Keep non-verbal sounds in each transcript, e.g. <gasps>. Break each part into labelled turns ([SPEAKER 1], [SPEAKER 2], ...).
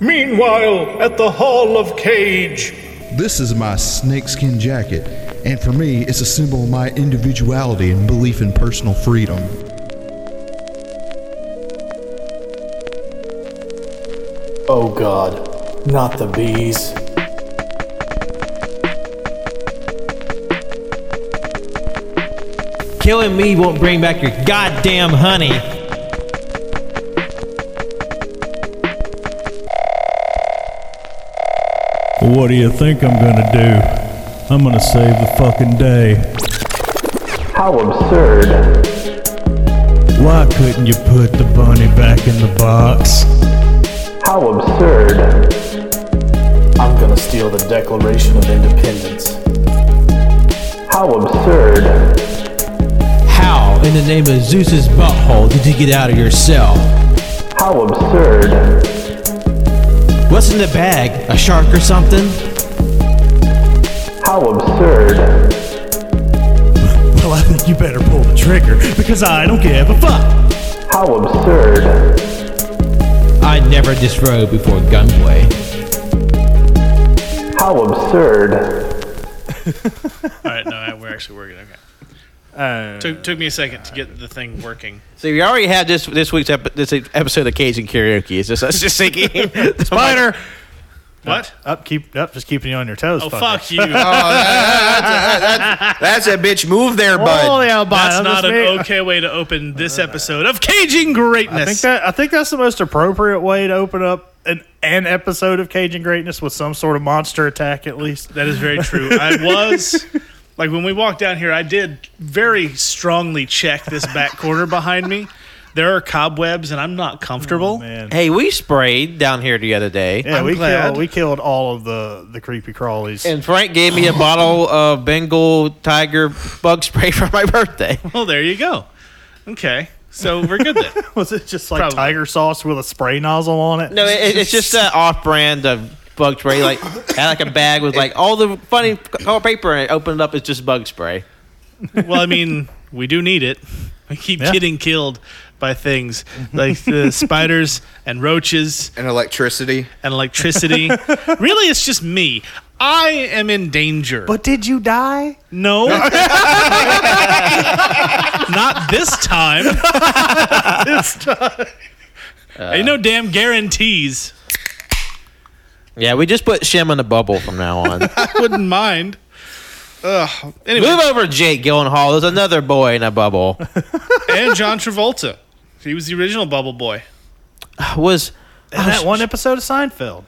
[SPEAKER 1] Meanwhile, at the Hall of Cage.
[SPEAKER 2] This is my snakeskin jacket, and for me, it's a symbol of my individuality and belief in personal freedom.
[SPEAKER 3] Oh god, not the bees.
[SPEAKER 4] Killing me won't bring back your goddamn honey.
[SPEAKER 5] What do you think I'm gonna do? I'm gonna save the fucking day.
[SPEAKER 3] How absurd.
[SPEAKER 5] Why couldn't you put the bunny back in the box?
[SPEAKER 3] How absurd. I'm gonna steal the Declaration of Independence. How absurd.
[SPEAKER 4] How, in the name of Zeus's butthole, did you get out of your cell?
[SPEAKER 3] How absurd.
[SPEAKER 4] What's in the bag? A shark or something?
[SPEAKER 3] How absurd.
[SPEAKER 5] Well, I think you better pull the trigger because I don't give a fuck.
[SPEAKER 3] How absurd.
[SPEAKER 4] I never disrobe before gunplay.
[SPEAKER 3] How absurd.
[SPEAKER 6] All right, no, we're actually working. Okay. took, took me a second to get the thing working.
[SPEAKER 7] So we already had this this week's epi- this episode of Cajun Karaoke. It's just us just singing. Spider.
[SPEAKER 6] What?
[SPEAKER 8] Up, keep up, just keeping you on your toes.
[SPEAKER 6] Oh,
[SPEAKER 8] fucker.
[SPEAKER 7] <laughs>
[SPEAKER 6] fuck you.
[SPEAKER 7] That's a bitch move there, bud. Uh,
[SPEAKER 8] Holy albino,
[SPEAKER 6] That's not
[SPEAKER 8] just
[SPEAKER 6] an
[SPEAKER 8] me.
[SPEAKER 6] okay way to open this episode of Caging Greatness.
[SPEAKER 8] I think that I think that's the most appropriate way to open up an an episode of Cajun Greatness with some sort of monster attack at least.
[SPEAKER 6] That is very true. I
[SPEAKER 8] <laughs>
[SPEAKER 6] was like when we walked down here, I did very strongly check this back corner behind me. There are cobwebs, and I'm not comfortable.
[SPEAKER 8] Oh, Man.
[SPEAKER 7] Hey, we sprayed down here the other day,
[SPEAKER 8] Yeah,
[SPEAKER 6] I'm
[SPEAKER 8] we
[SPEAKER 6] glad.
[SPEAKER 8] killed we killed all of the the creepy crawlies.
[SPEAKER 7] and Frank gave me a bottle of Bengal tiger bug spray <laughs> for my birthday.
[SPEAKER 6] well, there you go. Okay, so we're
[SPEAKER 8] <laughs>
[SPEAKER 6] good then.
[SPEAKER 8] was it just like
[SPEAKER 6] Probably.
[SPEAKER 8] tiger sauce with a spray nozzle on it?
[SPEAKER 7] No, it, it- it's just that off-brand of bug spray. Like had like a bag with like all the funny color paper, and it opened up. It's just bug spray.
[SPEAKER 6] well, I mean, we do need it. We keep getting killed by things like
[SPEAKER 8] <laughs>
[SPEAKER 6] the spiders and roaches
[SPEAKER 9] and electricity.
[SPEAKER 6] and
[SPEAKER 9] <laughs>
[SPEAKER 6] electricity. really, it's just me. I am in danger.
[SPEAKER 8] But did you die?
[SPEAKER 9] <laughs>
[SPEAKER 6] No. Not this time.
[SPEAKER 8] <laughs>
[SPEAKER 6] this time.
[SPEAKER 8] Uh,
[SPEAKER 6] Ain't no damn guarantees.
[SPEAKER 7] Yeah, we just put Shem in the bubble from now on.
[SPEAKER 6] <laughs>
[SPEAKER 7] <laughs>
[SPEAKER 6] Wouldn't mind. Ugh. Anyway,
[SPEAKER 7] Move over, Jake Gyllenhaal. There's another boy in a bubble.
[SPEAKER 6] and John Travolta. He was the original Bubble Boy.
[SPEAKER 7] <sighs> Was
[SPEAKER 8] In that one episode of Seinfeld.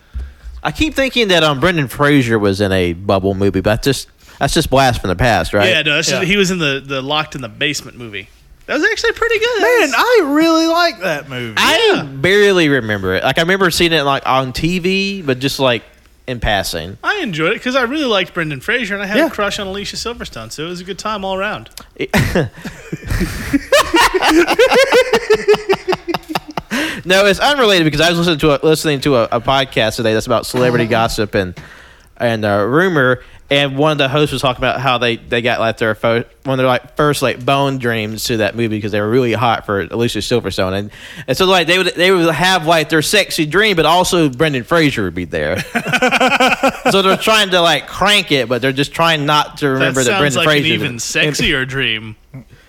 [SPEAKER 7] I keep thinking that um Brendan Fraser was in a bubble movie, but that's just that's just blast from the past, right?
[SPEAKER 6] Yeah, no, that's just-
[SPEAKER 8] Yeah.
[SPEAKER 6] he was in the, the Locked in the Basement movie. That was actually pretty good.
[SPEAKER 8] Man, I really like that movie.
[SPEAKER 7] I barely remember it. Like I remember seeing it like on TV, but just like in passing.
[SPEAKER 6] I enjoyed it because I really liked Brendan Fraser and I had
[SPEAKER 8] Yeah.
[SPEAKER 6] a crush on Alicia Silverstone, so it was a good time all around.
[SPEAKER 7] <laughs> No, it's unrelated because I was listening to a, listening to a, a podcast today that's about celebrity
[SPEAKER 6] Uh-huh.
[SPEAKER 7] gossip and and uh, rumor. And one of the hosts was talking about how they, they got like their fo- one of their like first like bone dreams to that movie because they were really hot for Alicia Silverstone and, and so like they would they would have like their sexy dream but also Brendan Fraser would be there <laughs> so they're trying to like crank it but they're just trying not to remember that,
[SPEAKER 6] that
[SPEAKER 7] Brendan
[SPEAKER 6] sounds like an
[SPEAKER 7] Fraser
[SPEAKER 6] even sexier dream.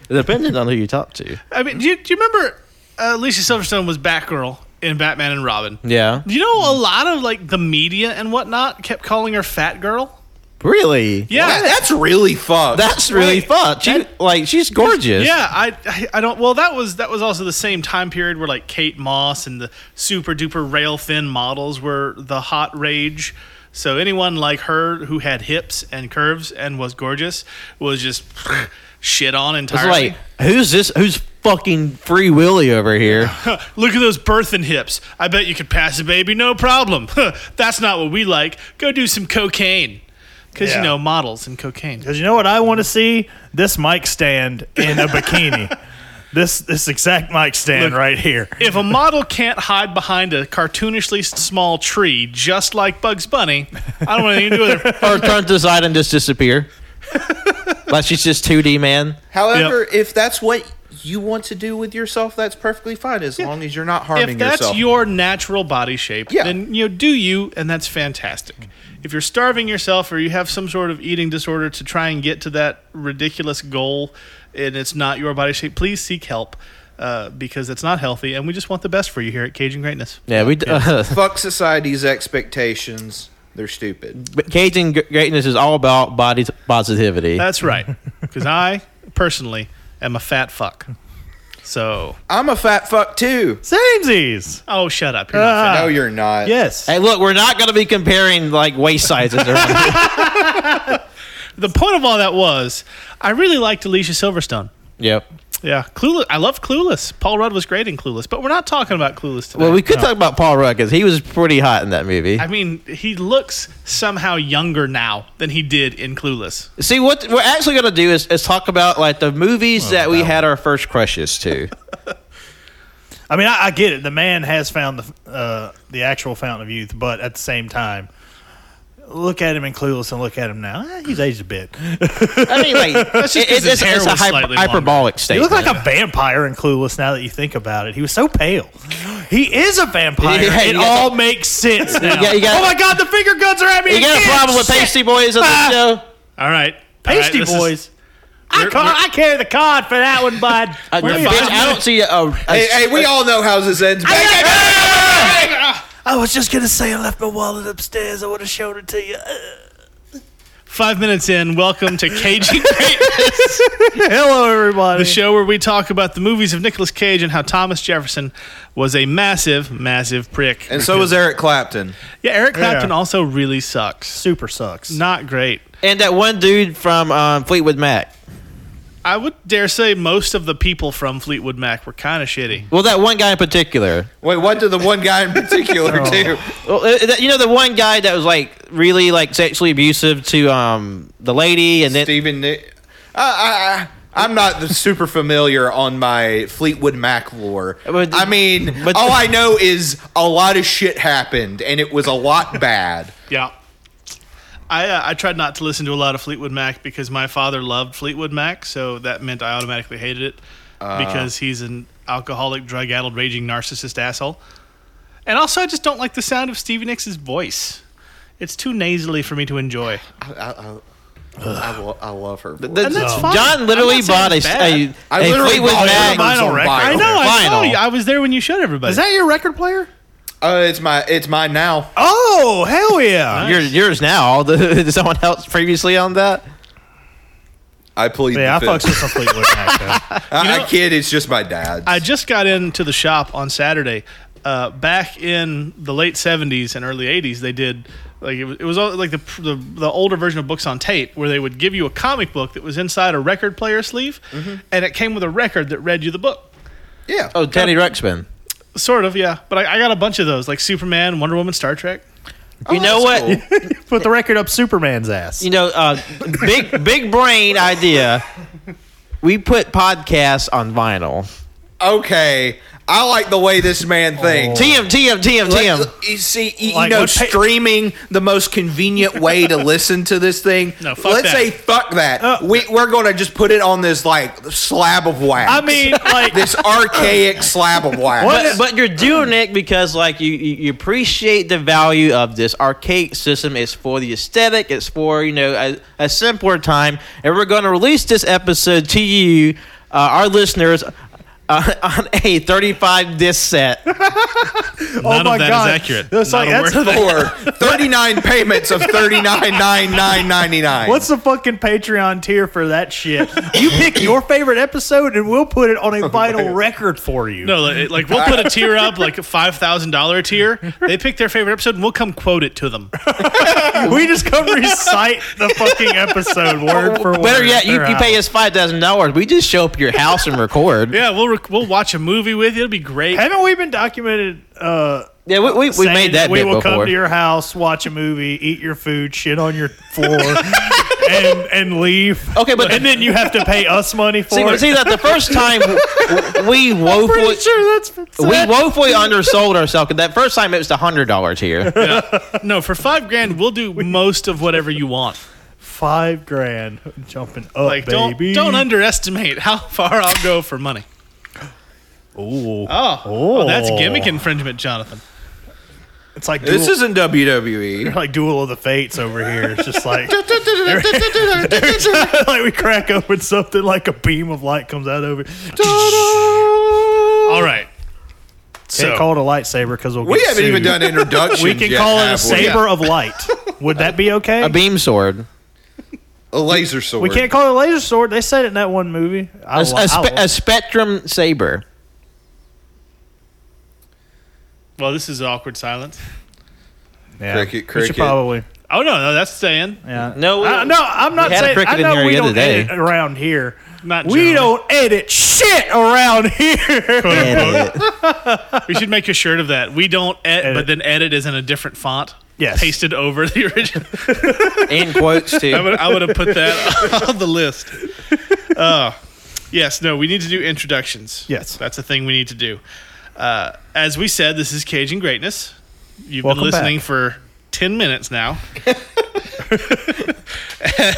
[SPEAKER 7] depending on who you talk to
[SPEAKER 6] I mean, do you, do you remember uh, Alicia Silverstone was Batgirl in Batman and Robin?
[SPEAKER 7] yeah
[SPEAKER 6] You know, a lot of like the media and whatnot kept calling her Fat Girl.
[SPEAKER 7] really
[SPEAKER 6] Yeah,
[SPEAKER 9] That- that's really fucked.
[SPEAKER 7] that's really fun she like she's gorgeous
[SPEAKER 6] yeah. I, I I don't. Well, that was that was also the same time period where like Kate Moss and the super duper rail thin models were the hot rage. So anyone like her who had hips and curves and was gorgeous was just <laughs> shit on
[SPEAKER 7] It's
[SPEAKER 6] entirely.
[SPEAKER 7] like, who's this? Who's fucking Free Willy over
[SPEAKER 6] <laughs>
[SPEAKER 7] here?
[SPEAKER 6] Look at those birthing hips. I bet you could pass a baby, no problem. <laughs> Huh, That's not what we like. Go do some cocaine. Because,
[SPEAKER 8] Yeah.
[SPEAKER 6] you know, models and cocaine.
[SPEAKER 8] Because you know what I want to see? This mic stand in a
[SPEAKER 6] <laughs>
[SPEAKER 8] bikini. this this exact mic stand
[SPEAKER 6] Look,
[SPEAKER 8] right here.
[SPEAKER 6] If a model can't hide behind a cartoonishly small tree, just like Bugs Bunny, I don't want anything to do with her.
[SPEAKER 7] or turn to the side
[SPEAKER 6] <laughs>
[SPEAKER 7] and just disappear? like she's just 2D man.
[SPEAKER 9] However, if that's what you want to do with yourself, that's perfectly fine as long as you're not harming
[SPEAKER 6] if that's
[SPEAKER 9] yourself.
[SPEAKER 6] your natural body shape,
[SPEAKER 9] Yeah.
[SPEAKER 6] then you know, do you, and that's fantastic. If you're starving yourself or you have some sort of eating disorder to try and get to that ridiculous goal, and it's not your body shape, please seek help uh, because it's not healthy. And we just want the best for you here at Cajun Greatness.
[SPEAKER 7] Yeah, we. d
[SPEAKER 9] Fuck society's expectations. They're
[SPEAKER 7] <laughs>
[SPEAKER 9] stupid.
[SPEAKER 7] but Cajun gr- greatness is all about body positivity.
[SPEAKER 6] That's right,
[SPEAKER 9] <laughs>
[SPEAKER 6] because I personally am a fat fuck. So,
[SPEAKER 9] I'm a fat fuck too.
[SPEAKER 8] Samesies.
[SPEAKER 6] oh, shut up. You're not fat.
[SPEAKER 9] no, you're not.
[SPEAKER 8] Yes.
[SPEAKER 7] hey, look, we're not going to be comparing like waist sizes. Or
[SPEAKER 6] <laughs> The point of all that was, I really liked Alicia Silverstone.
[SPEAKER 7] yep.
[SPEAKER 6] Yeah, Clueless. I love Clueless. Paul Rudd was great in Clueless, but we're not talking about Clueless today.
[SPEAKER 7] Well, we could talk about Paul Rudd because he was pretty hot in that movie.
[SPEAKER 6] I mean, he looks somehow younger now than he did in Clueless.
[SPEAKER 7] See, what we're actually going to do is, is talk about like the movies that we had our first crushes
[SPEAKER 6] <laughs>
[SPEAKER 7] to.
[SPEAKER 8] I mean, I, I get it. The man has found the uh, the actual fountain of youth, but at the same time, look at him in Clueless and look at him now. Eh, he's aged a bit.
[SPEAKER 7] I mean, like it's,
[SPEAKER 6] just 'cause
[SPEAKER 7] it's,
[SPEAKER 6] his
[SPEAKER 7] it's
[SPEAKER 6] hair
[SPEAKER 7] a
[SPEAKER 6] was
[SPEAKER 7] hyper-
[SPEAKER 6] slightly longer.
[SPEAKER 7] hyperbolic
[SPEAKER 8] He
[SPEAKER 7] statement.
[SPEAKER 8] looked like a vampire in Clueless. Now that you think about it, he was so pale. He is a vampire.
[SPEAKER 7] <laughs> Yeah,
[SPEAKER 8] it
[SPEAKER 7] yeah.
[SPEAKER 8] all makes sense now.
[SPEAKER 7] got- you got-
[SPEAKER 8] oh my god, the finger guns are at me.
[SPEAKER 7] you got a
[SPEAKER 8] again!
[SPEAKER 7] problem with pasty boys on the
[SPEAKER 8] Ah.
[SPEAKER 7] show?
[SPEAKER 6] All right,
[SPEAKER 8] Pasty Boys. I, ca- I carry the card for that one, bud.
[SPEAKER 7] Uh,
[SPEAKER 8] Where
[SPEAKER 7] bitch,
[SPEAKER 8] you at?
[SPEAKER 7] I don't see a. a,
[SPEAKER 9] Hey, hey, we all know how this ends. Bang, bang, bang, bang, bang.
[SPEAKER 8] I was just gonna say I left my wallet upstairs. I would have shown it to you.
[SPEAKER 6] Five minutes in. Welcome to Cajun Greatness,
[SPEAKER 8] <laughs> Hello, everybody.
[SPEAKER 6] the show where we talk about the movies of Nicolas Cage and how Thomas Jefferson was a massive, massive prick.
[SPEAKER 9] And so was Eric Clapton.
[SPEAKER 6] yeah, Eric Clapton
[SPEAKER 8] Yeah.
[SPEAKER 6] also really sucks.
[SPEAKER 8] Super sucks.
[SPEAKER 6] Not great.
[SPEAKER 7] and that one dude from um, Fleetwood Mac.
[SPEAKER 6] I would dare say most of the people from Fleetwood Mac were kind of shitty.
[SPEAKER 7] Well, that one guy in particular.
[SPEAKER 9] Wait, what did the one guy in particular do?
[SPEAKER 7] Well, uh, that- you know the one guy that was like really like sexually abusive to um the lady, and then
[SPEAKER 9] Stephen. Ni- I, I, I, I'm not the super familiar on my Fleetwood Mac lore.
[SPEAKER 7] But-
[SPEAKER 9] I mean,
[SPEAKER 7] but-
[SPEAKER 9] all I know is a lot of shit happened, and it was a lot bad.
[SPEAKER 6] Yeah. I, uh, I tried not to listen to a lot of Fleetwood Mac because my father loved Fleetwood Mac, so that meant I automatically hated it because he's an alcoholic, drug addled, raging narcissist asshole. And also, I just don't like the sound of Stevie Nicks' voice. It's too nasally for me to enjoy.
[SPEAKER 9] I, I, I, lo- I love her. voice.
[SPEAKER 7] the-
[SPEAKER 6] And that's fine.
[SPEAKER 7] John
[SPEAKER 6] I'm
[SPEAKER 7] literally
[SPEAKER 6] not saying
[SPEAKER 7] bought a,
[SPEAKER 6] it's
[SPEAKER 7] a,
[SPEAKER 6] bad.
[SPEAKER 9] I
[SPEAKER 7] a
[SPEAKER 9] literally
[SPEAKER 7] Fleetwood
[SPEAKER 9] bought
[SPEAKER 7] Mac.
[SPEAKER 9] her vinyl
[SPEAKER 8] vinyl
[SPEAKER 9] record.
[SPEAKER 8] record.
[SPEAKER 6] I know, I saw
[SPEAKER 7] Vinyl.
[SPEAKER 6] you. I was there when you showed everybody.
[SPEAKER 8] Is that your record player?
[SPEAKER 9] Uh, it's my it's mine now.
[SPEAKER 8] Oh, hell yeah.
[SPEAKER 7] Yours, yours now. <laughs> Did someone else previously on that?
[SPEAKER 9] I plead
[SPEAKER 8] yeah, I
[SPEAKER 9] the fifth.
[SPEAKER 8] fucks with some Fleetwood
[SPEAKER 6] <laughs>
[SPEAKER 8] Mac, though.
[SPEAKER 9] I, I kid. It's just my dad.
[SPEAKER 6] I just got into the shop on Saturday. Uh, back in the late '70s and early '80s, they did like it was, it was all, like the, the the older version of books on tape, where they would give you a comic book that was inside a record player sleeve,
[SPEAKER 8] Mm-hmm.
[SPEAKER 6] and it came with a record that read you the book.
[SPEAKER 9] yeah.
[SPEAKER 7] Oh, Teddy Ruxpin.
[SPEAKER 6] Sort of, yeah. But I, I got a bunch of those, like Superman, Wonder Woman, Star Trek.
[SPEAKER 7] you know what?
[SPEAKER 9] that's
[SPEAKER 8] Put the record up Superman's ass.
[SPEAKER 7] You know, uh, big big brain idea. We put podcasts on vinyl.
[SPEAKER 9] Okay. I like the way this man thinks.
[SPEAKER 7] TM TM TM TM.
[SPEAKER 9] You see, you, you
[SPEAKER 8] Like,
[SPEAKER 9] know,
[SPEAKER 8] what pa-
[SPEAKER 9] streaming the most convenient way
[SPEAKER 8] <laughs>
[SPEAKER 9] to listen to this thing.
[SPEAKER 6] No, fuck
[SPEAKER 9] Let's
[SPEAKER 6] that.
[SPEAKER 9] say fuck that.
[SPEAKER 8] Uh,
[SPEAKER 9] we, we're going to just put it on this like slab of wax.
[SPEAKER 8] I mean, like, <laughs>
[SPEAKER 9] this archaic slab of wax.
[SPEAKER 7] But, but you're doing it because like you, you you appreciate the value of this archaic system. It's for the aesthetic. It's for you know a, a simpler time. And we're going to release this episode to you, uh, our listeners, uh, <laughs> on a 35 disc set.
[SPEAKER 6] None
[SPEAKER 8] Oh my
[SPEAKER 6] of that is
[SPEAKER 8] God.
[SPEAKER 6] accurate.
[SPEAKER 8] That's
[SPEAKER 6] Not
[SPEAKER 8] like-
[SPEAKER 6] a
[SPEAKER 8] that's
[SPEAKER 6] word.
[SPEAKER 9] for 39 payments of 39.99.99.
[SPEAKER 8] what's the fucking Patreon tier for that shit? You pick your favorite episode and we'll put it on a vinyl record for you.
[SPEAKER 6] No, like, like we'll put a tier up, like a five thousand dollar tier. They pick their favorite episode, and we'll come quote it to them.
[SPEAKER 8] <laughs> We just come recite the fucking episode word for word.
[SPEAKER 7] Better yet, you,
[SPEAKER 8] They're
[SPEAKER 7] you pay
[SPEAKER 8] out.
[SPEAKER 7] us five thousand dollars. We just show up at your house and record.
[SPEAKER 6] Yeah, we'll rec- we'll watch a movie with you. It'll be great.
[SPEAKER 8] Haven't we been documented? Uh,
[SPEAKER 7] Yeah, we, we, we
[SPEAKER 8] saying
[SPEAKER 7] made that
[SPEAKER 8] we
[SPEAKER 7] bit
[SPEAKER 8] will
[SPEAKER 7] before.
[SPEAKER 8] come to your house, watch a movie, eat your food, shit on your floor, <laughs> and and leave. <laughs>
[SPEAKER 7] Okay, but-
[SPEAKER 8] and then you have to pay us money for
[SPEAKER 7] see,
[SPEAKER 8] it.
[SPEAKER 7] see that the first time w-
[SPEAKER 8] <laughs>
[SPEAKER 7] we woefully
[SPEAKER 8] Pretty sure that's been
[SPEAKER 7] we
[SPEAKER 8] said. <laughs>
[SPEAKER 7] woefully undersold ourselves. That first time it was the hundred dollars here.
[SPEAKER 6] No, for five grand, we'll do most of whatever you want.
[SPEAKER 8] five grand jumping up,
[SPEAKER 6] Like don't
[SPEAKER 8] baby.
[SPEAKER 6] don't underestimate how far I'll go for money.
[SPEAKER 8] Ooh.
[SPEAKER 6] Oh, oh, that's gimmick infringement, Jonathan.
[SPEAKER 8] It's like duel,
[SPEAKER 9] This isn't WWE.
[SPEAKER 8] like duel of the fates over here. It's just <laughs> like like we crack open something, like a beam of light comes out over.
[SPEAKER 6] All right.
[SPEAKER 8] Can't
[SPEAKER 6] So
[SPEAKER 8] call it a lightsaber because we'll
[SPEAKER 9] We
[SPEAKER 8] get
[SPEAKER 9] haven't
[SPEAKER 8] sued.
[SPEAKER 9] even done introductions.
[SPEAKER 8] We can
[SPEAKER 9] yet,
[SPEAKER 8] call it a
[SPEAKER 9] have we?
[SPEAKER 8] saber of light. Would that be okay? <laughs>
[SPEAKER 7] A beam sword.
[SPEAKER 9] A laser sword.
[SPEAKER 8] we can't call it a laser sword. They said it in that one movie. I,
[SPEAKER 7] A,
[SPEAKER 8] li- I
[SPEAKER 7] a, spe-
[SPEAKER 8] li-
[SPEAKER 7] a spectrum saber.
[SPEAKER 6] well, this is awkward silence.
[SPEAKER 8] yeah.
[SPEAKER 9] Cricket,
[SPEAKER 8] We
[SPEAKER 9] cricket.
[SPEAKER 8] should probably.
[SPEAKER 6] Oh no, no, that's staying.
[SPEAKER 8] Yeah.
[SPEAKER 7] No,
[SPEAKER 8] I, Uh, no, I'm not
[SPEAKER 7] we had a
[SPEAKER 8] saying.
[SPEAKER 7] cricket
[SPEAKER 8] I
[SPEAKER 7] in
[SPEAKER 8] know
[SPEAKER 7] here
[SPEAKER 8] we
[SPEAKER 7] the other
[SPEAKER 8] don't
[SPEAKER 7] day.
[SPEAKER 8] edit around here.
[SPEAKER 6] Not
[SPEAKER 8] We
[SPEAKER 6] generally.
[SPEAKER 8] don't edit shit around here.
[SPEAKER 7] <laughs> Edit.
[SPEAKER 6] We should make a shirt of that. We don't ed-
[SPEAKER 8] Edit.
[SPEAKER 6] but then edit is in a different font.
[SPEAKER 8] Yes.
[SPEAKER 6] Pasted over the <laughs> original.
[SPEAKER 7] In quotes
[SPEAKER 8] <laughs>
[SPEAKER 6] I
[SPEAKER 7] too.
[SPEAKER 6] would, I would have put that <laughs> on the list. Uh, yes, no, we need to do introductions.
[SPEAKER 8] Yes.
[SPEAKER 6] That's a thing we need to do. Uh, as we said, this is Cajun Greatness. You've
[SPEAKER 8] Welcome
[SPEAKER 6] been listening
[SPEAKER 8] back.
[SPEAKER 6] for 10 minutes now. <laughs>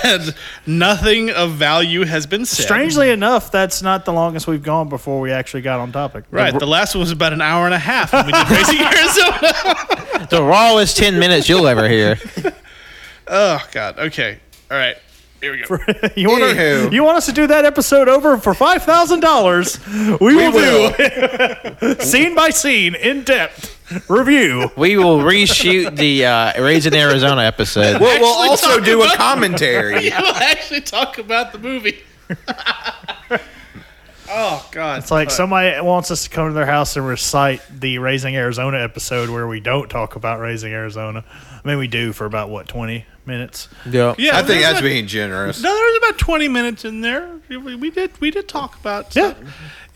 [SPEAKER 6] and nothing of value has been said.
[SPEAKER 8] Strangely enough, that's not the longest we've gone before we actually got on topic.
[SPEAKER 6] Right. The last one was about an hour and a half when we did Racing
[SPEAKER 8] <laughs>
[SPEAKER 6] Arizona.
[SPEAKER 7] the rawest ten minutes you'll ever hear.
[SPEAKER 6] Oh, God. Okay. All right. Here we
[SPEAKER 8] <laughs>
[SPEAKER 6] go.
[SPEAKER 8] You want
[SPEAKER 9] Anywho.
[SPEAKER 8] you want us to do that episode over for five thousand dollars? We will
[SPEAKER 9] <laughs> will.
[SPEAKER 8] do scene by scene, in depth
[SPEAKER 6] <laughs>
[SPEAKER 8] review.
[SPEAKER 7] We will reshoot the uh, Raising Arizona episode.
[SPEAKER 9] Well, we'll
[SPEAKER 6] Actually
[SPEAKER 9] also
[SPEAKER 6] talk
[SPEAKER 9] do a
[SPEAKER 6] about-
[SPEAKER 9] commentary.
[SPEAKER 6] We'll actually talk about the movie. <laughs> oh, God.
[SPEAKER 8] It's like somebody wants us to come to their house and recite the Raising Arizona episode where we don't talk about Raising Arizona. I mean, we do for about what twenty minutes.
[SPEAKER 7] yeah.
[SPEAKER 6] Yeah,
[SPEAKER 9] I think
[SPEAKER 6] there's
[SPEAKER 9] that's
[SPEAKER 6] about-
[SPEAKER 9] being generous.
[SPEAKER 6] No, there was about twenty minutes in there. We we did we did talk about stuff.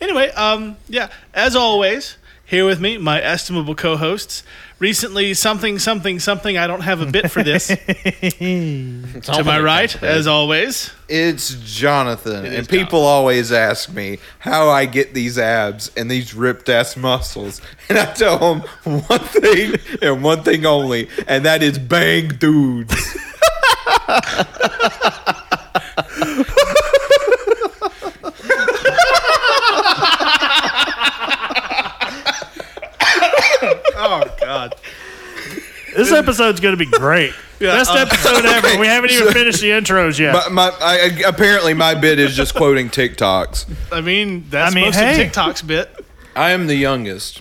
[SPEAKER 6] Anyway, um, yeah. As always, here with me, my estimable co-hosts. Recently, something, something, something. I don't have a bit
[SPEAKER 8] <laughs>
[SPEAKER 6] for this. to my right, as always.
[SPEAKER 9] It's Jonathan,
[SPEAKER 6] It is
[SPEAKER 9] and people always ask me how I get these abs and these ripped ass muscles, <laughs> and I tell them one thing and one thing only, and that is bang dudes.
[SPEAKER 6] Oh God.
[SPEAKER 8] This episode's going to be
[SPEAKER 6] <laughs>
[SPEAKER 8] great. Best
[SPEAKER 6] um,
[SPEAKER 8] episode ever.
[SPEAKER 9] okay,
[SPEAKER 8] We haven't
[SPEAKER 6] <laughs>
[SPEAKER 8] even
[SPEAKER 9] so-
[SPEAKER 8] finished the intros yet.
[SPEAKER 9] My, my, I, apparently, my bit is just quoting TikToks.
[SPEAKER 6] I mean, that's
[SPEAKER 8] I mean,
[SPEAKER 6] most
[SPEAKER 8] hey.
[SPEAKER 6] of TikTok's bit,
[SPEAKER 9] I am the youngest.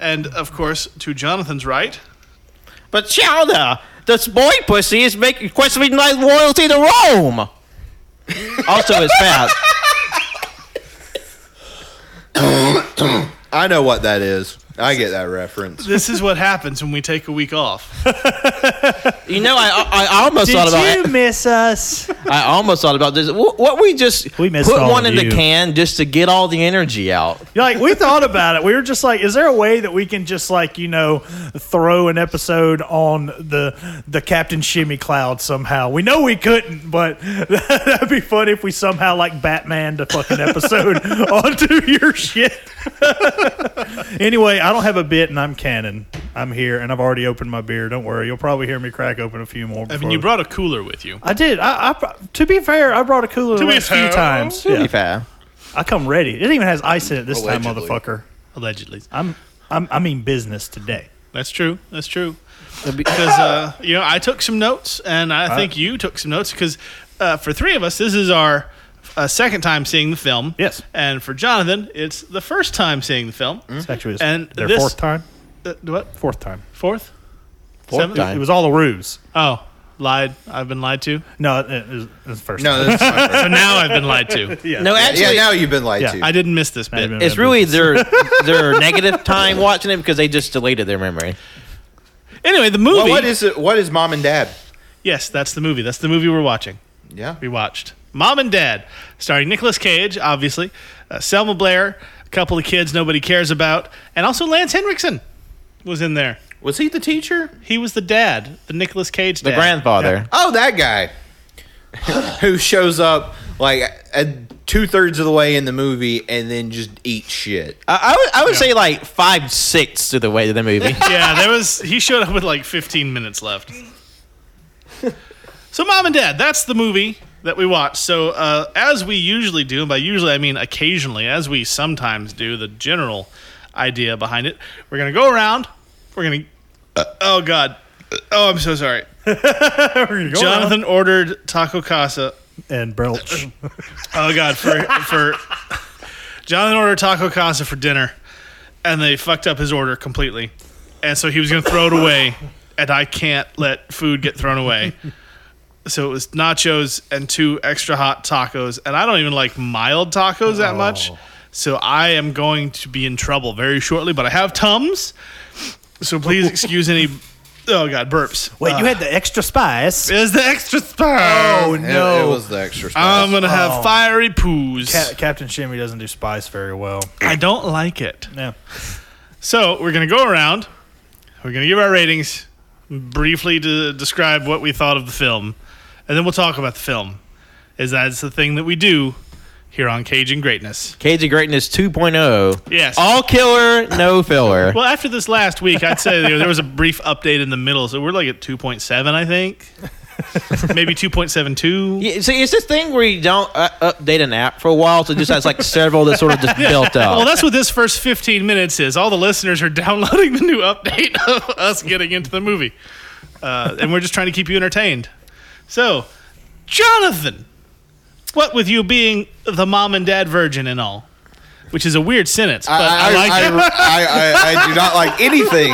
[SPEAKER 6] and of course, to Jonathan's right.
[SPEAKER 7] But Chowder, this boy pussy is making questioning my loyalty to Rome. Also, it's fat.
[SPEAKER 9] I know what that is. I get that reference.
[SPEAKER 6] This is what happens when we take a week off.
[SPEAKER 7] You know, I I, I almost thought about it.
[SPEAKER 8] miss us?
[SPEAKER 7] I almost thought about this. Wh- What we just
[SPEAKER 8] We missed
[SPEAKER 7] put
[SPEAKER 8] all
[SPEAKER 7] one
[SPEAKER 8] of
[SPEAKER 7] in the
[SPEAKER 8] you.
[SPEAKER 7] can just to get all the energy out.
[SPEAKER 8] You're like we thought about it. We were just like, is there a way that we can just like you know throw an episode on the the Captain Shimmy Cloud somehow? We know we couldn't, but <laughs> that'd be fun if we somehow like Batman the fucking episode <laughs> onto your shit. <laughs> anyway, I don't have a bit, and I'm canon. I'm here, and I've already opened my beer. Don't worry, you'll probably hear me crack open a few more.
[SPEAKER 6] I mean,
[SPEAKER 8] before-
[SPEAKER 6] you brought a cooler with you.
[SPEAKER 8] I did. I, I br- to be fair, I brought a cooler the
[SPEAKER 6] be
[SPEAKER 8] last few
[SPEAKER 6] fair.
[SPEAKER 8] times.
[SPEAKER 7] Pretty
[SPEAKER 8] Yeah.
[SPEAKER 7] fat.
[SPEAKER 8] I come ready. It even has ice in it this time,
[SPEAKER 9] Allegedly.
[SPEAKER 8] motherfucker.
[SPEAKER 6] Allegedly,
[SPEAKER 8] I'm, I'm I mean business today.
[SPEAKER 6] that's true. That's true. because uh, you know I took some notes, and I think you took some notes because uh, for three of us, this is our uh, second time seeing the film.
[SPEAKER 8] Yes.
[SPEAKER 6] and for Jonathan, it's the first time seeing the film.
[SPEAKER 8] It's actually this,
[SPEAKER 6] And
[SPEAKER 8] their
[SPEAKER 6] this-
[SPEAKER 8] fourth time.
[SPEAKER 6] Uh, what
[SPEAKER 8] Fourth time.
[SPEAKER 6] fourth?
[SPEAKER 7] Fourth
[SPEAKER 8] It,
[SPEAKER 7] time.
[SPEAKER 8] was all a ruse.
[SPEAKER 6] Oh, lied. I've been lied <laughs> to.
[SPEAKER 8] No, it, it was, it was the first.
[SPEAKER 9] No,
[SPEAKER 8] <laughs>
[SPEAKER 9] that's not right.
[SPEAKER 6] So now I've been lied <laughs> to.
[SPEAKER 7] No,
[SPEAKER 9] yeah.
[SPEAKER 7] actually,
[SPEAKER 9] Now you've been lied
[SPEAKER 8] Yeah.
[SPEAKER 9] to.
[SPEAKER 6] I didn't miss this
[SPEAKER 8] time.
[SPEAKER 6] bit.
[SPEAKER 7] it's really their their negative time watching it because they just deleted their memory.
[SPEAKER 6] Anyway, the movie.
[SPEAKER 9] well, what is it? What is mom and dad?
[SPEAKER 6] Yes, that's the movie. That's the movie we're watching.
[SPEAKER 9] Yeah.
[SPEAKER 6] we watched Mom and Dad, starring Nicolas Cage, obviously, uh, Selma Blair, a couple of kids nobody cares about, and also Lance Henriksen was in there.
[SPEAKER 9] Was he the teacher?
[SPEAKER 6] He was the dad, the Nicolas Cage
[SPEAKER 7] The
[SPEAKER 6] dad.
[SPEAKER 7] grandfather.
[SPEAKER 9] Oh, that guy <sighs> who shows up like two thirds of the way in the movie and then just eats shit.
[SPEAKER 7] I, I would I would say like five
[SPEAKER 6] <laughs>
[SPEAKER 7] sixths to the way to the movie.
[SPEAKER 6] Yeah, there was. He showed up with like 15 minutes left. So, mom and dad, that's the movie that we watched. So, uh, as we usually do, and by usually I mean occasionally, as we sometimes do, the general idea behind it, we're going to go around. We're going to. oh, God. Oh, I'm so sorry. Jonathan ordered taco casa.
[SPEAKER 5] and belch.
[SPEAKER 6] <laughs> Oh, God. For. for Jonathan ordered taco casa for dinner, and they fucked up his order completely. And so he was going to throw it away, and I can't let food get thrown away. So it was nachos and two extra hot tacos, and I don't even like mild tacos that much. So I am going to be in trouble very shortly, but I have Tums. So please excuse any oh god, burps.
[SPEAKER 5] Wait, you had the extra spice.
[SPEAKER 6] Is the extra spice.
[SPEAKER 5] Oh
[SPEAKER 9] It,
[SPEAKER 5] no.
[SPEAKER 9] was the extra spice.
[SPEAKER 6] I'm going to have fiery poos.
[SPEAKER 8] Ca- Captain Shimmy doesn't do spice very well.
[SPEAKER 6] I don't like it.
[SPEAKER 8] No.
[SPEAKER 6] So we're going to go around. We're going to give our ratings, briefly to describe what we thought of the film, and then we'll talk about the film. Is that's the thing that we do here on Cajun Greatness.
[SPEAKER 7] Cajun Greatness 2.0.
[SPEAKER 6] Yes.
[SPEAKER 7] All killer, no
[SPEAKER 6] <laughs>
[SPEAKER 7] filler.
[SPEAKER 6] Well, after this last week, I'd say there, there was a brief update in the middle, so we're like at 2.7, I think. Maybe 2.72.
[SPEAKER 7] Yeah, see, it's this thing where you don't uh, update an app for a while, so it just has like several that sort of
[SPEAKER 6] <laughs>
[SPEAKER 7] just built up.
[SPEAKER 6] Well, that's what this first 15 minutes is. All the listeners are <laughs> downloading the new update <laughs> of us getting into the movie. Uh, and we're just trying to keep you entertained. So, Jonathan, what with you being the mom and dad virgin and all, which is a weird sentence, but I, like
[SPEAKER 9] I,
[SPEAKER 6] it.
[SPEAKER 9] I, I, I do not like anything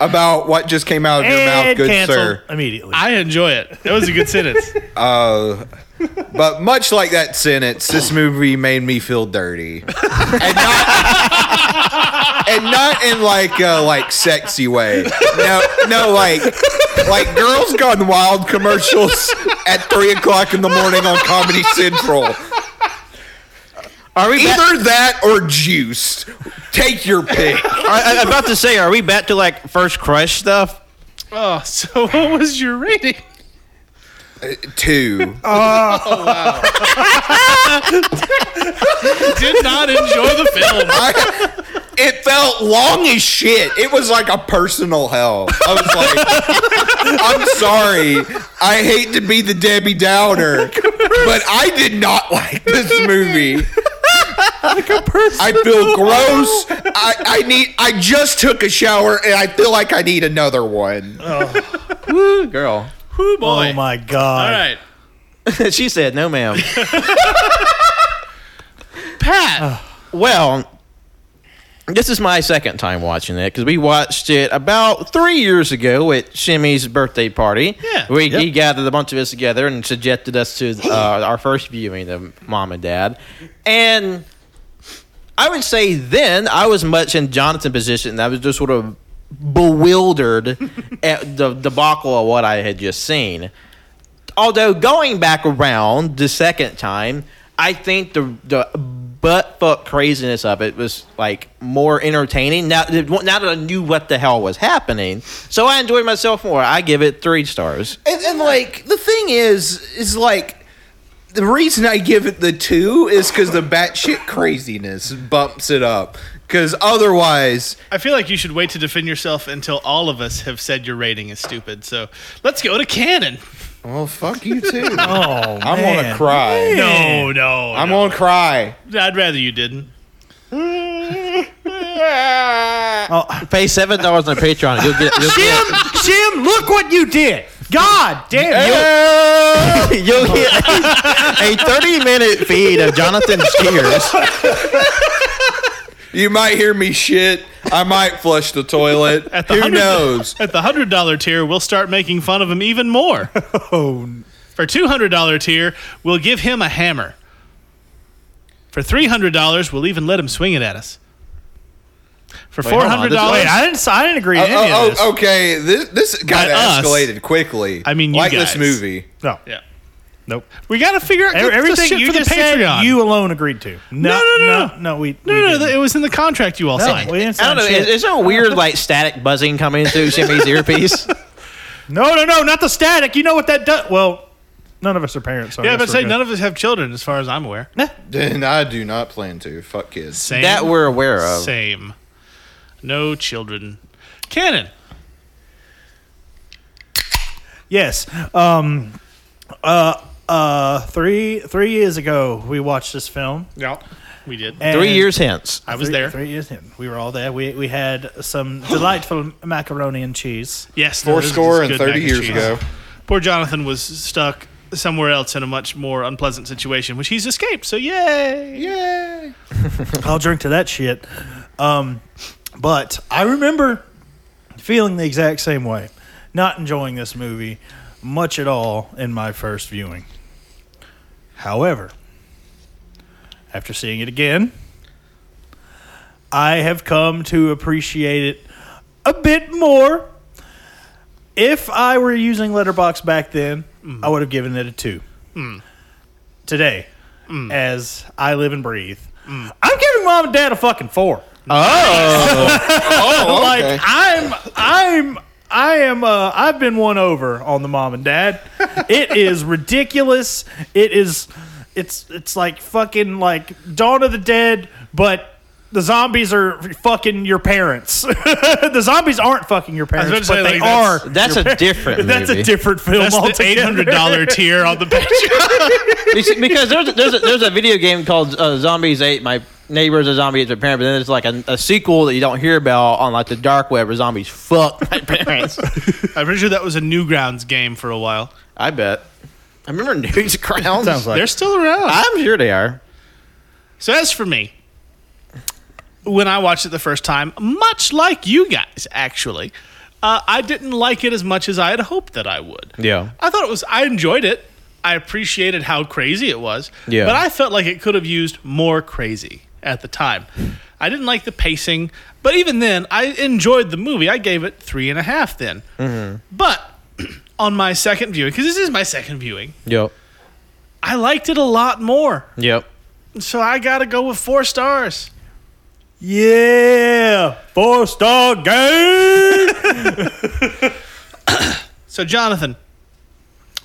[SPEAKER 9] about what just came out of your mouth,
[SPEAKER 8] And
[SPEAKER 9] good
[SPEAKER 8] canceled
[SPEAKER 9] sir.
[SPEAKER 8] immediately.
[SPEAKER 6] I enjoy it. That was a good <laughs> sentence.
[SPEAKER 9] But much like that sentence, this movie made me feel dirty, and not, and not in like a like sexy way. No, no, like like Girls Gone Wild commercials at three o'clock in the morning on Comedy Central.
[SPEAKER 7] are we back-
[SPEAKER 9] Either that or juiced. Take your pick.
[SPEAKER 7] I, am about to say, are we back to like first crush stuff?
[SPEAKER 6] Oh, so what was your rating? <laughs>
[SPEAKER 9] Two.
[SPEAKER 6] Did not enjoy the film. <laughs>
[SPEAKER 9] I, it felt long as shit. It was like a personal hell. I was like, I'm sorry. I hate to be the Debbie Downer, but I did not like this movie. I feel gross. I, I need. I just took a shower and I feel like I need another one. Woo, girl.
[SPEAKER 6] Whoo, boy.
[SPEAKER 8] oh my god.
[SPEAKER 6] All right.
[SPEAKER 7] she said, no, ma'am.
[SPEAKER 6] <laughs> Pat.
[SPEAKER 7] Uh, well, this is my second time watching it because we watched it about three years ago at Shimmy's birthday party.
[SPEAKER 6] Yeah.
[SPEAKER 7] We, He gathered a bunch of us together and subjected us to
[SPEAKER 6] <gasps>
[SPEAKER 7] uh, our first viewing of Mom and Dad. And I would say then I was much in Jonathan's position. I was just sort of
[SPEAKER 6] <laughs>
[SPEAKER 7] bewildered at the debacle of what I had just seen. Although going back around the second time, I think the the butt fuck craziness of it was like more entertaining. Now now that I knew what the hell was happening, so I enjoyed myself more. I give it three stars.
[SPEAKER 9] And, and like the thing is, is like the reason I give it the two is because the batshit craziness bumps it up. Because otherwise,
[SPEAKER 6] I feel like you should wait to defend yourself until all of us have said your rating is stupid. So let's go to Canon.
[SPEAKER 9] well, fuck
[SPEAKER 6] <laughs>
[SPEAKER 9] you too.
[SPEAKER 8] Oh
[SPEAKER 9] I'm
[SPEAKER 8] man.
[SPEAKER 9] gonna cry.
[SPEAKER 6] No, no.
[SPEAKER 9] I'm gonna cry.
[SPEAKER 6] I'd rather you didn't.
[SPEAKER 7] <laughs> Pay seven dollars on Patreon. You'll get you'll get,
[SPEAKER 5] Jim, Jim, look what you did. God damn you.
[SPEAKER 7] <laughs> you'll get a thirty minute feed of Jonathan's tears.
[SPEAKER 9] You might hear me shit. I might flush the toilet.
[SPEAKER 6] <laughs> At the
[SPEAKER 9] Who
[SPEAKER 6] hundred- <laughs>
[SPEAKER 9] knows?
[SPEAKER 6] At the hundred dollar tier, we'll start making fun of him even
[SPEAKER 9] <laughs>
[SPEAKER 6] more.
[SPEAKER 9] Oh,
[SPEAKER 6] For two hundred dollar tier, we'll give him a hammer. For three hundred dollars, we'll even let him swing it at us. For four
[SPEAKER 7] hold on,
[SPEAKER 6] hundred
[SPEAKER 7] this-
[SPEAKER 6] dollars,
[SPEAKER 8] Wait, I didn't. I didn't agree to any
[SPEAKER 9] Oh,
[SPEAKER 8] of this.
[SPEAKER 9] oh, okay, this this got
[SPEAKER 6] By us.
[SPEAKER 9] escalated quickly.
[SPEAKER 6] I mean you
[SPEAKER 9] like
[SPEAKER 6] guys.
[SPEAKER 9] this movie.
[SPEAKER 8] No.
[SPEAKER 6] yeah,
[SPEAKER 8] Nope.
[SPEAKER 6] we gotta figure out
[SPEAKER 8] Ev-
[SPEAKER 6] this shit
[SPEAKER 8] Everything you
[SPEAKER 6] for
[SPEAKER 8] just
[SPEAKER 6] the Patreon.
[SPEAKER 8] said, you alone agreed to. No,
[SPEAKER 6] No, no, no,
[SPEAKER 8] no, no. We
[SPEAKER 6] no,
[SPEAKER 8] we
[SPEAKER 6] no,
[SPEAKER 8] didn't.
[SPEAKER 6] it was in the contract you all
[SPEAKER 8] No,
[SPEAKER 6] signed.
[SPEAKER 8] we didn't
[SPEAKER 7] I don't
[SPEAKER 8] sign
[SPEAKER 7] know. Is,
[SPEAKER 8] shit.
[SPEAKER 7] is there a weird like static buzzing coming through Jimmy's earpiece?
[SPEAKER 8] Oh, No, no, no, not the static. You know what that does? Well, none of us are parents. So
[SPEAKER 6] yeah, but say none of us have children, as far as I'm aware.
[SPEAKER 9] And I do not plan to. Fuck kids.
[SPEAKER 6] Same,
[SPEAKER 7] That we're aware of.
[SPEAKER 6] same. No children. Canon.
[SPEAKER 8] Yes. Um, uh, uh, three three years ago, we watched this film.
[SPEAKER 6] Yeah, we did.
[SPEAKER 7] Three
[SPEAKER 8] and-
[SPEAKER 7] years hence.
[SPEAKER 6] I was
[SPEAKER 8] three-
[SPEAKER 6] there.
[SPEAKER 8] Three years in. We were all there. We, we had some delightful macaroni and cheese.
[SPEAKER 6] Yes,
[SPEAKER 9] Four
[SPEAKER 6] this is
[SPEAKER 9] score and
[SPEAKER 6] good
[SPEAKER 9] 30
[SPEAKER 6] mac
[SPEAKER 9] years
[SPEAKER 6] cheese.
[SPEAKER 9] ago.
[SPEAKER 6] Poor Jonathan was stuck somewhere else in a much more unpleasant situation, which he's escaped. So yay!
[SPEAKER 9] Yay.
[SPEAKER 8] <laughs> I'll drink to that shit. Um, but I remember feeling the exact same way, not enjoying this movie much at all in my first viewing. However, after seeing it again, I have come to appreciate it a bit more. If I were using Letterbox back then, I would have given it a two.
[SPEAKER 6] Mm.
[SPEAKER 8] Today, as I live and breathe,
[SPEAKER 6] Mm.
[SPEAKER 8] I'm giving mom and dad a fucking four.
[SPEAKER 9] Oh,
[SPEAKER 8] Like
[SPEAKER 9] okay.
[SPEAKER 8] I'm, I'm, I am. Uh, I've been won over on the mom and
[SPEAKER 6] <laughs>
[SPEAKER 8] dad. it is ridiculous. It is. It's it's like fucking like Dawn of the Dead, but. The zombies are fucking your parents. <laughs> the zombies aren't fucking your
[SPEAKER 6] was
[SPEAKER 8] parents, but
[SPEAKER 6] about to say,
[SPEAKER 8] they
[SPEAKER 6] like,
[SPEAKER 8] are.
[SPEAKER 6] that's-
[SPEAKER 7] That's a
[SPEAKER 6] <laughs>
[SPEAKER 7] different
[SPEAKER 8] That's a
[SPEAKER 7] movie.
[SPEAKER 8] different film
[SPEAKER 6] That's the eight
[SPEAKER 8] altogether.
[SPEAKER 6] hundred <laughs> dollar tier on the picture.
[SPEAKER 7] because there's a, there's a, there's a video game called uh, Zombies Ate My Neighbor's a Zombie Ate My Parent, but then there's like a, a sequel that you don't hear about on like the dark web where zombies fuck my parents.
[SPEAKER 6] I'm pretty sure that was a Newgrounds game for a while.
[SPEAKER 7] I bet. I remember News Crowns.
[SPEAKER 8] Sounds like-
[SPEAKER 6] They're still around.
[SPEAKER 7] I'm sure they are.
[SPEAKER 6] So as for me, when I watched it the first time, much like you guys, actually, uh, I didn't like it as much as I had hoped that I would.
[SPEAKER 7] Yeah.
[SPEAKER 6] I thought it was. I enjoyed it. I appreciated how crazy it was.
[SPEAKER 7] Yeah.
[SPEAKER 6] But I felt like it could have used more crazy at the time. I didn't like the pacing, but even then, I enjoyed the movie. I gave it three and a half. Then, but <clears throat> on my second viewing, because this is my second viewing,
[SPEAKER 7] Yep.
[SPEAKER 6] I liked it a lot more.
[SPEAKER 7] Yep.
[SPEAKER 6] So I gotta go with four stars.
[SPEAKER 8] Yeah, four star
[SPEAKER 6] <laughs>
[SPEAKER 8] game.
[SPEAKER 6] So, Jonathan,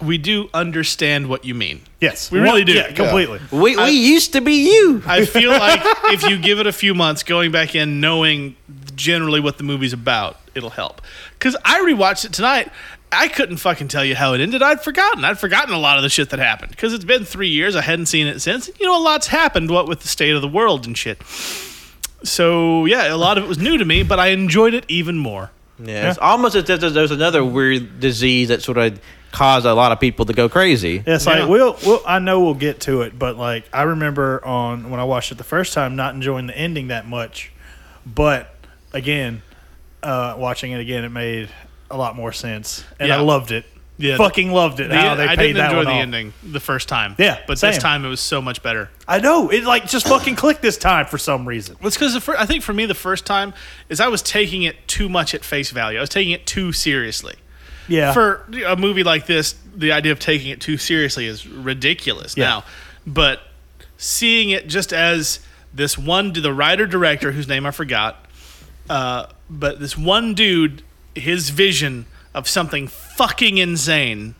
[SPEAKER 6] we do understand what you mean.
[SPEAKER 8] yes,
[SPEAKER 6] We really
[SPEAKER 8] One-
[SPEAKER 6] do.
[SPEAKER 8] Yeah, completely.
[SPEAKER 7] We, we used to be you.
[SPEAKER 6] I feel like if you give it a few months, going back in, knowing generally what the movie's about, it'll help. Because I rewatched it tonight. I couldn't fucking tell you how it ended. I'd forgotten. I'd forgotten a lot of the shit that happened. Because it's been three years. I hadn't seen it since. You know, a lot's happened, what with the state of the world and shit. So, yeah, a lot of it was new to me, but I enjoyed it even more.
[SPEAKER 7] Yeah, It's almost as if there's there's another weird disease that sort of caused a lot of people to go crazy.
[SPEAKER 8] It's
[SPEAKER 6] Yeah.
[SPEAKER 8] like we'll, we'll I know we'll get to it, but like I remember on when I watched it the first time, not enjoying the ending that much, but again, uh, watching it again, it made a lot more sense, and
[SPEAKER 6] Yeah.
[SPEAKER 8] I loved it.
[SPEAKER 6] Yeah.
[SPEAKER 8] fucking loved it.
[SPEAKER 6] The-
[SPEAKER 8] how they
[SPEAKER 6] I
[SPEAKER 8] paid
[SPEAKER 6] didn't
[SPEAKER 8] that
[SPEAKER 6] enjoy
[SPEAKER 8] one
[SPEAKER 6] the
[SPEAKER 8] off.
[SPEAKER 6] ending the first time.
[SPEAKER 8] Yeah,
[SPEAKER 6] but
[SPEAKER 8] same.
[SPEAKER 6] this time it was so much better.
[SPEAKER 8] I know it like just fucking clicked this time for some reason.
[SPEAKER 6] Well, it's because I think for me the first time is I was taking it too much at face value. I was taking it too seriously.
[SPEAKER 8] Yeah,
[SPEAKER 6] For a movie like this, the idea of taking it too seriously is ridiculous
[SPEAKER 8] Yeah.
[SPEAKER 6] now. But seeing it just as this one, the writer director whose name I forgot, uh, but this one dude, his vision of something fucking insane.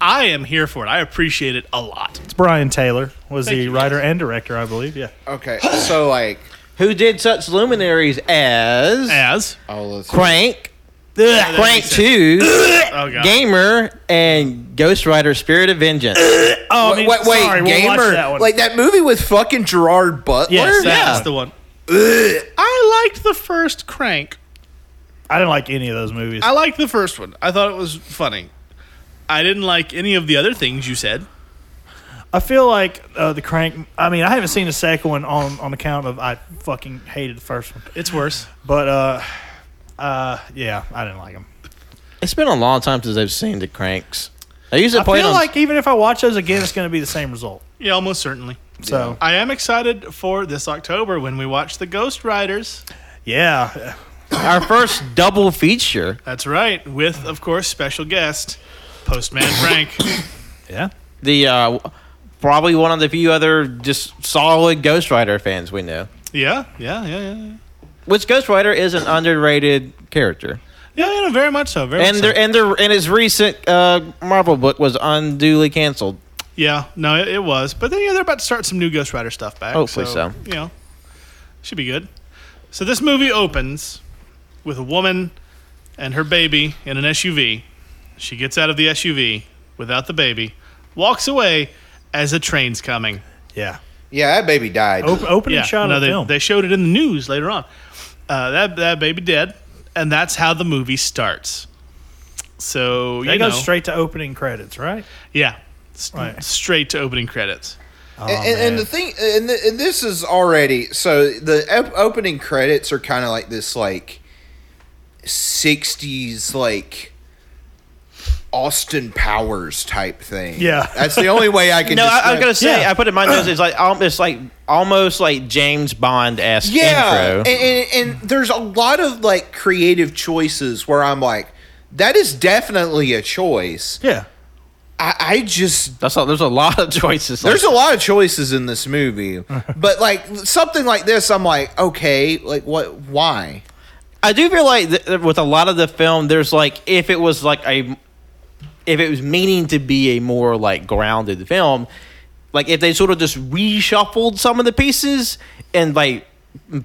[SPEAKER 6] I am here for it. I appreciate it a lot.
[SPEAKER 8] it's Brian Taylor was
[SPEAKER 6] Thank
[SPEAKER 8] the
[SPEAKER 6] you,
[SPEAKER 8] writer
[SPEAKER 6] guys.
[SPEAKER 8] and director, I believe. Yeah,
[SPEAKER 9] Okay. So like,
[SPEAKER 7] Who did such luminaries as
[SPEAKER 6] As
[SPEAKER 9] oh, let's
[SPEAKER 7] Crank, Crank
[SPEAKER 6] sense.
[SPEAKER 7] Two, <coughs>
[SPEAKER 6] oh god,
[SPEAKER 7] Gamer, and Ghost Rider: Spirit of Vengeance.
[SPEAKER 8] Oh, I mean,
[SPEAKER 9] wait, wait,
[SPEAKER 8] sorry, we'll watch
[SPEAKER 9] gamer,
[SPEAKER 8] that one.
[SPEAKER 9] like that movie with fucking Gerard Butler.
[SPEAKER 8] Yes, that-
[SPEAKER 6] that's
[SPEAKER 7] Yeah.
[SPEAKER 6] the one. I liked the first Crank.
[SPEAKER 8] I didn't like any of those movies.
[SPEAKER 6] I liked the first one. I thought it was funny. I didn't like any of the other things you said.
[SPEAKER 8] I feel like uh, the crank. I mean, I haven't seen the second one on on account of I fucking hated the first one.
[SPEAKER 6] It's worse.
[SPEAKER 8] But uh, uh, yeah, I didn't like them.
[SPEAKER 7] It's been a long time since I've seen the Cranks. I used to
[SPEAKER 8] I
[SPEAKER 7] play it
[SPEAKER 8] feel
[SPEAKER 7] on-
[SPEAKER 8] like even if I watch those again, it's going to be the same result.
[SPEAKER 6] Yeah, almost certainly.
[SPEAKER 8] So
[SPEAKER 6] I am excited for this October when we watch the Ghost Riders.
[SPEAKER 8] yeah,
[SPEAKER 7] our first double feature.
[SPEAKER 6] That's right, with of course special guest Postman
[SPEAKER 8] <coughs>
[SPEAKER 6] Frank.
[SPEAKER 8] yeah.
[SPEAKER 7] The uh, probably one of the few other just solid Ghost Rider fans we know.
[SPEAKER 6] yeah, yeah, yeah, yeah, yeah.
[SPEAKER 7] Which Ghost Rider is an underrated character.
[SPEAKER 6] Yeah, yeah, very much so. Very
[SPEAKER 7] and
[SPEAKER 6] much
[SPEAKER 7] their
[SPEAKER 6] so.
[SPEAKER 7] and their and his recent uh, Marvel book was unduly canceled.
[SPEAKER 6] Yeah, no, it, it was. But then, yeah, they're about to start some new Ghost Rider stuff back.
[SPEAKER 7] Hopefully so.
[SPEAKER 6] You know, should be good. So this movie opens with a woman and her baby in an SUV She gets out of the SUV without the baby, walks away as a train's coming.
[SPEAKER 8] Yeah.
[SPEAKER 9] Yeah, that baby died.
[SPEAKER 8] Op- opening shot
[SPEAKER 6] no,
[SPEAKER 8] of the
[SPEAKER 6] they,
[SPEAKER 8] film.
[SPEAKER 6] they showed it in the news later on. Uh, that that baby dead, and that's how the movie starts. So you
[SPEAKER 8] They
[SPEAKER 6] know,
[SPEAKER 8] go straight to opening credits, right?
[SPEAKER 6] yeah, S-
[SPEAKER 8] Right.
[SPEAKER 6] straight to opening credits.
[SPEAKER 8] Oh,
[SPEAKER 9] and, and- and the thing, and, the, and this is already so the op- opening credits are kind of like this, like '60s, like Austin Powers type thing.
[SPEAKER 8] Yeah.
[SPEAKER 9] that's the only
[SPEAKER 8] <laughs>
[SPEAKER 9] way I can.
[SPEAKER 7] No, I, I was
[SPEAKER 9] describe-
[SPEAKER 7] gonna say
[SPEAKER 8] Yeah.
[SPEAKER 7] I put in my notes. It's like al- it's like almost like James Bond esque
[SPEAKER 9] Yeah,
[SPEAKER 7] intro.
[SPEAKER 9] and, and, and there's a lot of like creative choices where I'm like, that is definitely a choice.
[SPEAKER 8] Yeah.
[SPEAKER 9] I, I just
[SPEAKER 7] That's all. There's a lot of <laughs> choices. like
[SPEAKER 9] There's a lot of choices in this movie, but like something like this, I'm like, okay, like what? Why?
[SPEAKER 7] I do feel like th- with a lot of the film, there's like if it was like a if it was meaning to be a more like grounded film, like if they sort of just reshuffled some of the pieces and like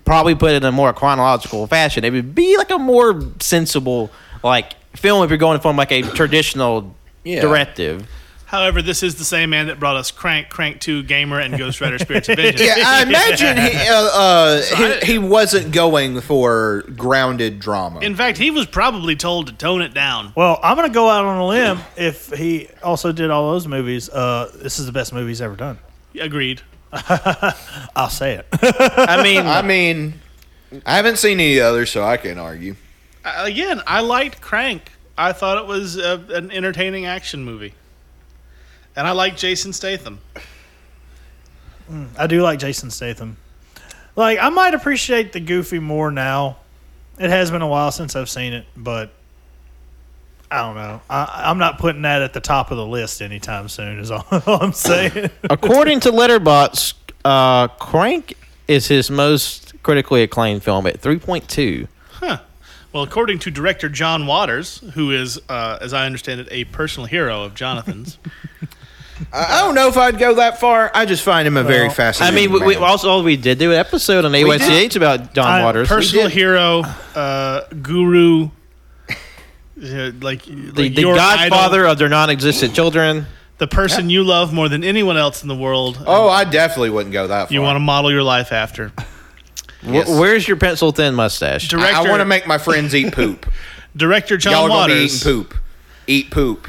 [SPEAKER 7] probably put it in a more chronological fashion, it would be like a more sensible like film if you're going from like a traditional <laughs> directive.
[SPEAKER 6] However, this is the same man that brought us Crank, Crank Two, Gamer, and Ghost Rider: Spirits of Vengeance.
[SPEAKER 9] <laughs> Yeah, I imagine he, uh, uh, he, he wasn't going for grounded drama.
[SPEAKER 6] <laughs> In fact, he was probably told to tone it down.
[SPEAKER 8] Well, I'm gonna go out on a limb. If he also did all those movies, uh, this is the best movie he's ever done.
[SPEAKER 6] Agreed.
[SPEAKER 8] <laughs> I'll say it.
[SPEAKER 7] I mean,
[SPEAKER 9] <laughs> I mean, I haven't seen any other, so I can't argue.
[SPEAKER 6] I- Again, I liked Crank. I thought it was a, an entertaining action movie, and I like Jason Statham.
[SPEAKER 8] Mm, I do like Jason Statham. Like I might appreciate the Goofy more now. It has been a while since I've seen it, but I don't know. I, I'm not putting that at the top of the list anytime soon. Is <laughs> all, all I'm saying.
[SPEAKER 7] According to Letterbox, uh, Crank is his most critically acclaimed film at 3.2.
[SPEAKER 6] Huh. Well, according to director John Waters, who is, uh, as I understand it, a personal hero of Jonathan's.
[SPEAKER 9] I, I don't know if I'd go that far. I just find him a very
[SPEAKER 7] I
[SPEAKER 9] fascinating.
[SPEAKER 7] mean, we, we
[SPEAKER 9] man.
[SPEAKER 7] also we did do an episode on AYCH about John
[SPEAKER 8] I-
[SPEAKER 7] Waters.
[SPEAKER 6] personal
[SPEAKER 9] did.
[SPEAKER 6] hero, uh, guru, uh, like
[SPEAKER 7] the, the godfather of their non-existent children.
[SPEAKER 6] the person you love more than anyone else in the world.
[SPEAKER 9] oh, I definitely wouldn't go that far.
[SPEAKER 6] you want to model your life after.
[SPEAKER 7] Wh- Where's your pencil thin mustache?
[SPEAKER 6] Director,
[SPEAKER 9] I, want to make my friends eat <laughs> poop.
[SPEAKER 6] director John
[SPEAKER 9] Y'all are gonna be eating
[SPEAKER 6] Waters.
[SPEAKER 9] poop. Eat poop.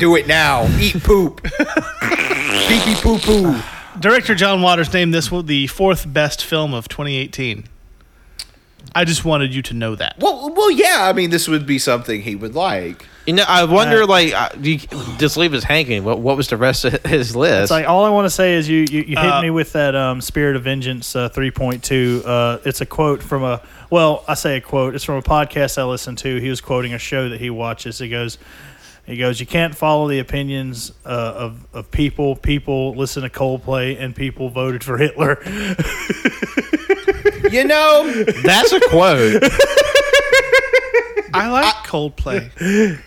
[SPEAKER 9] Do it now. Eat
[SPEAKER 6] <laughs>
[SPEAKER 9] poop. Pee pee poo poo.
[SPEAKER 6] Director John Waters named this one the fourth best film of 2018. I just wanted you to know that.
[SPEAKER 9] Well, well, yeah. I mean, this would be something he would like.
[SPEAKER 7] You know, I wonder, like, uh, you just leave us hanging. What what was the rest of his
[SPEAKER 8] It's
[SPEAKER 7] list?
[SPEAKER 8] like all I want to say is you you, you hit
[SPEAKER 6] Uh,
[SPEAKER 8] me with that um, Spirit of Vengeance uh, 3.2. Uh, it's a quote from a well, I say a quote. It's from a podcast I listen to. He was quoting a show that he watches. He goes, he goes, you can't follow the opinions uh, of of people. People listen to Coldplay, and people voted for Hitler. <laughs>
[SPEAKER 9] You know,
[SPEAKER 7] That's a quote.
[SPEAKER 6] I like
[SPEAKER 8] <laughs>
[SPEAKER 6] Coldplay.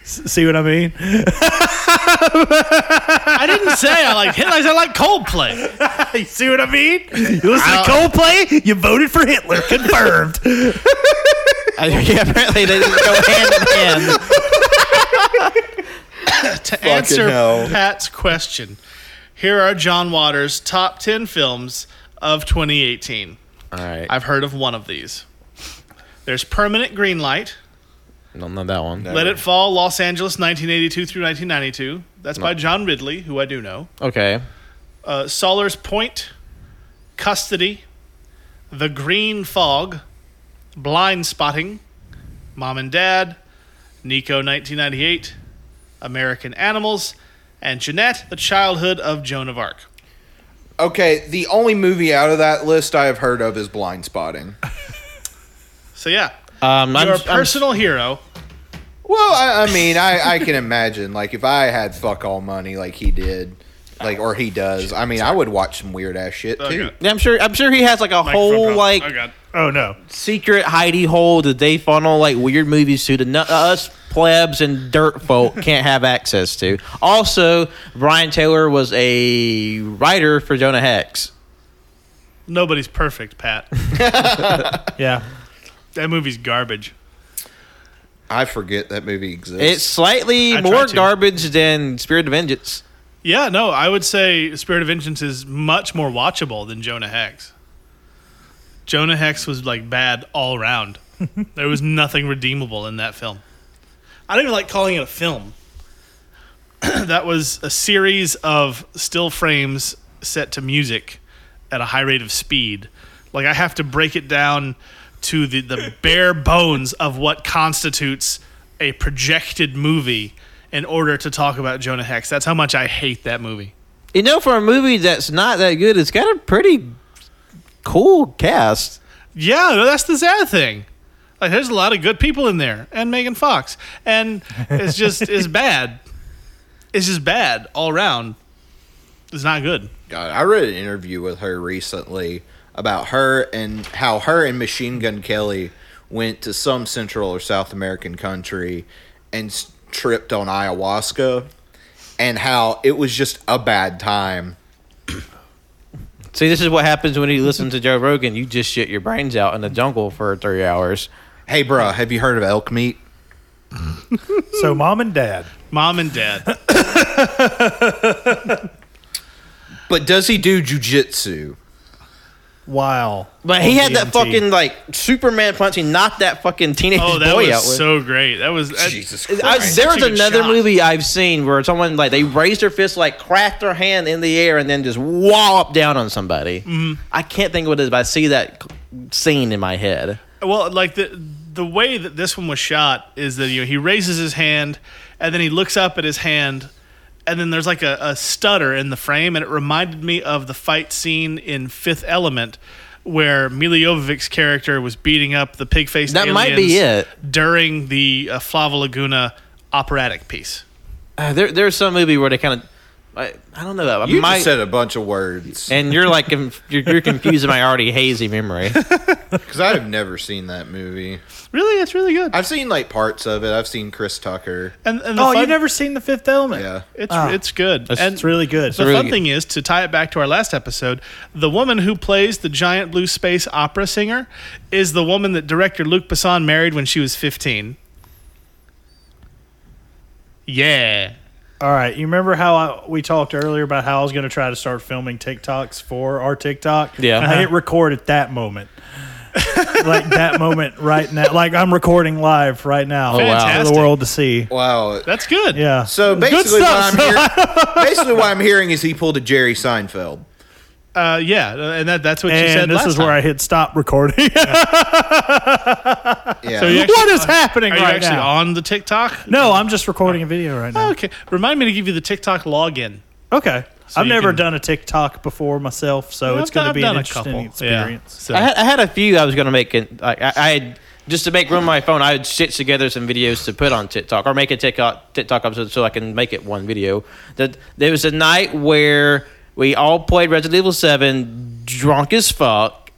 [SPEAKER 8] See what I mean?
[SPEAKER 6] I didn't say I like Hitler. I said I like Coldplay.
[SPEAKER 8] You <laughs> see what I mean? You listen to Coldplay, you voted for Hitler. Confirmed.
[SPEAKER 7] I- yeah, apparently they didn't go hand in hand.
[SPEAKER 6] to answer
[SPEAKER 9] hell.
[SPEAKER 6] Pat's question, here are John Waters' top 10 films of 2018.
[SPEAKER 7] All right, I
[SPEAKER 6] I've heard of one of these. There's Permanent Green Light,
[SPEAKER 7] don't know that one.
[SPEAKER 6] Let It Fall, Los Angeles 1982 through 1992. That's by John Ridley, who I do know.
[SPEAKER 7] Okay,
[SPEAKER 6] Uh, Solar's Point, Custody, The Green Fog, Blind Spotting, Mom and Dad, Nico 1998, American Animals, and Jeanette, The Childhood of Joan of Arc.
[SPEAKER 9] okay. The only movie out of that list I have heard of is Blind Spotting.
[SPEAKER 6] So, yeah,
[SPEAKER 7] um, I'm,
[SPEAKER 6] you're a
[SPEAKER 7] I'm-
[SPEAKER 6] personal hero.
[SPEAKER 9] Well, I, I mean, I, I can imagine. Like, if I had fuck all money, like he did, like or he does. I mean, I would watch some weird ass shit
[SPEAKER 6] Oh,
[SPEAKER 9] too.
[SPEAKER 6] God.
[SPEAKER 7] yeah, I'm sure. I'm sure he has like a whole
[SPEAKER 6] Microphone.
[SPEAKER 7] like
[SPEAKER 6] Oh, God.
[SPEAKER 8] oh no.
[SPEAKER 7] secret hidey hole that they funnel like weird movies to that no- us plebs and dirt folk can't have access to. Also, Brian Taylor was a writer for Jonah Hex.
[SPEAKER 6] Nobody's perfect, Pat.
[SPEAKER 8] <laughs> Yeah.
[SPEAKER 6] That movie's garbage.
[SPEAKER 9] I forget that movie exists.
[SPEAKER 7] It's slightly
[SPEAKER 6] I
[SPEAKER 7] more
[SPEAKER 6] tried to.
[SPEAKER 7] garbage than Spirit of Vengeance.
[SPEAKER 6] Yeah, no, I would say Spirit of Vengeance is much more watchable than Jonah Hex. Jonah Hex was like bad all around. there was nothing redeemable in that film. I don't even like calling it a film. <clears throat> that was a series of still frames set to music at a high rate of speed. Like I have to break it down to the, the bare bones of what constitutes a projected movie in order to talk about Jonah Hex. That's how much I hate that movie.
[SPEAKER 7] You know, for a movie that's not that good, it's got a pretty cool cast.
[SPEAKER 6] Yeah, no, that's the sad thing. Like there's a lot of good people in there and Megan Fox. And it's
[SPEAKER 7] <laughs>
[SPEAKER 6] just it's bad. It's just bad all around. It's not good.
[SPEAKER 9] God, I read an interview with her recently about her and how her and Machine Gun Kelly went to some Central or South American country and s- tripped on ayahuasca, and how it was just a bad time.
[SPEAKER 7] See, this is what happens when you listen to Joe Rogan. You just shit your brains out in the jungle for three hours.
[SPEAKER 9] Hey, bruh, have you heard of elk meat?
[SPEAKER 8] So mom and dad.
[SPEAKER 6] Mom
[SPEAKER 7] <laughs>
[SPEAKER 6] and dad.
[SPEAKER 9] But does he do jujitsu?
[SPEAKER 8] Wow.
[SPEAKER 7] But he had that
[SPEAKER 8] DMT.
[SPEAKER 7] fucking like Superman punch. He knocked that fucking teenage
[SPEAKER 6] Oh, that
[SPEAKER 7] boy out
[SPEAKER 6] was
[SPEAKER 7] with.
[SPEAKER 6] so great. That was that-
[SPEAKER 9] Jesus
[SPEAKER 7] I,
[SPEAKER 9] Christ.
[SPEAKER 7] there was
[SPEAKER 6] Such a good
[SPEAKER 7] another
[SPEAKER 6] shot.
[SPEAKER 7] movie I've seen where someone like they raised their fist, like cracked their hand in the air, and then just wallop down on somebody.
[SPEAKER 6] Mm-hmm.
[SPEAKER 7] I can't think of what it is, but I see that scene in my head.
[SPEAKER 6] Well, like the the way that this one was shot is that you know he raises his hand and then he looks up at his hand and then there's like a, a stutter in the frame and it reminded me of the fight scene in Fifth Element where Miljovic's character was beating up the pig faced
[SPEAKER 7] That might be it.
[SPEAKER 6] during the uh, Flava Laguna operatic piece.
[SPEAKER 7] Uh, there, there's some movie where they kind of, I, I don't know. I
[SPEAKER 9] You
[SPEAKER 7] might-
[SPEAKER 9] just said a bunch of words
[SPEAKER 7] and you're like conf- you're, you're confusing my already hazy memory.
[SPEAKER 9] because I have never seen that movie.
[SPEAKER 6] Really, it's really good.
[SPEAKER 9] I've seen like parts of it. I've seen Chris Tucker.
[SPEAKER 6] And, and the
[SPEAKER 8] Oh, you
[SPEAKER 6] fun-
[SPEAKER 8] never seen the Fifth Element?
[SPEAKER 9] Yeah,
[SPEAKER 6] It's it's good. and
[SPEAKER 8] It's really good.
[SPEAKER 6] The
[SPEAKER 7] really
[SPEAKER 6] fun
[SPEAKER 7] good.
[SPEAKER 6] thing is to tie it back to our last episode. The woman who plays the giant blue space opera singer is the woman that director Luc Besson married when she was fifteen. Yeah,
[SPEAKER 8] All right. You remember how I, we talked earlier about how I was going to try to start filming TikToks for our TikTok?
[SPEAKER 7] Yeah.
[SPEAKER 8] And I hit record at that moment. <laughs> like that moment right now. Like I'm recording live right
[SPEAKER 7] Oh,
[SPEAKER 8] now for
[SPEAKER 6] Fantastic.
[SPEAKER 8] the world to see.
[SPEAKER 9] wow.
[SPEAKER 6] that's good.
[SPEAKER 8] Yeah.
[SPEAKER 9] So basically,
[SPEAKER 8] stuff.
[SPEAKER 9] what I'm hearing, basically what I'm hearing is he pulled a Jerry Seinfeld.
[SPEAKER 6] uh, yeah, and that, that's what she said.
[SPEAKER 8] and this
[SPEAKER 6] last
[SPEAKER 8] is where
[SPEAKER 6] time.
[SPEAKER 8] I hit stop <laughs> recording.
[SPEAKER 9] Yeah.
[SPEAKER 6] So you actually-
[SPEAKER 8] what is happening
[SPEAKER 6] are you
[SPEAKER 8] right
[SPEAKER 6] actually
[SPEAKER 8] now?
[SPEAKER 6] on the TikTok?
[SPEAKER 8] No, Oh, I'm just recording a video right now.
[SPEAKER 6] Okay, remind me to give you the TikTok login.
[SPEAKER 8] Okay. I've
[SPEAKER 6] you
[SPEAKER 8] never
[SPEAKER 6] can-
[SPEAKER 8] done a TikTok before myself, so
[SPEAKER 6] I've
[SPEAKER 8] it's going
[SPEAKER 6] done-
[SPEAKER 8] to
[SPEAKER 6] I've
[SPEAKER 8] be
[SPEAKER 6] done
[SPEAKER 8] an
[SPEAKER 6] a
[SPEAKER 8] interesting
[SPEAKER 6] couple.
[SPEAKER 8] experience.
[SPEAKER 6] Yeah.
[SPEAKER 7] I had, I had a few I was gonna make. It, like I, I had just to make room on my phone. I would stitch together some videos to put on TikTok or make a TikTok TikTok episode so I can make it one video. That there was a night where we all played Resident Evil Seven, drunk as fuck,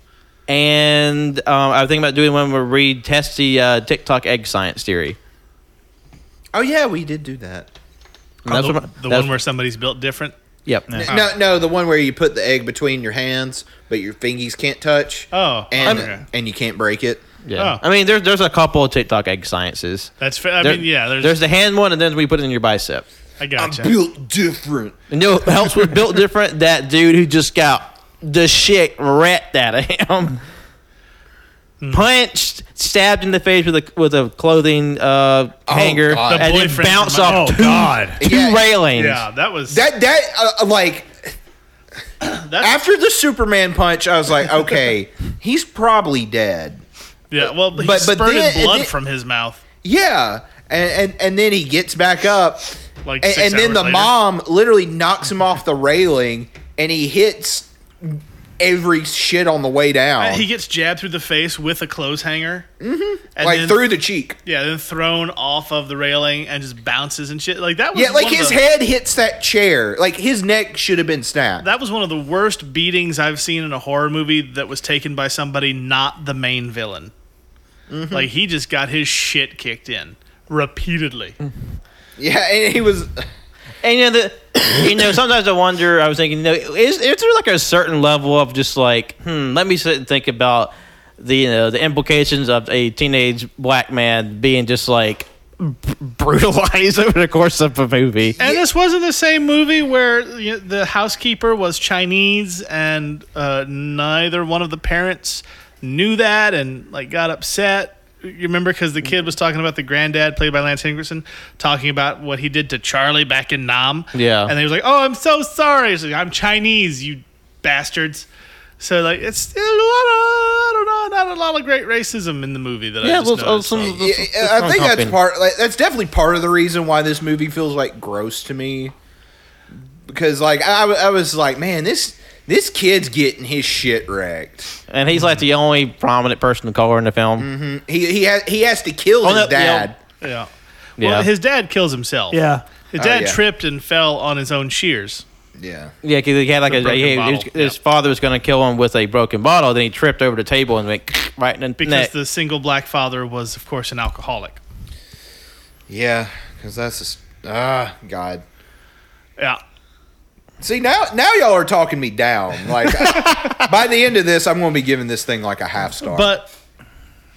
[SPEAKER 7] and um, I was thinking about doing one where we test the uh, TikTok egg science theory.
[SPEAKER 9] oh yeah, we did do that.
[SPEAKER 7] And that's
[SPEAKER 6] Oh, the,
[SPEAKER 7] what my-
[SPEAKER 6] the
[SPEAKER 7] that's-
[SPEAKER 6] one where somebody's built different.
[SPEAKER 7] Yep.
[SPEAKER 9] No, no, the one where you put the egg between your hands, but your fingies can't touch.
[SPEAKER 6] Oh,
[SPEAKER 9] and
[SPEAKER 6] okay.
[SPEAKER 9] and you can't break it.
[SPEAKER 7] Yeah.
[SPEAKER 6] Oh.
[SPEAKER 7] I mean, there's there's a couple of TikTok egg sciences.
[SPEAKER 6] That's fair. I
[SPEAKER 7] There-
[SPEAKER 6] mean, yeah. There's,
[SPEAKER 7] there's the hand one, and then we put it in your bicep.
[SPEAKER 6] I gotcha.
[SPEAKER 9] Built different.
[SPEAKER 7] You know what helps with built different? That dude who just got the shit wrecked out of him.
[SPEAKER 6] Hmm.
[SPEAKER 7] Punched, stabbed in the face with a with a clothing uh, hanger,
[SPEAKER 9] Oh, God. The
[SPEAKER 7] and then
[SPEAKER 6] boyfriend
[SPEAKER 7] bounced
[SPEAKER 6] from-
[SPEAKER 7] off
[SPEAKER 6] oh,
[SPEAKER 7] two, two
[SPEAKER 9] Yeah.
[SPEAKER 7] railings.
[SPEAKER 6] yeah, that was
[SPEAKER 9] That that uh, like after the Superman punch, I was like, okay, he's probably dead.
[SPEAKER 6] yeah. Well, he
[SPEAKER 9] but
[SPEAKER 6] spurted
[SPEAKER 9] then- and
[SPEAKER 6] blood
[SPEAKER 9] then-
[SPEAKER 6] from his mouth.
[SPEAKER 9] Yeah, and and, and then he gets back up,
[SPEAKER 6] Like
[SPEAKER 9] and,
[SPEAKER 6] six
[SPEAKER 9] and then
[SPEAKER 6] hours
[SPEAKER 9] the
[SPEAKER 6] later.
[SPEAKER 9] mom literally knocks him off the railing, and he hits every shit on the way down,
[SPEAKER 6] He gets jabbed through the face with a clothes hanger, mm-hmm. and
[SPEAKER 9] like
[SPEAKER 6] then,
[SPEAKER 9] through the cheek.
[SPEAKER 6] yeah, then thrown off of the railing and just bounces and shit. Like that was
[SPEAKER 9] Yeah, like
[SPEAKER 6] one of
[SPEAKER 9] his
[SPEAKER 6] the-
[SPEAKER 9] head hits that chair. Like his neck should have been snapped.
[SPEAKER 6] That was one of the worst beatings I've seen in a horror movie that was taken by somebody not the main villain.
[SPEAKER 8] Mm-hmm.
[SPEAKER 6] Like he just got his shit kicked in repeatedly.
[SPEAKER 8] Mm-hmm.
[SPEAKER 9] yeah, and he was.
[SPEAKER 7] And you know, the, you know, sometimes I wonder. I was thinking, you know, is, is there like a certain level of just like, hmm, let me sit and think about the you know the implications of a teenage black man being just like brutalized <laughs> over the course of a movie.
[SPEAKER 6] And this wasn't the same movie where you know, the housekeeper was Chinese and uh, neither one of the parents knew that and like got upset. You remember because the kid was talking about the granddad played by Lance Henriksen talking about what he did to Charlie back in Nam.
[SPEAKER 7] Yeah.
[SPEAKER 6] and he was like, "Oh, I'm so sorry. He's like, I'm Chinese, you bastards." So like it's a lot of I don't know, not a lot of great racism in the movie that I
[SPEAKER 7] Yeah, oh,
[SPEAKER 6] just
[SPEAKER 7] let's- let's-
[SPEAKER 6] noticed.
[SPEAKER 9] Yeah,
[SPEAKER 7] let's- let's
[SPEAKER 9] I
[SPEAKER 7] not
[SPEAKER 9] think
[SPEAKER 7] hop
[SPEAKER 9] that's
[SPEAKER 7] in.
[SPEAKER 9] part. Like, that's definitely part of the reason why this movie feels like gross to me. Because like I, I was like, man, this this kid's getting his shit wrecked.
[SPEAKER 7] And he's like the only prominent person of color in the film. Mm-hmm.
[SPEAKER 9] He he has he has to kill his
[SPEAKER 7] no, Oh, yeah.
[SPEAKER 9] dad.
[SPEAKER 6] yeah.
[SPEAKER 7] Yeah.
[SPEAKER 6] Well, his dad kills himself.
[SPEAKER 8] Yeah.
[SPEAKER 6] His dad
[SPEAKER 9] Oh, yeah.
[SPEAKER 6] tripped and fell on his own shears.
[SPEAKER 9] Yeah.
[SPEAKER 7] Yeah, because he had like a,
[SPEAKER 6] broken
[SPEAKER 7] he- his,
[SPEAKER 6] bottle,
[SPEAKER 7] his
[SPEAKER 6] yeah.
[SPEAKER 7] father was going to kill him with a broken bottle. Then he tripped over the table and went <laughs> right in the
[SPEAKER 6] Because
[SPEAKER 7] neck.
[SPEAKER 6] the single black father was, of course, an alcoholic.
[SPEAKER 9] Yeah, because that's just ah God.
[SPEAKER 6] Yeah.
[SPEAKER 9] See now now y'all are talking me down. Like by the end of this, I'm going to be giving this thing like a half star.
[SPEAKER 6] But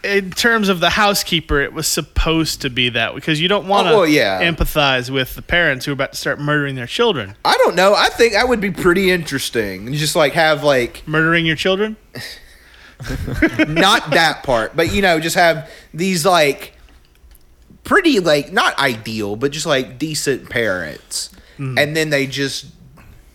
[SPEAKER 6] in terms of the housekeeper, it was supposed to be that because you don't want to
[SPEAKER 9] Oh, well, yeah.
[SPEAKER 6] empathize with the parents who are about to start murdering their children.
[SPEAKER 9] I don't know. I think that would be pretty interesting. You just like have like
[SPEAKER 6] Murdering your children?
[SPEAKER 9] not that part, but you know, just have these like pretty like not ideal, but just like decent parents,
[SPEAKER 6] Mm.
[SPEAKER 9] and then they just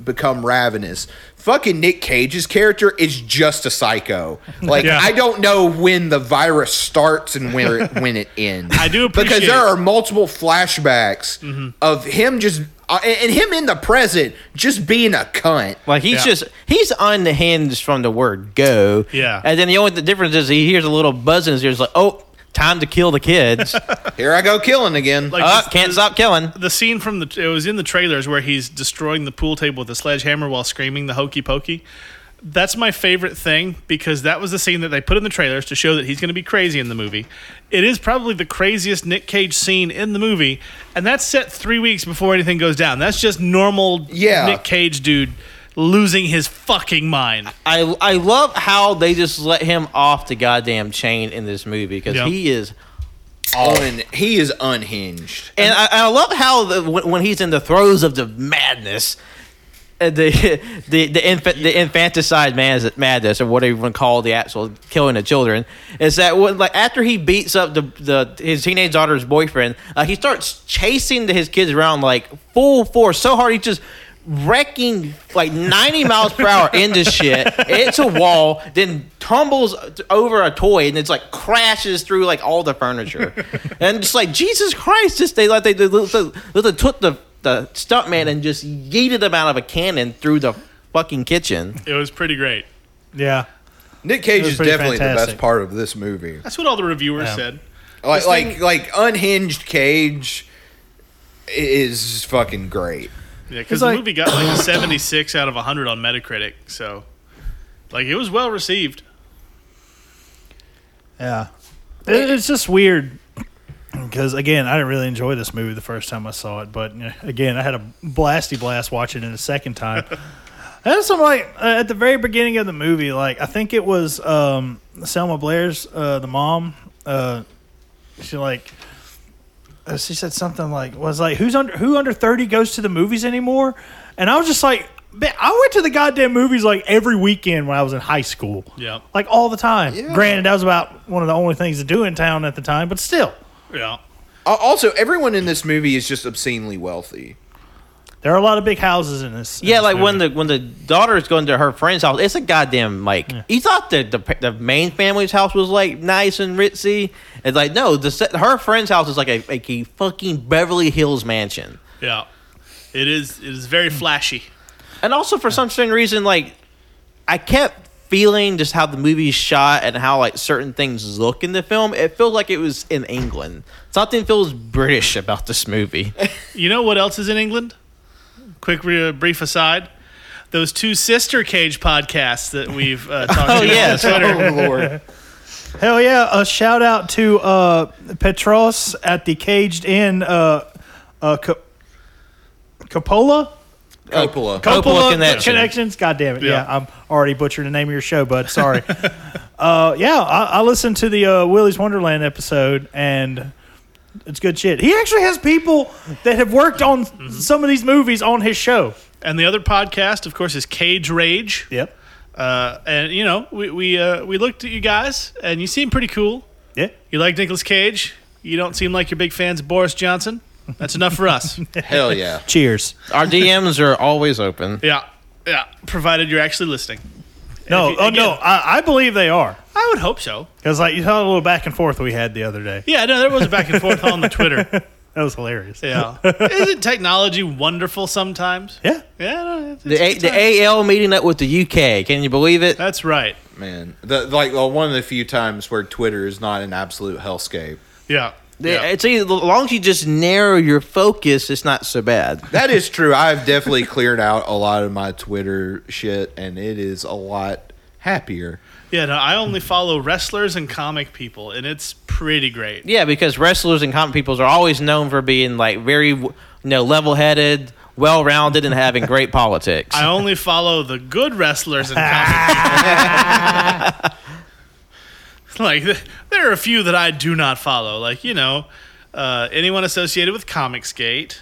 [SPEAKER 9] become ravenous. Fucking Nick Cage's character is just a psycho. Like
[SPEAKER 6] Yeah.
[SPEAKER 9] I don't know when the virus starts and where it, when
[SPEAKER 6] <laughs>
[SPEAKER 9] it ends.
[SPEAKER 6] I do
[SPEAKER 9] because
[SPEAKER 6] appreciate- Mm-hmm.
[SPEAKER 9] there are multiple flashbacks of him just uh, and and him in the present just being a cunt.
[SPEAKER 7] Like he's just he's unhinged from the word go.
[SPEAKER 6] Yeah.
[SPEAKER 7] And then the only the difference is he hears a little buzz in his ears like, oh, time to kill the
[SPEAKER 6] <laughs>
[SPEAKER 7] kids.
[SPEAKER 9] Here I go killing again.
[SPEAKER 6] Like
[SPEAKER 7] oh,
[SPEAKER 6] this-
[SPEAKER 7] can't stop killing.
[SPEAKER 6] The scene from the it was in the trailers where he's destroying the pool table with a sledgehammer while screaming the hokey pokey. That's my favorite thing because that was the scene that they put in the trailers to show that he's going to be crazy in the movie. It is probably the craziest Nick Cage scene in the movie, and that's set three weeks before anything goes down. That's just normal
[SPEAKER 9] Yeah.
[SPEAKER 6] Nick Cage dude losing his fucking mind.
[SPEAKER 7] I I love how they just let him off the goddamn chain in this movie because
[SPEAKER 6] Yeah.
[SPEAKER 7] he is
[SPEAKER 9] Un- Oh, he is unhinged.
[SPEAKER 7] And I, I love how the, when, when he's in the throes of the madness, uh, the <laughs> the the, infa- the infanticide man madness or whatever you want to call the actual killing of children is that when, like after he beats up the, the his teenage daughter's boyfriend, uh, he starts chasing his kids around like full force, so hard he just. Wrecking like 90 miles per hour into shit, it's a wall, then tumbles over a toy and it's like crashes through like all the furniture, and just like Jesus Christ, just they like they, they, they, they took the the stuntman and just yeeted him out of a cannon through the fucking kitchen.
[SPEAKER 6] It was pretty great.
[SPEAKER 8] Yeah.
[SPEAKER 9] Nick Cage
[SPEAKER 8] was
[SPEAKER 9] is
[SPEAKER 8] pretty
[SPEAKER 9] definitely the best
[SPEAKER 8] fantastic.
[SPEAKER 9] part of this movie.
[SPEAKER 6] That's what all the reviewers said.
[SPEAKER 9] Like like like unhinged Cage i- is fucking great.
[SPEAKER 6] Yeah, because the
[SPEAKER 8] like-
[SPEAKER 6] movie got like <coughs> a 76 out of 100 on Metacritic, so like it was well received.
[SPEAKER 8] Yeah. It, it's just weird because again, I didn't really enjoy this movie the first time I saw it, but eh, again, I had a blasty blast watching it the second <laughs> time. That's some like uh, at the very beginning of the movie, like I think it was um, Selma Blair's uh, the mom. Uh, she like uh, she said something like was like who's under who under thirty goes to the movies anymore, and I was just like. "Man, I went to the goddamn movies like every weekend when I was in high school.
[SPEAKER 6] Yeah.
[SPEAKER 8] Like all the time. Granted, that was about one of the only things to do in town at the time, but still,
[SPEAKER 6] Yeah.
[SPEAKER 9] Al- Also, everyone in this movie is just obscenely wealthy.
[SPEAKER 8] there are a lot of big houses in this. in
[SPEAKER 7] Yeah,
[SPEAKER 8] this
[SPEAKER 7] like when
[SPEAKER 8] movie.
[SPEAKER 7] the when the daughter is going to her friend's house, it's a goddamn like. You thought that the pa- the main family's house was like nice and ritzy. It's like no, the se- her friend's house is like a, like a fucking Beverly Hills mansion.
[SPEAKER 6] Yeah. It is it is very flashy.
[SPEAKER 7] And also for some strange reason, like I kept feeling just how the movie's shot and how like certain things look in the film. It feels like it was in England. Something feels British about this movie.
[SPEAKER 6] You know what else is in England? Quick re- brief aside. Those two sister cage podcasts that we've uh,
[SPEAKER 7] Oh,
[SPEAKER 6] talked
[SPEAKER 7] <laughs>
[SPEAKER 6] about
[SPEAKER 7] yes.
[SPEAKER 6] on Twitter.
[SPEAKER 7] Oh,
[SPEAKER 8] hell yeah, a shout out to uh, Petros at the Caged Inn, uh, uh, Co- Coppola. Oh,
[SPEAKER 7] Coppola
[SPEAKER 9] Coppola.
[SPEAKER 8] Coppola
[SPEAKER 7] Connection.
[SPEAKER 8] connections. God damn it!
[SPEAKER 6] Yeah.
[SPEAKER 8] Yeah. I'm already butchering the name of your show, but sorry. <laughs> uh, yeah, I, I listened to the uh, Willie's Wonderland episode, and It's good shit. He actually has people that have worked on some of these movies on his show.
[SPEAKER 6] Mm-hmm. And the other podcast, of course, is Cage Rage.
[SPEAKER 8] Yep.
[SPEAKER 6] Uh, and you know, we we uh, we looked at you guys, and you seem pretty cool.
[SPEAKER 8] Yeah.
[SPEAKER 6] You like Nicolas Cage. You don't seem like you're big fans of Boris Johnson. That's enough for us.
[SPEAKER 9] Hell yeah.
[SPEAKER 8] Cheers.
[SPEAKER 7] Our DMs are always open.
[SPEAKER 6] yeah, yeah. Provided you're actually listening.
[SPEAKER 8] No,
[SPEAKER 6] If you-
[SPEAKER 8] oh
[SPEAKER 6] again-
[SPEAKER 8] no, <laughs> I, I believe they are
[SPEAKER 6] I would hope so.
[SPEAKER 8] because like you saw a little back and forth we had the other day.
[SPEAKER 6] Yeah, no, there was a back and forth on
[SPEAKER 8] <laughs>
[SPEAKER 6] the Twitter.
[SPEAKER 8] That was hilarious.
[SPEAKER 6] Yeah,
[SPEAKER 8] <laughs>
[SPEAKER 6] isn't technology wonderful sometimes?
[SPEAKER 8] Yeah.
[SPEAKER 6] yeah. No, it's,
[SPEAKER 7] The, a- the AL meeting up with the UK. Can you believe it?
[SPEAKER 6] that's right.
[SPEAKER 9] Man. The, like well, one of the few times where Twitter is not an absolute hellscape.
[SPEAKER 6] Yeah, yeah.
[SPEAKER 7] It's either, as long as you just narrow your focus, it's not so bad.
[SPEAKER 9] That is true. I've definitely cleared out a lot of my Twitter shit, and it is a lot happier.
[SPEAKER 6] Yeah, no, I only follow wrestlers and comic people, and it's pretty great.
[SPEAKER 7] Yeah, because wrestlers and comic peoples are always known for being like very, you know, level-headed, well-rounded, and having <laughs> great politics.
[SPEAKER 6] I only follow the good wrestlers and comic people. <laughs> like, th- there are a few that I do not follow. Like, you know, uh, anyone associated with Comicsgate.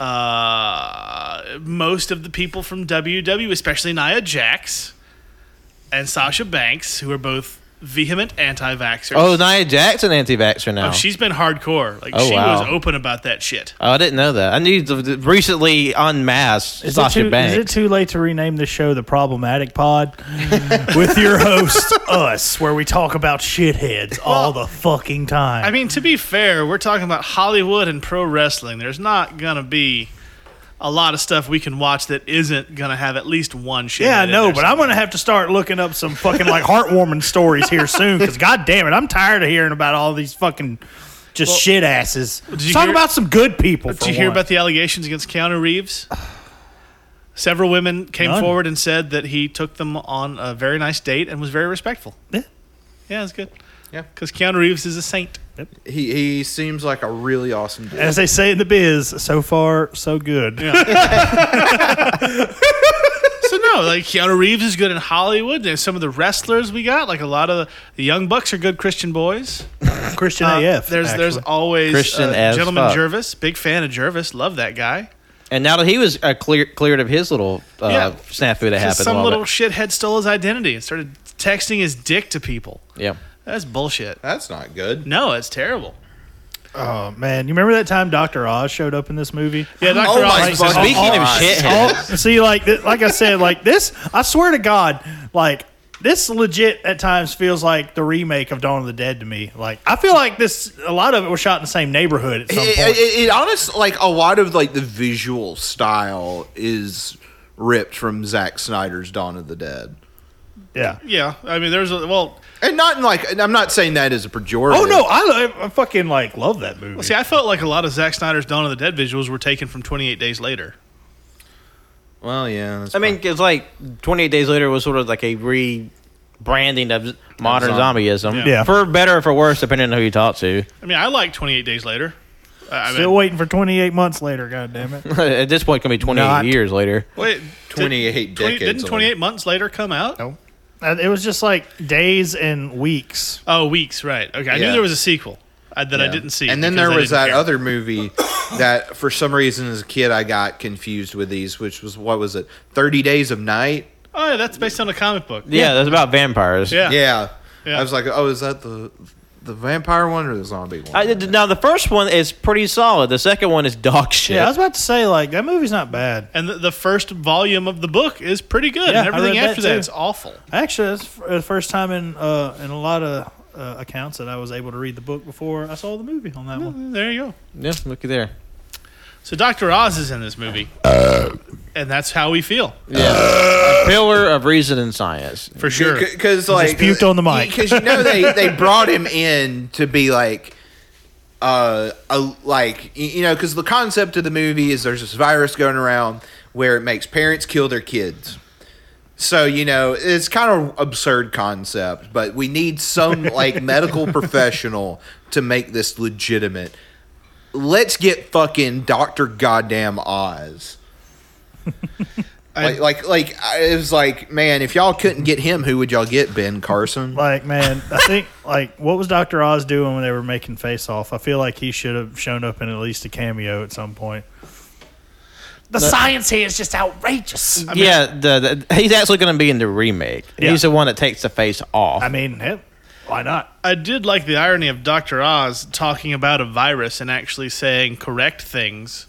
[SPEAKER 6] Uh, most of the people from WW, especially Nia Jax and Sasha Banks, who are both vehement anti-vaxxers.
[SPEAKER 7] oh, Nia Jackson, anti-vaxxer now.
[SPEAKER 6] Oh, she's been hardcore. Like
[SPEAKER 7] Oh,
[SPEAKER 6] she was
[SPEAKER 7] wow.
[SPEAKER 6] open about that shit.
[SPEAKER 7] Oh, I didn't know that. I knew the, the recently unmasked
[SPEAKER 8] Is it,
[SPEAKER 7] Sasha
[SPEAKER 8] too, is it
[SPEAKER 7] Banks.
[SPEAKER 8] too late to rename the show the Problematic Pod <laughs> with your host us, where we talk about shitheads all the fucking time?
[SPEAKER 6] I mean, to be fair, we're talking about Hollywood and pro wrestling. There's not going to be a lot of stuff we can watch that isn't going to have at least one shit.
[SPEAKER 8] yeah, I
[SPEAKER 6] in it
[SPEAKER 8] know,
[SPEAKER 6] or
[SPEAKER 8] but I'm
[SPEAKER 6] something.
[SPEAKER 8] gonna have to start looking up some fucking like heartwarming stories here soon because god damn it, I'm tired of hearing about all these fucking just shit asses.
[SPEAKER 6] you
[SPEAKER 8] Talk
[SPEAKER 6] hear-
[SPEAKER 8] about some good people.
[SPEAKER 6] Did you hear about the allegations against Keanu Reeves? Several women came
[SPEAKER 8] None.
[SPEAKER 6] forward and said that he took them on a very nice date and was very respectful.
[SPEAKER 8] Yeah.
[SPEAKER 6] Yeah, it's good.
[SPEAKER 9] Yeah.
[SPEAKER 6] Because Keanu Reeves is a saint.
[SPEAKER 9] He he seems like a really awesome dude.
[SPEAKER 8] as they say in the biz? So far, so good.
[SPEAKER 6] So no, like Keanu Reeves is good in Hollywood. There's some of the wrestlers we got, like a lot of the young bucks are good Christian boys.
[SPEAKER 8] Christian
[SPEAKER 6] Uh,
[SPEAKER 8] AF.
[SPEAKER 6] There's
[SPEAKER 8] actually.
[SPEAKER 6] there's always
[SPEAKER 7] Christian
[SPEAKER 6] uh,
[SPEAKER 7] as
[SPEAKER 6] gentleman
[SPEAKER 7] fuck.
[SPEAKER 6] Jervis. Big fan of Jervis. Love that guy.
[SPEAKER 7] And now that he was uh, clear, cleared of his little uh,
[SPEAKER 6] Yeah.
[SPEAKER 7] snafu that happened.
[SPEAKER 6] Some
[SPEAKER 7] while
[SPEAKER 6] little
[SPEAKER 7] back.
[SPEAKER 6] shithead stole his identity and started texting his dick to people.
[SPEAKER 7] yeah.
[SPEAKER 6] That's bullshit.
[SPEAKER 9] That's not good.
[SPEAKER 6] No, it's terrible.
[SPEAKER 8] oh man, you remember that time Doctor Oz showed up in this movie?
[SPEAKER 6] Yeah, Doctor
[SPEAKER 9] Oh my
[SPEAKER 6] Oz.
[SPEAKER 9] fucking
[SPEAKER 7] Speaking of
[SPEAKER 9] God.
[SPEAKER 7] shitheads,
[SPEAKER 8] all, <laughs> see, like, th- like I said, like this. I swear to God, like this legit at times feels like the remake of Dawn of the Dead to me. Like, I feel like this. A lot of it was shot in the same neighborhood at some
[SPEAKER 9] It,
[SPEAKER 8] point.
[SPEAKER 9] it, it honest like a lot of like the visual style is ripped from Zack Snyder's Dawn of the Dead.
[SPEAKER 8] yeah.
[SPEAKER 6] Yeah, I mean, there's a well.
[SPEAKER 9] And not in like and I'm not saying that as a pejorative.
[SPEAKER 8] Oh no, I, I fucking like love that movie.
[SPEAKER 6] See, I felt like a lot of Zack Snyder's Dawn of the Dead visuals were taken from 28 Days Later.
[SPEAKER 9] Well, yeah. that's
[SPEAKER 7] I mean, it's like 28 Days Later was sort of like a rebranding of modern
[SPEAKER 9] zombie.
[SPEAKER 7] zombieism.
[SPEAKER 8] Yeah.
[SPEAKER 7] For better or for worse, depending on who you talk to. <laughs>
[SPEAKER 6] I mean, I like 28 Days Later. I- I
[SPEAKER 8] Still
[SPEAKER 6] mean,
[SPEAKER 8] waiting for 28 months later. God damn it.
[SPEAKER 7] At this point, it can be 28
[SPEAKER 8] Not-
[SPEAKER 7] years later.
[SPEAKER 6] wait, 20
[SPEAKER 9] 28 decades
[SPEAKER 6] Didn't
[SPEAKER 9] later.
[SPEAKER 6] 28 months later come out?
[SPEAKER 8] No. Uh, It was just like days and weeks.
[SPEAKER 6] Oh, weeks. Right. Okay, I knew
[SPEAKER 9] Yeah.
[SPEAKER 6] there was a sequel uh, that I
[SPEAKER 9] Yeah.
[SPEAKER 6] didn't see.
[SPEAKER 9] And then
[SPEAKER 6] because
[SPEAKER 9] there
[SPEAKER 6] I
[SPEAKER 9] was
[SPEAKER 6] didn't
[SPEAKER 9] that
[SPEAKER 6] care.
[SPEAKER 9] other movie that, for some reason, as a kid, I got confused with these, which was what was it, Thirty Days of Night?
[SPEAKER 6] Oh, yeah, that's based on a comic book.
[SPEAKER 7] Yeah, that's about vampires.
[SPEAKER 6] Yeah.
[SPEAKER 9] Yeah.
[SPEAKER 6] Yeah.
[SPEAKER 9] I was like, oh, is that the the vampire one or the zombie one?
[SPEAKER 7] I, now, the first one is pretty solid. The second one is dog shit.
[SPEAKER 8] Yeah, I was about to say like that movie's not bad.
[SPEAKER 6] And the, the first volume of the book is pretty good.
[SPEAKER 8] Yeah,
[SPEAKER 6] and everything
[SPEAKER 8] I read
[SPEAKER 6] after
[SPEAKER 8] that,
[SPEAKER 6] that
[SPEAKER 8] too.
[SPEAKER 6] is awful.
[SPEAKER 8] Actually, that's f- the first time in uh, in a lot of uh, accounts that I was able to read the book before I saw the movie on that one.
[SPEAKER 6] There you go.
[SPEAKER 7] yeah looky there.
[SPEAKER 6] So Dr. Oz is in this movie. and that's how we feel,
[SPEAKER 7] A pillar of reason and science.
[SPEAKER 6] for sure.
[SPEAKER 9] Because like
[SPEAKER 8] puked on the mic.
[SPEAKER 9] Because you
[SPEAKER 8] <laughs>
[SPEAKER 9] know they they brought him in to be like. Uh, a, like y- you know, because the concept of the movie is there's this virus going around where it makes parents kill their kids. So you know, it's kind of absurd concept, but we need some like medical professional to make this legitimate. Let's get fucking Doctor Goddamn Oz. Like, like, like, I- it was like, man, if y'all couldn't get him, who would y'all get? Ben Carson.
[SPEAKER 8] Like, man, I think like what was Doctor Oz doing when they were making Face Off? I feel like he should have shown up in at least a cameo at some point. The science here is just outrageous.
[SPEAKER 7] yeah, the, the, he's actually going to be in the remake.
[SPEAKER 8] Yeah.
[SPEAKER 7] He's the one that takes the face off.
[SPEAKER 8] I mean, hell, why not?
[SPEAKER 6] I did like the irony of Dr. Oz talking about a virus and actually saying correct things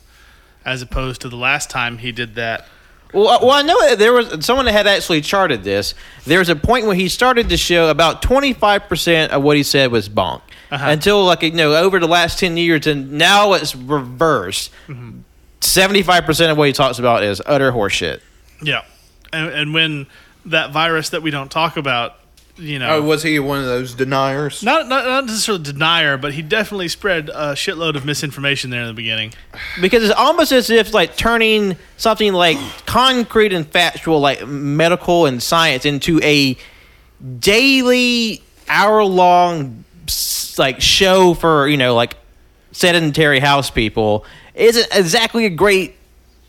[SPEAKER 6] as opposed to the last time he did that.
[SPEAKER 7] Well, I- well, I know that there was someone that had actually charted this. There was a point where he started the show about twenty five percent of what he said was bonk. Until like you know, over the last ten years, and now it's reversed. 75 percent of what he talks about is utter horseshit.
[SPEAKER 6] Yeah. And, and when that virus that we don't talk about, you know,
[SPEAKER 9] Oh, was he one of those deniers?
[SPEAKER 6] not, not, not necessarily a denier, but he definitely spread a shitload of misinformation there in the beginning.
[SPEAKER 7] because it's almost as if like turning something like concrete and factual like medical and science into a daily hour long like show for you know like sedentary house people isn't exactly a great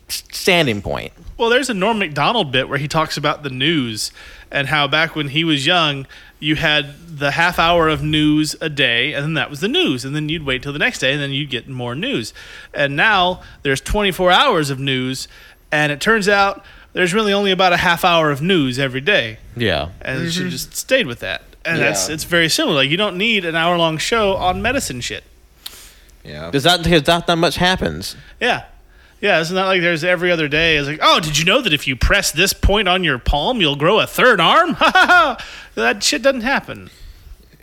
[SPEAKER 7] s- standing point
[SPEAKER 6] Well, there's a Norm MacDonald bit where he talks about the news and how back when he was young, you had the half hour of news a day, and then that was the news. And then you'd wait till the next day, and then you'd get more news. And now there's 24 hours of news, and it turns out there's really only about a half hour of news every day.
[SPEAKER 7] yeah
[SPEAKER 6] And
[SPEAKER 8] Mm-hmm.
[SPEAKER 6] she just stayed with that. And that's it's very similar. Like you don't need an hour long show on medicine shit.
[SPEAKER 9] Yeah.
[SPEAKER 7] because not, 'cause not that much happens
[SPEAKER 6] Yeah. Yeah, it's not like there's every other day. It's like, oh, did you know that if you press this point on your palm, you'll grow a third arm? <laughs> Ha ha ha! That shit doesn't happen.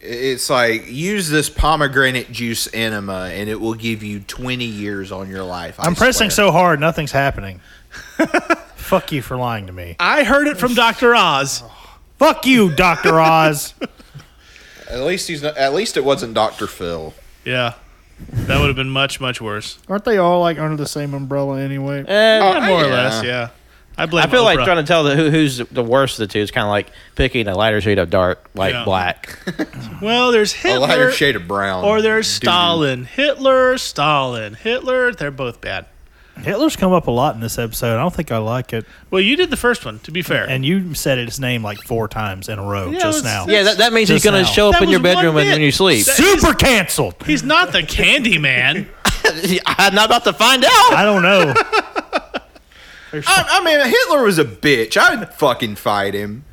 [SPEAKER 9] It's like use this pomegranate juice enema, and it will give you twenty years on your life. I
[SPEAKER 8] I'm pressing
[SPEAKER 9] swear.
[SPEAKER 8] so hard, nothing's happening. <laughs> Fuck you for lying to me.
[SPEAKER 6] I heard it from Dr. Oz.
[SPEAKER 8] <laughs> Fuck you, Doctor Oz.
[SPEAKER 9] At least he's. Not, at least it wasn't Doctor Phil.
[SPEAKER 6] <laughs> Yeah. That would have been much, much worse.
[SPEAKER 8] Aren't they all like under the same umbrella anyway?
[SPEAKER 6] Yeah, more or
[SPEAKER 9] yeah.
[SPEAKER 6] less, yeah. I blame
[SPEAKER 7] Uh, i feel like
[SPEAKER 6] Uh, Oprah.
[SPEAKER 7] trying to tell the, who, who's the worst of the two is kind of like picking a lighter shade of dark like
[SPEAKER 6] Yeah.
[SPEAKER 7] black <laughs>
[SPEAKER 6] well, there's
[SPEAKER 9] A
[SPEAKER 6] Hitler.
[SPEAKER 9] lighter shade of brown.
[SPEAKER 6] Or there's
[SPEAKER 9] Doo-doo.
[SPEAKER 6] Stalin. Hitler, Stalin. Hitler, they're both bad.
[SPEAKER 8] Hitler's come up a lot in this episode. I don't think I like it.
[SPEAKER 6] Well, you did the first one, to be fair.
[SPEAKER 8] And you said its name like four times in a row just
[SPEAKER 6] it's-
[SPEAKER 8] now.
[SPEAKER 7] yeah that, that means
[SPEAKER 8] Just
[SPEAKER 7] he's going
[SPEAKER 8] now.
[SPEAKER 7] to show up
[SPEAKER 6] That
[SPEAKER 7] in your
[SPEAKER 6] was one
[SPEAKER 7] bedroom when,
[SPEAKER 6] bit.
[SPEAKER 7] when you sleep
[SPEAKER 6] That-
[SPEAKER 8] Super canceled.
[SPEAKER 6] He's not the candy man.
[SPEAKER 7] I'm not about to find out.
[SPEAKER 8] I don't know.
[SPEAKER 9] I, I mean, Hitler was a bitch. I'd fucking fight him.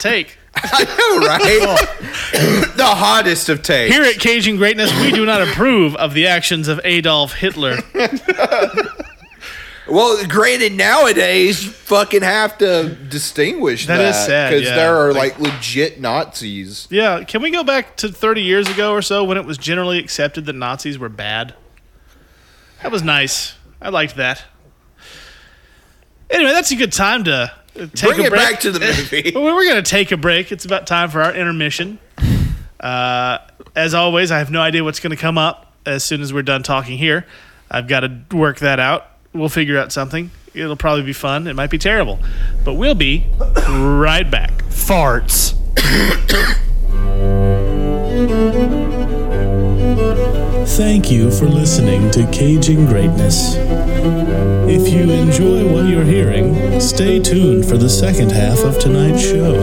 [SPEAKER 8] <laughs>
[SPEAKER 6] take.
[SPEAKER 9] I
[SPEAKER 6] <laughs>
[SPEAKER 9] know, right? <laughs> the hottest of takes.
[SPEAKER 6] Here at Cajun Greatness, we do not approve of the actions of Adolf Hitler.
[SPEAKER 9] Well, granted, nowadays you fucking have to distinguish that.
[SPEAKER 6] That is sad,
[SPEAKER 9] because
[SPEAKER 6] yeah.
[SPEAKER 9] there are like, legit Nazis.
[SPEAKER 6] Yeah, can we go back to 30 years ago or so when it was generally accepted that Nazis were bad? That was nice. I liked that. Anyway, that's a good time to uh, take
[SPEAKER 9] Bring
[SPEAKER 6] a
[SPEAKER 9] it
[SPEAKER 6] break. <laughs>
[SPEAKER 9] back to the movie.
[SPEAKER 6] Well, we're going to take a break. It's about time for our intermission. Uh, as always, I have no idea what's going to come up as soon as we're done talking here. I've got to work that out. We'll figure out something. It'll probably be fun. It might be terrible, but we'll be <coughs> right back.
[SPEAKER 8] Farts.
[SPEAKER 5] Thank you for listening to Caging Greatness. If you enjoy what you're hearing, stay tuned for the second half of tonight's show.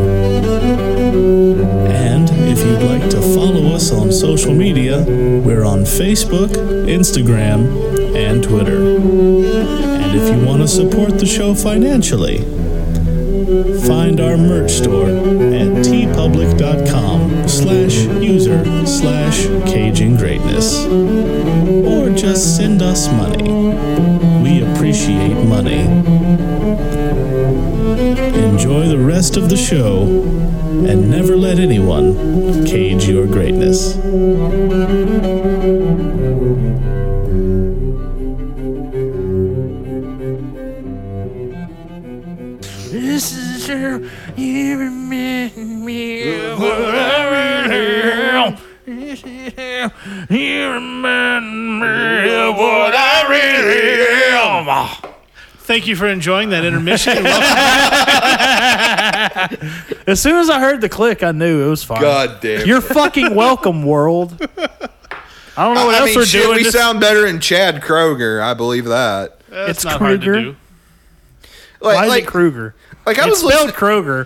[SPEAKER 5] And if you'd like to follow us on social media, we're on Facebook, Instagram, and Twitter. And if you want to support the show financially, find our merch store at tpublic.com slash user slash caging greatness or just send us money we appreciate money enjoy the rest of the show and never let anyone cage your greatness
[SPEAKER 6] Thank you for enjoying that
[SPEAKER 8] <laughs>
[SPEAKER 6] intermission. Welcome
[SPEAKER 8] As soon as I heard the click, I knew it was fine.
[SPEAKER 9] God damn.
[SPEAKER 8] You're fucking welcome, world. I don't know what
[SPEAKER 9] I
[SPEAKER 8] else
[SPEAKER 9] mean,
[SPEAKER 8] we're
[SPEAKER 9] shit,
[SPEAKER 8] doing.
[SPEAKER 9] we
[SPEAKER 8] This-
[SPEAKER 6] Uh,
[SPEAKER 9] sound better than Chad Kroger. I believe that.
[SPEAKER 6] That's
[SPEAKER 8] It's
[SPEAKER 6] not hard
[SPEAKER 8] Kruger.
[SPEAKER 6] to do.
[SPEAKER 7] Like,
[SPEAKER 8] Why is
[SPEAKER 7] like,
[SPEAKER 8] it Kruger?
[SPEAKER 7] like, I
[SPEAKER 8] it's
[SPEAKER 7] was
[SPEAKER 8] spelled
[SPEAKER 7] listening-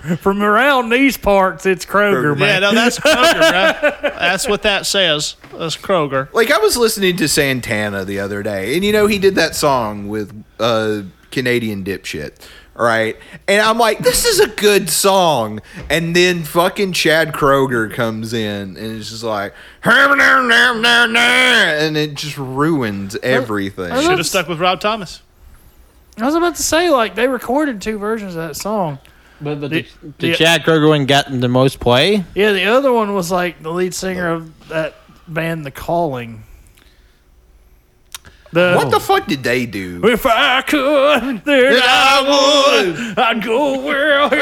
[SPEAKER 8] Kroger. From around these parts, it's Kroger,
[SPEAKER 6] Yeah,
[SPEAKER 8] man.
[SPEAKER 6] no,
[SPEAKER 8] <laughs>
[SPEAKER 6] that's Kroger, bro. That's what that says. That's Kroger.
[SPEAKER 9] Like I was listening to Santana the other day, and you know he did that song with uh, Canadian dipshit, right? And I'm like, this is a good song, and then fucking Chad Kroger comes in, and it's just like, and it just ruins everything.
[SPEAKER 6] Should have stuck with Rob Thomas.
[SPEAKER 8] I was about to say, like, they recorded two versions of that song.
[SPEAKER 7] But, but the, the
[SPEAKER 8] yeah.
[SPEAKER 7] Chad Kroger one got the most play.
[SPEAKER 8] Yeah, the other one was like the lead singer of that band, The Calling. The,
[SPEAKER 9] What the fuck did they do?
[SPEAKER 8] If I could, then I would. I'd go wherever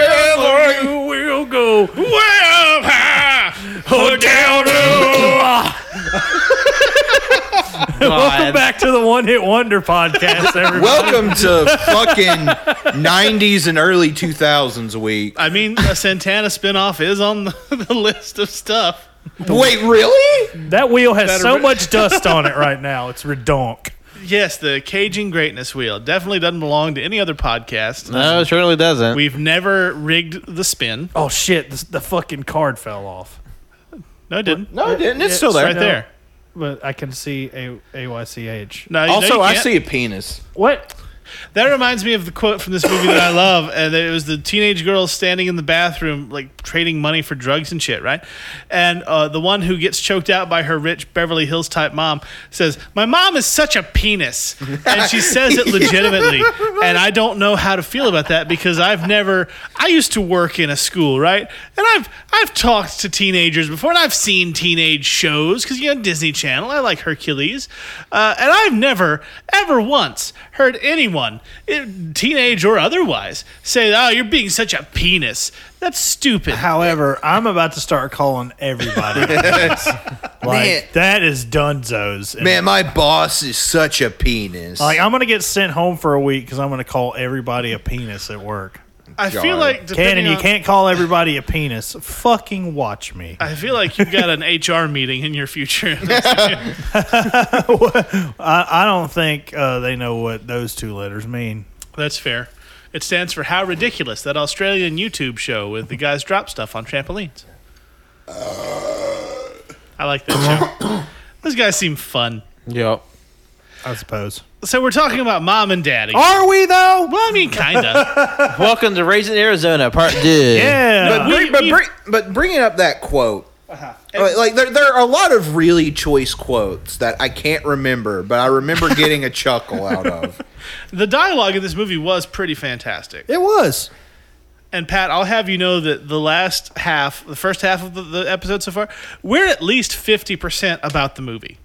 [SPEAKER 8] you will go. Wherever, down Welcome
[SPEAKER 7] God.
[SPEAKER 8] back to the One Hit Wonder
[SPEAKER 6] <laughs>
[SPEAKER 8] podcast, everybody.
[SPEAKER 9] Welcome to fucking 90s and early 2000s week.
[SPEAKER 6] I mean, a Santana spinoff is on the, <laughs> the list of stuff.
[SPEAKER 9] Wait, really?
[SPEAKER 8] that wheel has so
[SPEAKER 6] ri-
[SPEAKER 8] much dust on
[SPEAKER 6] <laughs>
[SPEAKER 8] it right now. It's redonk.
[SPEAKER 6] Yes, the Caging Greatness Wheel definitely doesn't belong to any other podcast.
[SPEAKER 7] No, it surely doesn't.
[SPEAKER 6] We've never rigged the spin.
[SPEAKER 8] Oh, shit. The, the fucking card fell off.
[SPEAKER 6] No, it didn't.
[SPEAKER 9] No, it didn't. It's
[SPEAKER 8] yeah,
[SPEAKER 9] still
[SPEAKER 6] It's
[SPEAKER 9] there.
[SPEAKER 6] right there.
[SPEAKER 8] But I can see A- AYCH.
[SPEAKER 6] No, no,
[SPEAKER 9] Also,
[SPEAKER 6] you
[SPEAKER 9] I
[SPEAKER 6] can't.
[SPEAKER 9] see
[SPEAKER 8] <laughs>
[SPEAKER 9] a penis.
[SPEAKER 8] What?
[SPEAKER 6] That reminds me of the quote from this movie that I love, and it was the teenage girl standing in the bathroom, like trading money for drugs and shit, right? And uh, the one who gets choked out by her rich Beverly Hills type mom says, "My mom is such a penis," and she says it legitimately. and I don't know how to feel about that because I've never. I used to work in a school, right? And I've I've talked to teenagers before, and I've seen teenage shows because you know Disney Channel. I like Hercules, uh, and I've never ever once heard anyone, eh, teenage or otherwise, say, "Oh, you're being such a penis." That's stupid.
[SPEAKER 8] However, I'm about to start calling everybody. like,
[SPEAKER 9] Man.
[SPEAKER 8] that is Dunzo's. And,
[SPEAKER 9] Man, my boss is such a penis.
[SPEAKER 8] Like, I'm going to get sent home for a week because I'm going to call everybody a penis at work.
[SPEAKER 6] I feel
[SPEAKER 9] God.
[SPEAKER 6] like
[SPEAKER 8] Cannon,
[SPEAKER 6] depending
[SPEAKER 8] you
[SPEAKER 6] on-
[SPEAKER 8] can't call everybody a penis. Fucking watch me.
[SPEAKER 6] I feel like you've got an HR meeting in
[SPEAKER 8] <laughs>
[SPEAKER 6] your future.
[SPEAKER 8] I, I don't think uh, they know what those two letters mean.
[SPEAKER 6] That's fair. It stands for How Ridiculous, that Australian YouTube show with the guys drop stuff on trampolines. I like that show. Those guys seem fun.
[SPEAKER 7] Yep.
[SPEAKER 8] I suppose.
[SPEAKER 6] So we're talking about mom and daddy.
[SPEAKER 8] Are we though?
[SPEAKER 6] Well, I mean,
[SPEAKER 8] <laughs>
[SPEAKER 6] kind of.
[SPEAKER 7] Welcome to Raising Arizona, part two.
[SPEAKER 8] Yeah.
[SPEAKER 9] but, bring, but,
[SPEAKER 6] Uh, we- Uh-huh.
[SPEAKER 9] bring, but bringing up that quote, like, like, there, there are a lot of really choice quotes that I can't remember, but I remember getting a chuckle out of.
[SPEAKER 6] the dialogue in this movie was pretty fantastic.
[SPEAKER 8] it was.
[SPEAKER 6] And Pat, I'll have you know that the last half, the first half of the, the episode so far, we're at least 50% about the movie.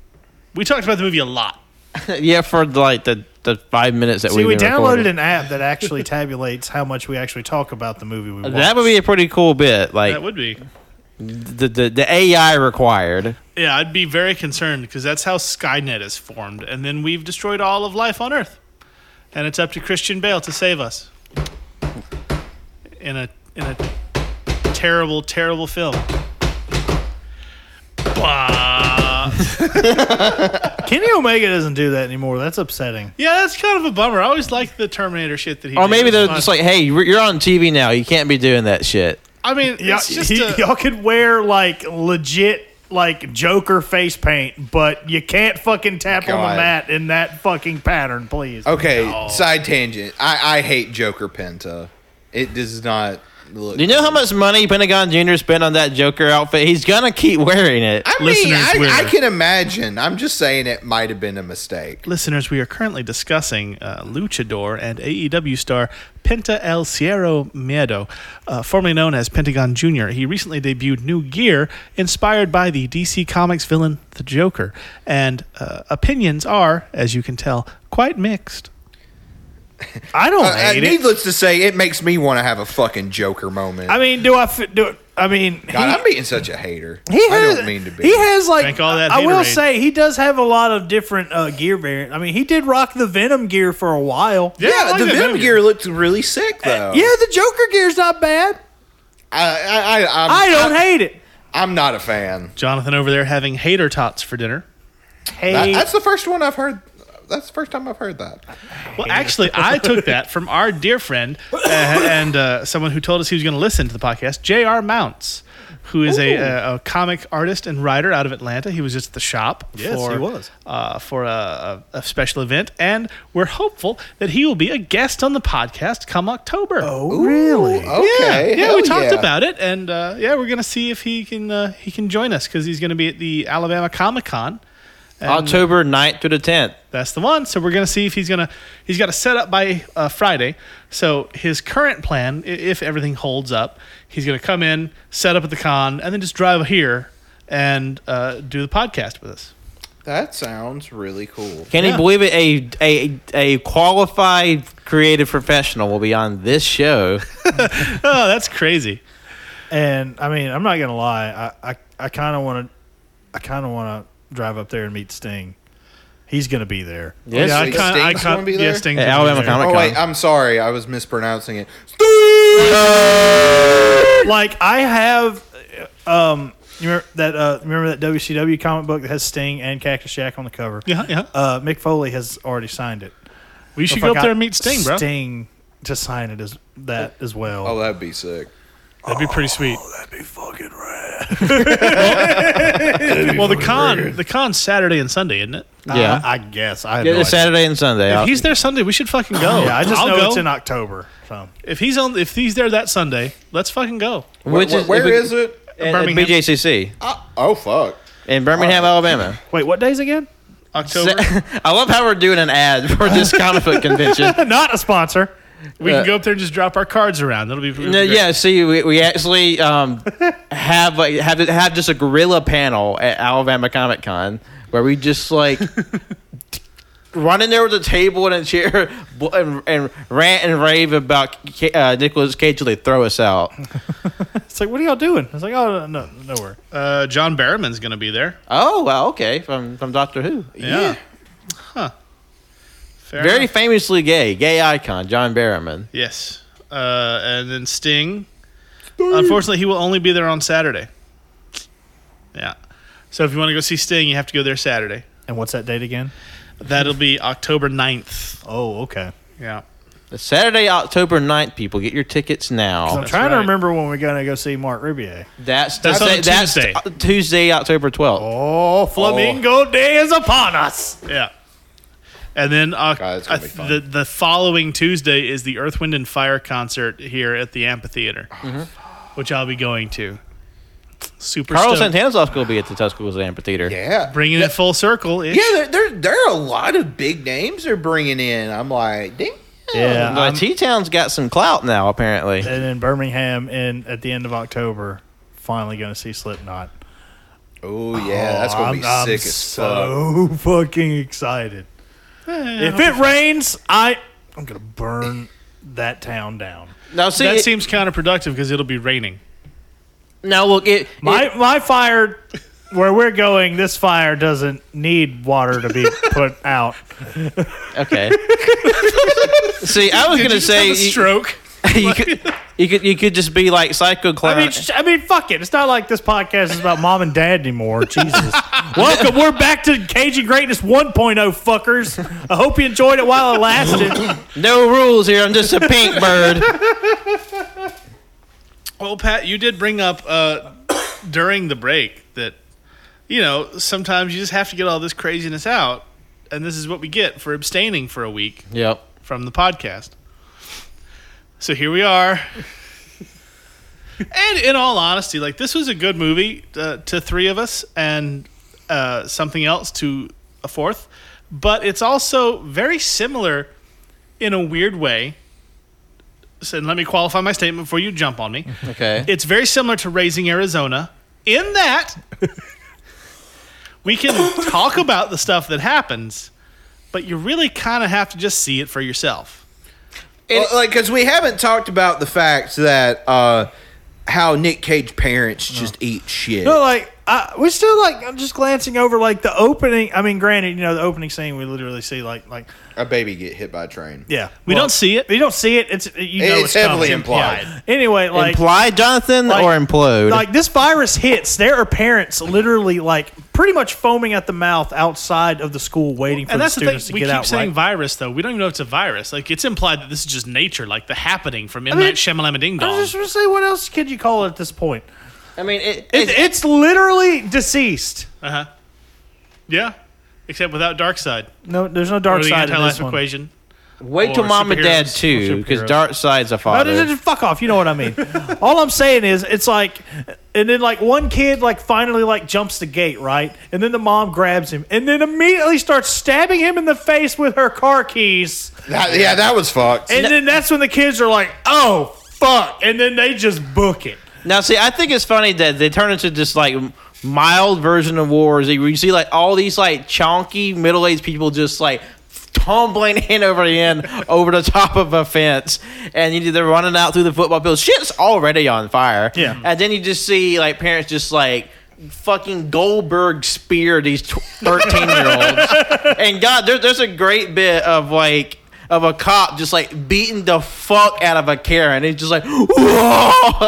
[SPEAKER 6] We talked about the movie a lot.
[SPEAKER 7] Yeah, for like the, the five minutes that
[SPEAKER 8] See,
[SPEAKER 7] we've
[SPEAKER 8] we
[SPEAKER 7] been
[SPEAKER 8] downloaded
[SPEAKER 7] recording.
[SPEAKER 8] an app that actually tabulates how much we actually talk about the movie we watched.
[SPEAKER 7] That would be a pretty cool bit, like
[SPEAKER 6] That would be.
[SPEAKER 7] the, the the AI required.
[SPEAKER 6] Yeah, I'd be very concerned because that's how Skynet is formed, and then we've destroyed all of life on Earth, and it's up to Christian Bale to save us. In a in a terrible, terrible film. Wah.
[SPEAKER 8] <laughs> Kenny Omega doesn't do that anymore. That's upsetting.
[SPEAKER 6] Yeah, that's kind of a bummer. I always liked the Terminator shit that he.
[SPEAKER 7] Or
[SPEAKER 6] did.
[SPEAKER 7] maybe
[SPEAKER 6] It was
[SPEAKER 7] they're
[SPEAKER 6] fun.
[SPEAKER 7] just like, hey, you're you're on TV now. You can't be doing that shit.
[SPEAKER 6] I mean,
[SPEAKER 8] Y'all,
[SPEAKER 6] it's just.
[SPEAKER 8] he- <laughs>
[SPEAKER 6] a-
[SPEAKER 8] y'all could wear like legit like Joker face paint, but you can't fucking tap on the
[SPEAKER 9] God.
[SPEAKER 8] mat in that fucking pattern, please.
[SPEAKER 9] Okay, side tangent. I, I hate Joker Penta. It does not look.
[SPEAKER 7] You know how much money Pentagon Junior spent on that Joker outfit? He's gonna keep wearing it.
[SPEAKER 9] I mean,
[SPEAKER 6] Listeners will.
[SPEAKER 9] I, I can imagine. I'm just saying it might have been a mistake.
[SPEAKER 6] Listeners, we are currently discussing uh, luchador and AEW star Penta El Cierro Miedo, uh, formerly known as Pentagon Jr. He recently debuted new gear inspired by the DC Comics villain the Joker, and uh, opinions are, as you can tell, quite mixed.
[SPEAKER 8] I don't
[SPEAKER 9] Uh, uh,
[SPEAKER 8] hate it.
[SPEAKER 9] needless to say, it makes me want to have a fucking Joker moment.
[SPEAKER 8] I mean, do I f- do? it- I mean,
[SPEAKER 9] God,
[SPEAKER 8] he-
[SPEAKER 9] I'm being such a hater.
[SPEAKER 8] He
[SPEAKER 9] I
[SPEAKER 8] has,
[SPEAKER 9] don't mean to be.
[SPEAKER 8] He has like
[SPEAKER 6] Drink all that
[SPEAKER 8] I will
[SPEAKER 6] Haterade.
[SPEAKER 8] say he does have a lot of different uh, gear variants. I mean, he did rock the Venom gear for a while.
[SPEAKER 9] yeah,
[SPEAKER 6] I like
[SPEAKER 9] the
[SPEAKER 6] that
[SPEAKER 9] Venom
[SPEAKER 6] movie.
[SPEAKER 9] gear looked really sick though.
[SPEAKER 8] Yeah, the Joker gear's not bad.
[SPEAKER 9] I, I, I, I'm,
[SPEAKER 8] I don't
[SPEAKER 9] I-
[SPEAKER 8] hate it.
[SPEAKER 9] I'm not a fan.
[SPEAKER 6] Jonathan over there having hater tots for dinner.
[SPEAKER 8] Hey,
[SPEAKER 9] That- that's the first one I've heard that's the first time I've heard that.
[SPEAKER 6] Well, actually, I took that from our dear friend uh, and uh, someone who told us he was going to listen to the podcast, J.R. Mounts, who is a, uh, a, a comic artist and writer out of Atlanta. He was just at the shop
[SPEAKER 8] Yes,
[SPEAKER 6] for,
[SPEAKER 8] he was.
[SPEAKER 6] Uh, for a, a, a special event, and we're hopeful that he will be a guest on the podcast come October.
[SPEAKER 8] Oh, really?
[SPEAKER 9] Okay,
[SPEAKER 6] Yeah,
[SPEAKER 9] hell
[SPEAKER 6] we talked
[SPEAKER 9] yeah.
[SPEAKER 6] about it, and uh, yeah, we're gonna see if he can uh, he can join us because he's gonna be at the Alabama Comic Con.
[SPEAKER 7] October 9th through the 10th.
[SPEAKER 6] That's the one. So we're gonna see if he's gonna he's got to set up by uh, Friday. So his current plan, i- if everything holds up, he's gonna come in, set up at the con, and then just drive here and uh, do the podcast with us. <laughs>
[SPEAKER 9] That sounds really cool.
[SPEAKER 7] Can you believe it? A, a a qualified creative professional will be on this show.
[SPEAKER 6] Oh, that's crazy.
[SPEAKER 8] And I mean, I'm not gonna lie. I I, I kind of want to. I kind of want to drive up there and meet Sting. He's gonna be there.
[SPEAKER 7] Yes,
[SPEAKER 6] yeah, I
[SPEAKER 9] Sting's
[SPEAKER 6] kind I
[SPEAKER 9] gonna
[SPEAKER 6] kind
[SPEAKER 9] be
[SPEAKER 6] yeah,
[SPEAKER 9] there?
[SPEAKER 6] Sting's
[SPEAKER 7] at
[SPEAKER 6] gonna be
[SPEAKER 7] Alabama
[SPEAKER 6] there.
[SPEAKER 7] Comic
[SPEAKER 9] Oh
[SPEAKER 7] Con.
[SPEAKER 9] wait, I'm sorry, I was mispronouncing it. Oh,
[SPEAKER 8] Like I have. Um, you remember that? Uh, remember that WCW comic book that has Sting and Cactus Jack on the cover?
[SPEAKER 6] Yeah, yeah.
[SPEAKER 8] Uh, Mick Foley has already signed it.
[SPEAKER 6] we should
[SPEAKER 8] If
[SPEAKER 6] go
[SPEAKER 8] I
[SPEAKER 6] up
[SPEAKER 8] got
[SPEAKER 6] there and meet Sting, bro.
[SPEAKER 8] Sting to sign it as that as well.
[SPEAKER 9] Oh, that'd be sick.
[SPEAKER 6] That'd be pretty sweet.
[SPEAKER 8] Oh, that'd be fucking rad.
[SPEAKER 6] <laughs> Well, the con the con's Saturday and Sunday, isn't it?
[SPEAKER 7] yeah.
[SPEAKER 8] I, I guess. I have
[SPEAKER 7] yeah,
[SPEAKER 8] no
[SPEAKER 7] it's
[SPEAKER 8] idea.
[SPEAKER 7] Saturday and Sunday. uh,
[SPEAKER 6] If
[SPEAKER 7] I'll-
[SPEAKER 6] he's there Sunday, we should fucking go.
[SPEAKER 8] Uh, Yeah, I just
[SPEAKER 6] I'll
[SPEAKER 8] know
[SPEAKER 6] go.
[SPEAKER 8] it's in October. So
[SPEAKER 6] if he's on, if he's there that Sunday, let's fucking go.
[SPEAKER 7] which
[SPEAKER 9] Wh-
[SPEAKER 7] if
[SPEAKER 9] where
[SPEAKER 7] it-
[SPEAKER 9] is it?
[SPEAKER 7] at- at
[SPEAKER 6] Birmingham.
[SPEAKER 7] BJCC
[SPEAKER 9] Ah, oh fuck.
[SPEAKER 7] in Birmingham, Alabama.
[SPEAKER 8] wait, what days again?
[SPEAKER 6] October.
[SPEAKER 7] <laughs> I love how we're doing an ad for this comic book convention.
[SPEAKER 8] <laughs> Not a sponsor.
[SPEAKER 6] We can go up there and just drop our cards around. That'll be
[SPEAKER 7] Uh, No, yeah. See, we, we actually um, have like have have just a gorilla panel at Alabama Comic Con where we just like run in there with a table and a chair <laughs> bl- and, and rant and rave about Ca- uh, Nicholas Cage till they throw us out.
[SPEAKER 8] It's like, what are y'all doing? It's like, oh no, nowhere.
[SPEAKER 6] Uh, John Barrowman's going to be there.
[SPEAKER 7] Oh well, okay. From from Doctor Who,
[SPEAKER 6] Yeah. Huh. Fair
[SPEAKER 7] very
[SPEAKER 6] enough.
[SPEAKER 7] famously gay, gay icon John Barrowman.
[SPEAKER 6] yes. Uh, and then Sting. Unfortunately, he will only be there on Saturday. Yeah. So if you want to go see Sting, you have to go there Saturday.
[SPEAKER 8] And what's that date again?
[SPEAKER 6] That'll be October 9th.
[SPEAKER 8] Oh, okay.
[SPEAKER 6] Yeah.
[SPEAKER 7] It's Saturday, October 9th, people get your tickets
[SPEAKER 8] I'm
[SPEAKER 7] now.
[SPEAKER 8] trying
[SPEAKER 6] right.
[SPEAKER 8] to remember when we're gonna go see Mark Rubier.
[SPEAKER 7] That's the,
[SPEAKER 6] That's on a
[SPEAKER 7] that's
[SPEAKER 6] Tuesday.
[SPEAKER 7] uh, Tuesday, October 12th.
[SPEAKER 8] Oh, Flamingo Day is upon us.
[SPEAKER 6] Yeah. And then uh,
[SPEAKER 9] God, it's gonna be fun.
[SPEAKER 6] the the following Tuesday is the Earth, Wind, and Fire concert here at the amphitheater,
[SPEAKER 9] Mm-hmm.
[SPEAKER 6] which I'll be going to. Super
[SPEAKER 7] Carlos
[SPEAKER 6] stoked.
[SPEAKER 7] Santana's also going to be at the Tuscaloosa Amphitheater.
[SPEAKER 9] Yeah.
[SPEAKER 6] bringing it full circle. ish.
[SPEAKER 9] Yeah, there, there, there are a lot of big names they're bringing in. I'm like, damn.
[SPEAKER 8] Yeah,
[SPEAKER 7] But
[SPEAKER 8] I'm-
[SPEAKER 7] T Town's got some clout now, apparently.
[SPEAKER 8] and in Birmingham, in at the end of October, finally gonna see <laughs> Slipknot.
[SPEAKER 9] Oh yeah, that's gonna
[SPEAKER 8] I'm,
[SPEAKER 9] be
[SPEAKER 8] I'm
[SPEAKER 9] sick as fuck.
[SPEAKER 8] so fucking excited.
[SPEAKER 6] Eh,
[SPEAKER 8] if it rains, I I'm gonna burn that town down.
[SPEAKER 7] Now, see,
[SPEAKER 6] that
[SPEAKER 7] it-
[SPEAKER 6] seems counterproductive because it'll be raining.
[SPEAKER 7] now look, it,
[SPEAKER 8] My my fire where we're going, this fire doesn't need water to
[SPEAKER 6] <laughs>
[SPEAKER 8] be put out.
[SPEAKER 7] it- okay. see, I was going to say
[SPEAKER 6] Have a
[SPEAKER 7] you,
[SPEAKER 6] stroke.
[SPEAKER 7] <laughs> you could, you could you could just be like Psycho Clown.
[SPEAKER 8] I
[SPEAKER 6] Uh,
[SPEAKER 8] mean, sh- I mean, fuck it. It's not like this podcast is about mom and dad anymore. <laughs> Jesus. Welcome. We're back to Cajun Greatness 1.0, fuckers. I hope you enjoyed it while it lasted.
[SPEAKER 7] no rules here. I'm just a pink bird.
[SPEAKER 6] <coughs> Well, Pat, you did bring up uh, during the break that you know sometimes you just have to get all this craziness out, and this is what we get for abstaining for a week
[SPEAKER 7] yep.
[SPEAKER 6] from the podcast. So here we are. and in all honesty, like this was a good movie uh, to three of us, and uh, something else to a fourth. But it's also very similar in a weird way. So let me qualify my statement before you jump on me.
[SPEAKER 7] Okay.
[SPEAKER 6] It's very similar to Raising Arizona in that we can talk about the stuff that happens, but you really kind of have to just see it for yourself.
[SPEAKER 9] Well, like, because we haven't talked about the fact that uh, how Nick Cage parents just eat shit.
[SPEAKER 8] Oh. no, like, uh, we're still like I'm just glancing over like the opening. I mean, granted, you know the opening scene we literally see like like
[SPEAKER 9] A baby get hit by a train.
[SPEAKER 8] yeah
[SPEAKER 6] We
[SPEAKER 8] well,
[SPEAKER 6] don't see it.
[SPEAKER 8] you don't see it. It's you know
[SPEAKER 9] It's
[SPEAKER 8] it's,
[SPEAKER 9] heavily
[SPEAKER 8] coming.
[SPEAKER 9] implied.
[SPEAKER 8] Yeah. Anyway, like
[SPEAKER 7] Imply Jonathan
[SPEAKER 8] like-
[SPEAKER 7] or implode?
[SPEAKER 8] Like this virus hits, there are parents literally like pretty much foaming at the mouth outside of the school, waiting for
[SPEAKER 6] And
[SPEAKER 8] the
[SPEAKER 6] that's the thing.
[SPEAKER 8] students
[SPEAKER 6] We
[SPEAKER 8] to
[SPEAKER 6] keep
[SPEAKER 8] get out.
[SPEAKER 6] saying
[SPEAKER 8] right?
[SPEAKER 6] virus, though. We don't even know it's a virus. Like it's implied that this is just nature, like the happening from M
[SPEAKER 8] mean,
[SPEAKER 6] Night Shyamalan Ding
[SPEAKER 8] I
[SPEAKER 6] Dong.
[SPEAKER 8] was just gonna say, what else could you call it at this point?
[SPEAKER 7] I mean, it,
[SPEAKER 8] It,
[SPEAKER 7] it-
[SPEAKER 8] it's literally deceased.
[SPEAKER 6] yeah, except without dark side
[SPEAKER 8] No, there's no dark
[SPEAKER 6] or the
[SPEAKER 8] side in this
[SPEAKER 6] anti-life
[SPEAKER 8] one.
[SPEAKER 6] equation.
[SPEAKER 7] wait till
[SPEAKER 6] or
[SPEAKER 7] mom and dad
[SPEAKER 6] superheroes,
[SPEAKER 7] too,
[SPEAKER 6] or
[SPEAKER 7] because
[SPEAKER 6] superheroes.
[SPEAKER 7] Dark Side's a
[SPEAKER 8] No,
[SPEAKER 7] father.
[SPEAKER 8] no, no, no, fuck off. You know what I
[SPEAKER 6] <laughs>
[SPEAKER 8] mean. All I'm saying is, it's like, and then like one kid like finally like jumps the gate, right? And then the mom grabs him, and then immediately starts stabbing him in the face with her car keys.
[SPEAKER 9] That- yeah, that was fucked.
[SPEAKER 8] And then that's when the kids are like, oh, fuck. And then they just book it.
[SPEAKER 7] Now, see, I think it's funny that they turn into this like mild version of wars. Where you see like all these like chunky middle aged people just like tumbling hand over hand over the top of a fence, and you they're running out through the football field. Shit's already on fire.
[SPEAKER 8] Yeah.
[SPEAKER 7] and then you just see like parents just like. Fucking Goldberg spear these thirteen year
[SPEAKER 6] <laughs>
[SPEAKER 7] olds, and God, there, there's a great bit of like of a cop just like beating the fuck out of a Karen. He's just like, "Whoa!"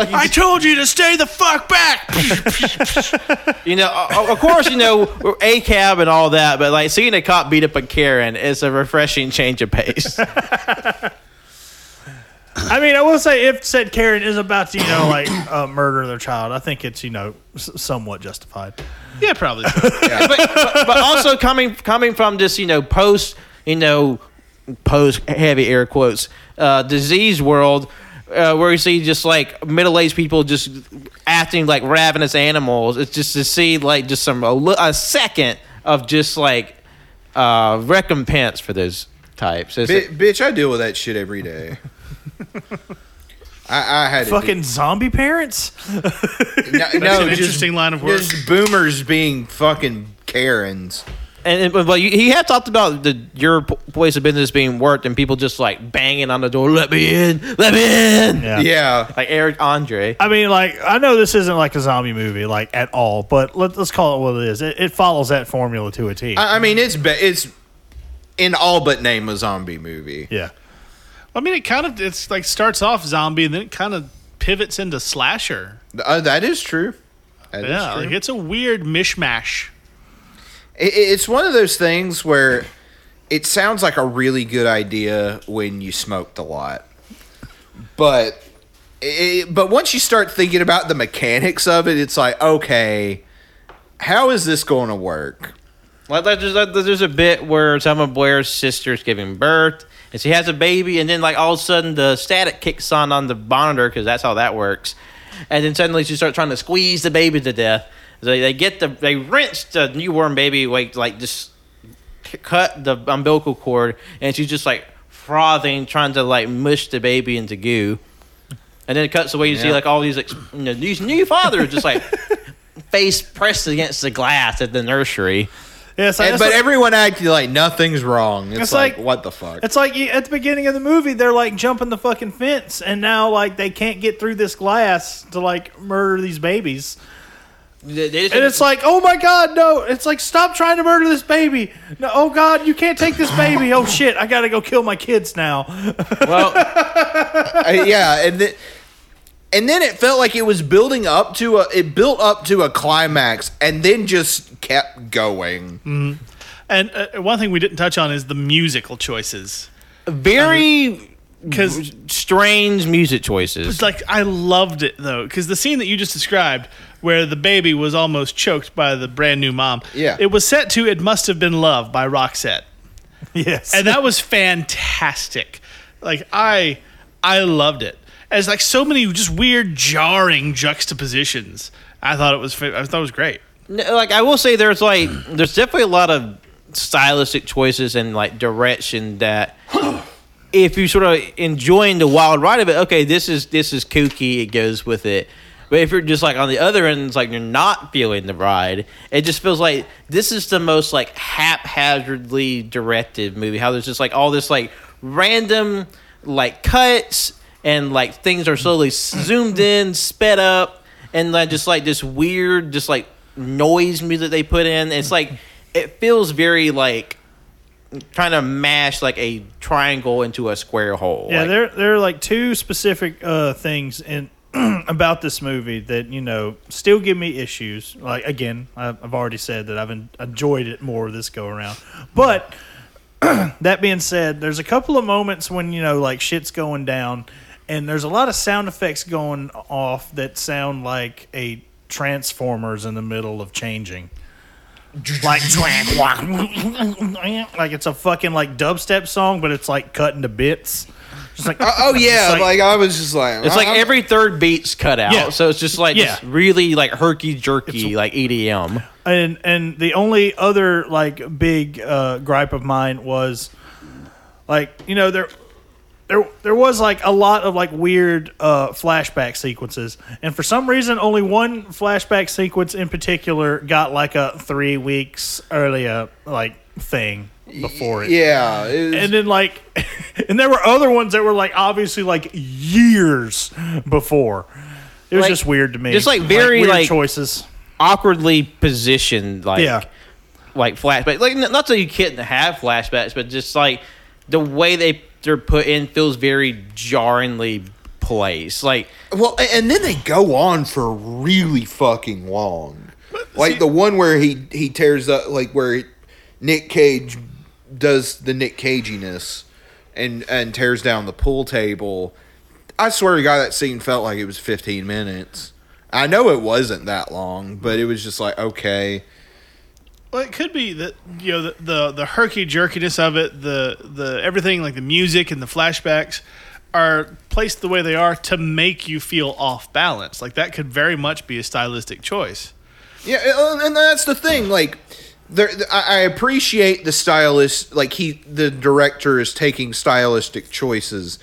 [SPEAKER 7] He's
[SPEAKER 6] I told you to stay the fuck back.
[SPEAKER 7] You know, o- of course, you know <laughs> a cab and all that, but like seeing a cop beat up a Karen is a refreshing change of <laughs> pace.
[SPEAKER 8] I mean, I will say if said Karen is about to, you know, like uh, murder their child, I think it's, you know, s- somewhat justified.
[SPEAKER 6] yeah, probably. So.
[SPEAKER 7] but, but, but also coming coming from this, you know, post, you know, post heavy air quotes uh, disease world. Uh, where you see just like middle-aged people just acting like ravenous animals. It's just to see like just some a, li- a second of just like uh, recompense for those types. It's-
[SPEAKER 9] Bi- bitch, I deal with that shit every
[SPEAKER 6] <laughs>
[SPEAKER 9] day. I, I had to do-
[SPEAKER 8] Fucking zombie parents?
[SPEAKER 9] no, no,
[SPEAKER 6] That's an
[SPEAKER 9] just-
[SPEAKER 6] interesting line of work.
[SPEAKER 9] Just boomers being fucking Karens.
[SPEAKER 7] And, and but you, he had talked about the your p- place of business being worked and people just like banging on the door, let me in, let me in.
[SPEAKER 8] Yeah.
[SPEAKER 9] Yeah.
[SPEAKER 7] Like Eric Andre.
[SPEAKER 8] I mean, like, I know this isn't like a zombie movie, like, at all, but let, let's call it what it is. It, it follows that formula to a T.
[SPEAKER 9] I, I mean, it's be- it's in all but name a zombie movie.
[SPEAKER 8] yeah.
[SPEAKER 6] I mean, it kind of it's like starts off zombie and then it kind of pivots into slasher.
[SPEAKER 9] Uh, that is true. That is
[SPEAKER 6] Yeah,
[SPEAKER 9] true.
[SPEAKER 6] like it's a weird mishmash.
[SPEAKER 9] It, it- it's one of those things where it sounds like a really good idea when you smoked a lot, but it, but once you start thinking about the mechanics of it, it's like okay, how is this going to work?
[SPEAKER 7] Like like, there's, like there's a bit where Selma Blair's sister's giving birth and she has a baby and then like all of a sudden the static kicks on on the monitor because that's how that works. And then suddenly she starts trying to squeeze the baby to death. They, they get the they wrench the newborn baby like like just cut the umbilical cord and she's just like frothing trying to like mush the baby into goo and then it cuts away you see like all these ex- you know, these new fathers just like <laughs> face pressed against the glass at the nursery
[SPEAKER 8] Yeah, so
[SPEAKER 9] And,
[SPEAKER 8] that's
[SPEAKER 9] but
[SPEAKER 8] what-
[SPEAKER 9] everyone acted like nothing's wrong. It's,
[SPEAKER 8] It's
[SPEAKER 9] like,
[SPEAKER 8] like-
[SPEAKER 9] what the fuck?
[SPEAKER 8] It's like you- at the beginning of the movie, they're like jumping the fucking fence, and now like they can't get through this glass to like murder these babies.
[SPEAKER 7] They- they just-
[SPEAKER 8] And it's like, oh my god, no! It's like stop trying to murder this baby. No, oh god, you can't take this baby. Oh shit, I gotta go kill my kids now.
[SPEAKER 7] well
[SPEAKER 9] Uh, yeah, and then and then it felt like it was building up to a it built up to a climax and then just kept going.
[SPEAKER 6] And uh, one thing we didn't touch on is the musical choices.
[SPEAKER 7] <laughs> <laughs> very
[SPEAKER 6] Because
[SPEAKER 7] strange music choices
[SPEAKER 6] It's like I loved it though, because the scene that you just described, where the baby was almost choked by the brand new mom,
[SPEAKER 9] Yeah.
[SPEAKER 6] it was set to "It Must Have Been Love" by Roxette,
[SPEAKER 8] yes,
[SPEAKER 6] and that was fantastic. Like I, I loved it. As like so many just weird, jarring juxtapositions. I thought it was. fa- I thought it was great.
[SPEAKER 7] No, like i will say there's like there's definitely a lot of stylistic choices and like direction that if you sort of enjoying the wild ride of it, okay, this is this is kooky. It goes with it. But if you're just like on the other end, it's like you're not feeling the ride. It just feels like this is the most like haphazardly directed movie. How there's just like all this like random like cuts and like things are slowly zoomed in, sped up, and like just like this weird, just like noise music they put in. It's like it feels very like trying to mash like a triangle into a square hole.
[SPEAKER 8] Yeah,
[SPEAKER 7] Like,
[SPEAKER 8] there there are like two specific uh, things in <clears throat> about this movie that you know still give me issues. Like again, I- I've already said that I've en- enjoyed it more this go around, but <clears throat> that being said, there's a couple of moments when you know like shit's going down, and there's a lot of sound effects going off that sound like a transformers in the middle of changing. Like, <laughs> like it's a fucking like dubstep song, but it's like cut into bits. Just like
[SPEAKER 9] Oh yeah,
[SPEAKER 8] It's like-
[SPEAKER 9] like, I was just like
[SPEAKER 7] it's like
[SPEAKER 9] I'm-
[SPEAKER 7] every third beat's cut out,
[SPEAKER 8] Uh-huh. Yeah.
[SPEAKER 7] so it's just like just
[SPEAKER 8] Yeah.
[SPEAKER 7] really like herky jerky, like E EDM.
[SPEAKER 8] and and the only other like big uh, gripe of mine was like you know there there there was like a lot of like weird uh, flashback sequences and for some reason only one flashback sequence in particular got like a three weeks earlier like thing before it
[SPEAKER 9] yeah. it was-
[SPEAKER 8] and then like <laughs> and there were other ones that were like obviously like years before it was
[SPEAKER 7] Like-
[SPEAKER 8] just weird to me
[SPEAKER 7] just, like, very,
[SPEAKER 8] weird
[SPEAKER 7] like-
[SPEAKER 8] choices
[SPEAKER 7] awkwardly positioned, like
[SPEAKER 8] Yeah.
[SPEAKER 7] like flashbacks. Like n- not that you can't have flashbacks, but just like the way they they're put in feels very jarringly placed. Like
[SPEAKER 9] Well, a- and then they go on for really fucking long. Like the one where he he tears up, like where Nick Cage does the Nick Caginess and and tears down the pool table. I swear to God, that scene felt like it was 15 minutes. I know it wasn't that long, but it was just like okay.
[SPEAKER 6] Well, it could be that you know the the, the herky jerkiness of it, the the everything like the music and the flashbacks are placed the way they are to make you feel off balance. Like that could very much be a stylistic choice.
[SPEAKER 9] Yeah, and- and that's the thing. Like, there, I I appreciate the stylist. Like he, the director is taking stylistic choices.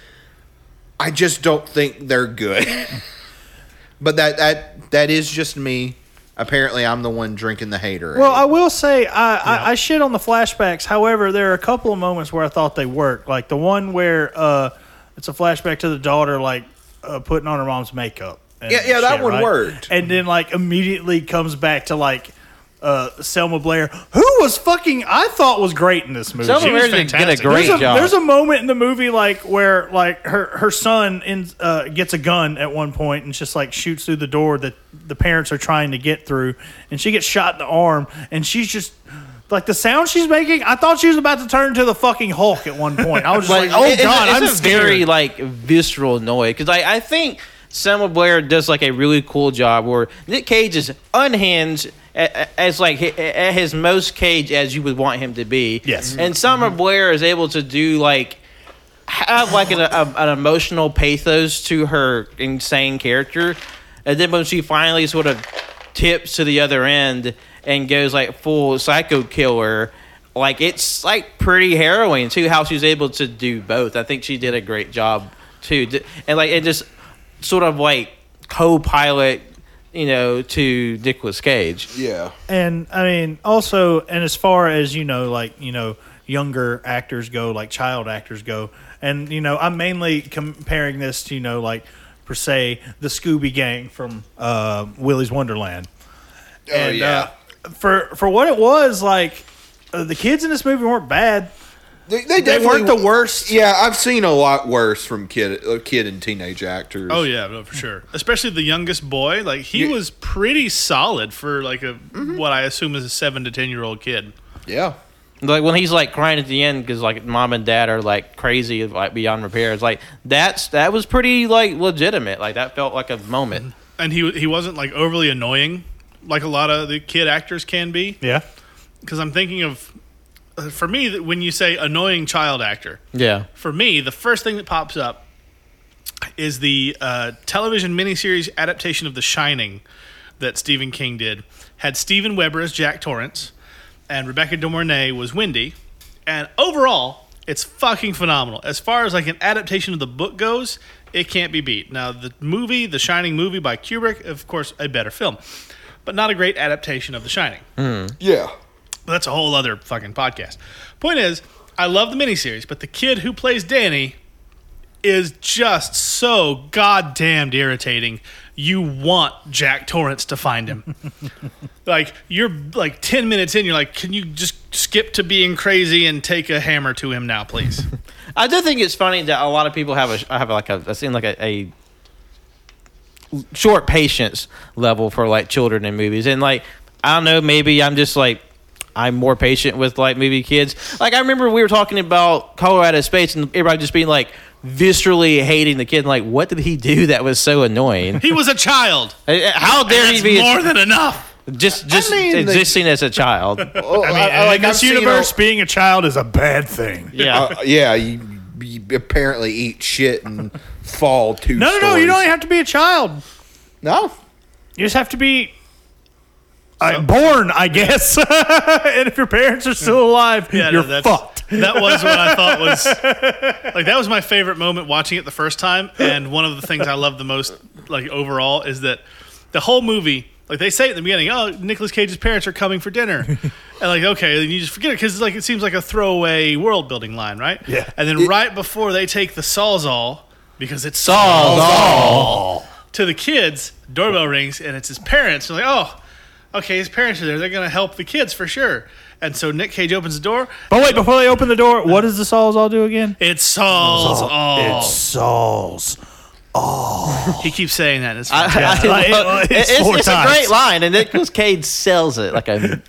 [SPEAKER 9] I just don't think they're good. <laughs> but that that that is just me. Apparently, I'm the one drinking the hater.
[SPEAKER 8] Well, I will say I, I, I shit on the flashbacks. However, there are a couple of moments where I thought they worked, like the one where uh, it's a flashback to the daughter, like uh, putting on her mom's makeup. and
[SPEAKER 9] Yeah, yeah, that one worked.
[SPEAKER 8] And then like immediately comes back to like uh, Selma Blair, who was fucking I thought was great in this movie.
[SPEAKER 7] Selma
[SPEAKER 8] She was
[SPEAKER 7] Blair did a
[SPEAKER 8] fantastic.
[SPEAKER 7] great
[SPEAKER 8] there's a,
[SPEAKER 7] job.
[SPEAKER 8] There's a moment in the movie like where like her her son in, uh, gets a gun at one point and just like shoots through the door that the parents are trying to get through, and she gets shot in the arm, and she's just. Like the sound she's making, I thought she was about to turn into the fucking Hulk at one point. I was just like, "Oh
[SPEAKER 7] it- it's a-
[SPEAKER 8] god,
[SPEAKER 7] it's
[SPEAKER 8] I'm
[SPEAKER 7] a
[SPEAKER 8] scared."
[SPEAKER 7] very like visceral noise because I I think Selma Blair does like a really cool job where Nick Cage is unhinged. a- a- As like hi- at his most cage as you would want him to be,
[SPEAKER 8] Yes.
[SPEAKER 7] And Summer Blair is able to do like have like an, a, an emotional pathos to her insane character, and then when she finally sort of tips to the other end and goes like full psycho killer, like it's like pretty harrowing too how she's able to do both. I think she did a great job too, D- and like and just sort of like co-pilot, you know, to Nicolas Cage.
[SPEAKER 9] yeah,
[SPEAKER 8] and I mean, also, and as far as you know, like you know, younger actors go, like child actors go, and you know, I'm mainly comparing this to you know, like per se, the Scooby Gang from uh, Willy's Wonderland. Oh and,
[SPEAKER 9] yeah.
[SPEAKER 8] uh, for for what it was, like uh, the kids in this movie weren't bad.
[SPEAKER 9] they, they,
[SPEAKER 8] weren't the worst.
[SPEAKER 9] Yeah, I've seen a lot worse from kid uh, kid and teenage actors.
[SPEAKER 6] Oh yeah, no, for sure. Especially the youngest boy, like he was pretty solid for like a what I assume is a seven to ten year old kid.
[SPEAKER 9] yeah.
[SPEAKER 7] like when he's like crying at the end because like mom and dad are like crazy like beyond repair it's like that's that was pretty like legitimate like that felt like a moment
[SPEAKER 6] And he he wasn't like overly annoying, like a lot of the kid actors can be.
[SPEAKER 8] Yeah,
[SPEAKER 6] Because I'm thinking of, uh, for me, that when you say annoying child actor,
[SPEAKER 7] yeah
[SPEAKER 6] for me, the first thing that pops up is the uh, television miniseries adaptation of The Shining that Stephen King did. Had Steven Weber as Jack Torrance, and Rebecca De Mornay was Wendy. And overall, it's fucking phenomenal. As far as like an adaptation of the book goes, it can't be beat. Now, the movie, The Shining movie by Kubrick, of course, a better film, but not a great adaptation of The Shining.
[SPEAKER 9] Yeah.
[SPEAKER 6] But that's a whole other fucking podcast. Point is, I love the miniseries, but the kid who plays Danny is just so goddamned irritating. You want Jack Torrance to find him. <laughs> like you're like 10 minutes in you're like can you just skip to being crazy and take a hammer to him now
[SPEAKER 8] <laughs>
[SPEAKER 6] please
[SPEAKER 7] I do think it's funny that a lot of people have a have like a I seen like a, a short patience level for like children in movies, and like I don't know, maybe I'm just like I'm more patient with like movie kids. Like I remember we were talking about Colorado Space, and everybody just being like viscerally hating the kid, and, like what did he do that was so annoying?
[SPEAKER 6] he was a child
[SPEAKER 7] Uh, How dare
[SPEAKER 6] that's
[SPEAKER 7] he be a-
[SPEAKER 6] more than enough
[SPEAKER 7] just just
[SPEAKER 2] mean, like-
[SPEAKER 7] existing as a child?
[SPEAKER 9] Oh, I mean,
[SPEAKER 8] like Miss Universe, being a child is a bad thing.
[SPEAKER 7] Yeah.
[SPEAKER 9] uh, yeah, you, you apparently eat shit <laughs> and fall two.
[SPEAKER 8] No, no, no. You don't
[SPEAKER 9] stories.
[SPEAKER 8] have to be a child.
[SPEAKER 9] No,
[SPEAKER 8] You just have to be uh, born, I guess. <laughs> and if your parents are still alive,
[SPEAKER 6] I know,
[SPEAKER 8] you're
[SPEAKER 6] that's-
[SPEAKER 8] fucked.
[SPEAKER 6] that was what i thought was like that was my favorite moment watching it the first time and one of the things i love the most like overall is that the whole movie like they say at the beginning oh Nicolas cage's parents are coming for dinner and like okay then you just forget it because like it seems like a throwaway world building line right
[SPEAKER 8] Yeah.
[SPEAKER 6] and then right before they take the sawzall because it's
[SPEAKER 7] Saw,
[SPEAKER 6] to the kids, doorbell rings, and it's his parents. They're like, oh, okay, his parents are there. They're going to help the kids for sure. And so Nick Cage opens the door.
[SPEAKER 8] But wait, before they open the door, what does the Saul's all do again?
[SPEAKER 6] It's Saul's. Oh,
[SPEAKER 8] It's Saul's.
[SPEAKER 6] he keeps saying that. and It's
[SPEAKER 7] I-
[SPEAKER 6] funny.
[SPEAKER 7] I-
[SPEAKER 8] like,
[SPEAKER 7] it-
[SPEAKER 8] it's
[SPEAKER 7] it's
[SPEAKER 8] four
[SPEAKER 7] it's a
[SPEAKER 8] times.
[SPEAKER 7] great line, and Nicolas Cage sells it like a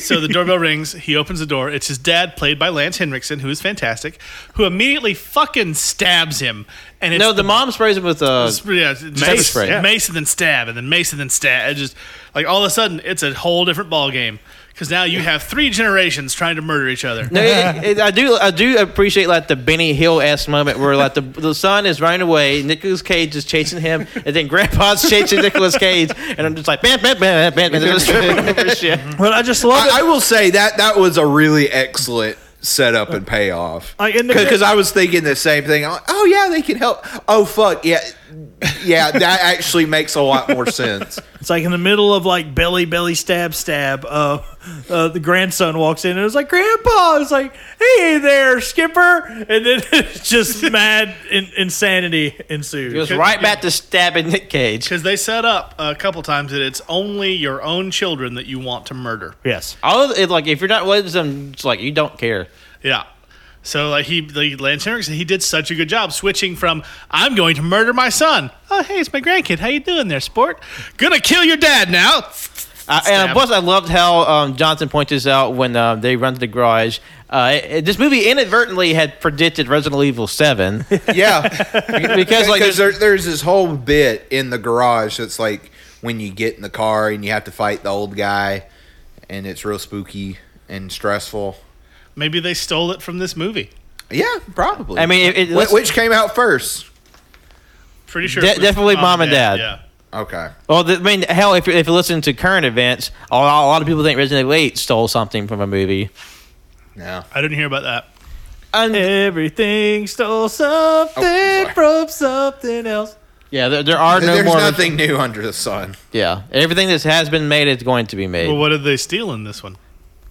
[SPEAKER 6] so the doorbell rings. He opens the door. It's his dad, played by Lance Henriksen, who is fantastic, who immediately fucking stabs him. And it's
[SPEAKER 7] no. The mom sprays him with uh,
[SPEAKER 6] Sp- yeah,
[SPEAKER 7] Pepper
[SPEAKER 6] Mace,
[SPEAKER 7] spray. Yeah.
[SPEAKER 6] Mace and then stab, and then Mace and then stab. It just like all of a sudden, it's a whole different ball game because now you have three generations trying to murder each other.
[SPEAKER 7] No, it, it, I do. I do appreciate like the Benny Hill esque moment where like the the son is running away, Nicolas Cage is chasing him, and then Grandpa's chasing Nicolas Cage, and I'm just like, bam, bam, bam, bam, bam, and <laughs> just tripping over shit.
[SPEAKER 8] But I just love it.
[SPEAKER 9] I, I will say that that was a really excellent setup Uh, and payoff.
[SPEAKER 8] Like, in the-
[SPEAKER 9] Because I was thinking the same thing. I'm like, oh yeah, they can help. Oh fuck yeah, yeah. That <laughs> actually makes a lot more <laughs> sense.
[SPEAKER 8] It's like in the middle of like belly, belly, stab, stab. Uh, uh, the grandson walks in and it's like, Grandpa! It's like, hey there, Skipper! And then <laughs> it's
[SPEAKER 6] <laughs>
[SPEAKER 8] just mad in- insanity ensues.
[SPEAKER 7] It was right back to stabbing Nick Cage.
[SPEAKER 6] Because they set up a couple times that it's only your own children that you want to murder.
[SPEAKER 8] yes.
[SPEAKER 7] All of it, like if you're not related to them, it's like you don't care.
[SPEAKER 6] Yeah. So like he, like Lance Henriksen, he did such a good job switching from "I'm going to murder my son." Oh, hey, it's my grandkid. How you doing there, sport? Gonna kill your dad now.
[SPEAKER 7] I, and plus, I loved how um, Johnson points this out when um, they run to the garage. Uh, it- it- this movie inadvertently had predicted Resident Evil Seven
[SPEAKER 9] Yeah,
[SPEAKER 7] because like
[SPEAKER 9] because
[SPEAKER 7] there's,
[SPEAKER 9] there, there's this whole bit in the garage that's like when you get in the car and you have to fight the old guy, and it's real spooky and stressful.
[SPEAKER 6] Maybe they stole it from this movie.
[SPEAKER 9] Yeah, probably.
[SPEAKER 7] I mean, it- it-
[SPEAKER 9] Wh-
[SPEAKER 7] let's-
[SPEAKER 9] which came out first?
[SPEAKER 6] Pretty sure.
[SPEAKER 7] De-
[SPEAKER 6] it was
[SPEAKER 7] definitely Mom and Dad.
[SPEAKER 6] Yeah.
[SPEAKER 9] Okay.
[SPEAKER 7] Well, the, I mean, hell, if, if you listen to current events, a lot, a lot of people think Resident Evil 8 stole something from a movie.
[SPEAKER 9] No.
[SPEAKER 6] I didn't hear about that.
[SPEAKER 8] Everything stole something
[SPEAKER 9] Oh, sorry.
[SPEAKER 8] from something else.
[SPEAKER 7] Yeah, there, there are no
[SPEAKER 9] There's
[SPEAKER 7] more.
[SPEAKER 9] nothing new under the sun.
[SPEAKER 7] Yeah, everything that has been made is going to be made.
[SPEAKER 6] Well, what did they steal in this one?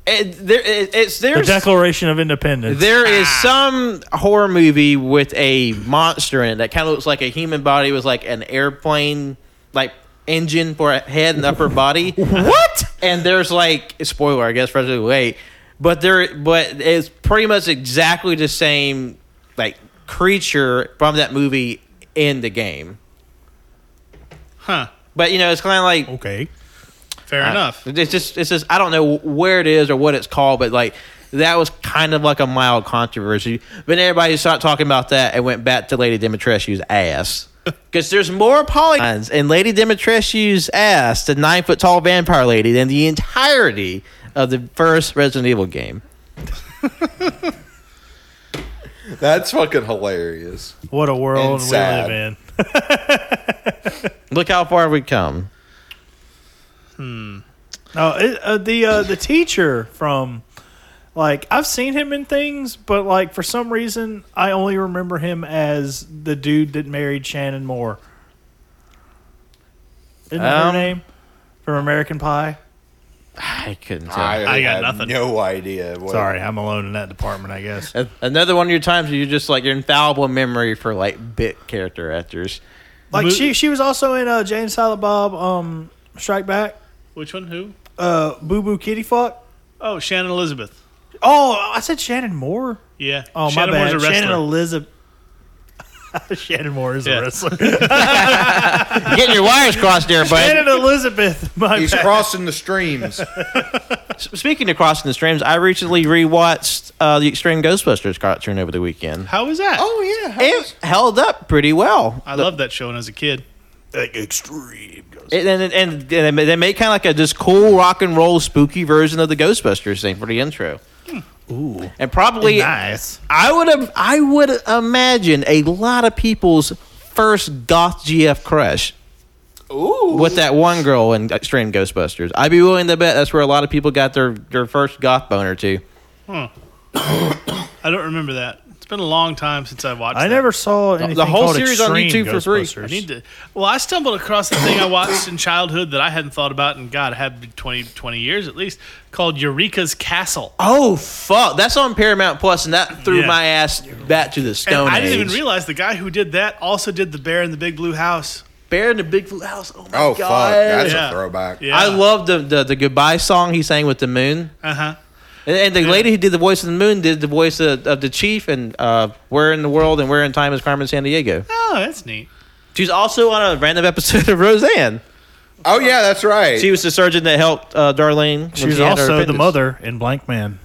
[SPEAKER 7] It- there, it- it's
[SPEAKER 8] The
[SPEAKER 7] there's
[SPEAKER 8] Declaration of Independence.
[SPEAKER 7] there is some horror movie with a monster in it that kind of looks like a human body with like an airplane like engine for a head and upper body. what? And there's like spoiler, I guess, for Resident Evil 8, but there, but it's pretty much exactly the same like creature from that movie in the game.
[SPEAKER 6] Huh.
[SPEAKER 7] But you know, it's kind of like
[SPEAKER 8] okay.
[SPEAKER 6] Fair enough.
[SPEAKER 7] Uh, It's just, it's just, I don't know where it is or what it's called, but like that was kind of like a mild controversy. But everybody started talking about that and went back to Lady Dimitrescu's
[SPEAKER 6] <laughs>
[SPEAKER 7] ass. Because there's more polygons in Lady Dimitrescu's ass, the nine foot tall vampire lady, than the entirety of the first Resident Evil game.
[SPEAKER 9] That's fucking hilarious.
[SPEAKER 8] What a
[SPEAKER 9] And
[SPEAKER 8] world we
[SPEAKER 9] sad.
[SPEAKER 8] live in.
[SPEAKER 7] Look how far we've come.
[SPEAKER 8] No, it, uh, the uh, the teacher from like I've seen him in things, but like for some reason I only remember him as the dude that married Shannon Moore. Isn't that
[SPEAKER 7] Um,
[SPEAKER 8] her name from American Pie?
[SPEAKER 7] I couldn't tell.
[SPEAKER 9] I,
[SPEAKER 6] I got
[SPEAKER 9] had
[SPEAKER 6] nothing.
[SPEAKER 9] No idea. What,
[SPEAKER 8] Sorry, I'm alone in that department, I guess.
[SPEAKER 7] A- Another one of your times where you're just like your infallible memory for like bit character actors.
[SPEAKER 8] Like
[SPEAKER 6] Mo-
[SPEAKER 8] she, she was also in uh, James Silent Bob, um, Strike Back,
[SPEAKER 6] Which one? Who?
[SPEAKER 8] uh, Boo Boo Kitty Fuck.
[SPEAKER 6] Oh, Shannon Elizabeth.
[SPEAKER 8] Oh, I said Shannon Moore.
[SPEAKER 6] Yeah.
[SPEAKER 8] Oh
[SPEAKER 6] Shannon
[SPEAKER 8] my bad,
[SPEAKER 6] Moore's a
[SPEAKER 8] Shannon
[SPEAKER 6] wrestler.
[SPEAKER 8] Elizabeth. Shannon Moore is
[SPEAKER 6] Yeah.
[SPEAKER 8] a wrestler. <laughs>
[SPEAKER 7] You're getting your wires crossed
[SPEAKER 6] <laughs>
[SPEAKER 7] there,
[SPEAKER 8] Shannon
[SPEAKER 7] bud.
[SPEAKER 8] Elizabeth. My <laughs>
[SPEAKER 9] He's
[SPEAKER 8] bad.
[SPEAKER 9] crossing
[SPEAKER 8] <laughs>
[SPEAKER 9] the streams.
[SPEAKER 7] Speaking of crossing the streams, I recently rewatched uh, the Extreme Ghostbusters cartoon over the weekend.
[SPEAKER 6] How was that?
[SPEAKER 9] oh yeah.
[SPEAKER 7] It held up pretty well.
[SPEAKER 6] I loved that show when I was a kid.
[SPEAKER 7] It, and, and, and they ma- they made kind of like a just cool rock and roll spooky version of the Ghostbusters thing for the intro. Ooh. And probably
[SPEAKER 8] Nice.
[SPEAKER 7] I would have I would imagine a lot of people's first goth GF crush. Ooh. With that one girl in Extreme Ghostbusters. I'd be willing to bet that's where a lot of people got their, their first goth boner too.
[SPEAKER 6] <coughs> I don't remember that. It's been a long time since I watched.
[SPEAKER 8] I
[SPEAKER 6] that.
[SPEAKER 8] never saw anything
[SPEAKER 7] the whole
[SPEAKER 8] called
[SPEAKER 7] series on
[SPEAKER 8] Extreme
[SPEAKER 7] YouTube for free.
[SPEAKER 8] Ghostbusters.
[SPEAKER 6] I need to. Well, I stumbled across the thing I watched in childhood that I hadn't thought about in God, it had been 20, 20 years at least, called Eureka's Castle.
[SPEAKER 7] Oh fuck. That's on Paramount Plus and that threw
[SPEAKER 6] Yeah.
[SPEAKER 7] my ass back to the
[SPEAKER 6] And
[SPEAKER 7] stone.
[SPEAKER 6] I didn't even
[SPEAKER 7] Age.
[SPEAKER 6] realize the guy who did that also did the Bear in the Big Blue House.
[SPEAKER 7] Bear in the Big Blue House. Oh my
[SPEAKER 9] Oh fuck,
[SPEAKER 7] god.
[SPEAKER 9] that's
[SPEAKER 6] Yeah.
[SPEAKER 9] a throwback.
[SPEAKER 6] Yeah.
[SPEAKER 7] I love the, the the goodbye song he sang with the moon.
[SPEAKER 6] Uh huh.
[SPEAKER 7] And, and the lady who did the voice of the moon did the voice of, of the chief and uh, Where in the World and Where in Time is Carmen San Diego.
[SPEAKER 6] Oh, that's neat.
[SPEAKER 7] She's also on a random episode of Roseanne.
[SPEAKER 9] Oh yeah, that's right.
[SPEAKER 7] She was the surgeon that helped uh, Darlene. when
[SPEAKER 8] She was
[SPEAKER 7] had her
[SPEAKER 8] also the
[SPEAKER 7] appendix.
[SPEAKER 8] mother in Blank Man.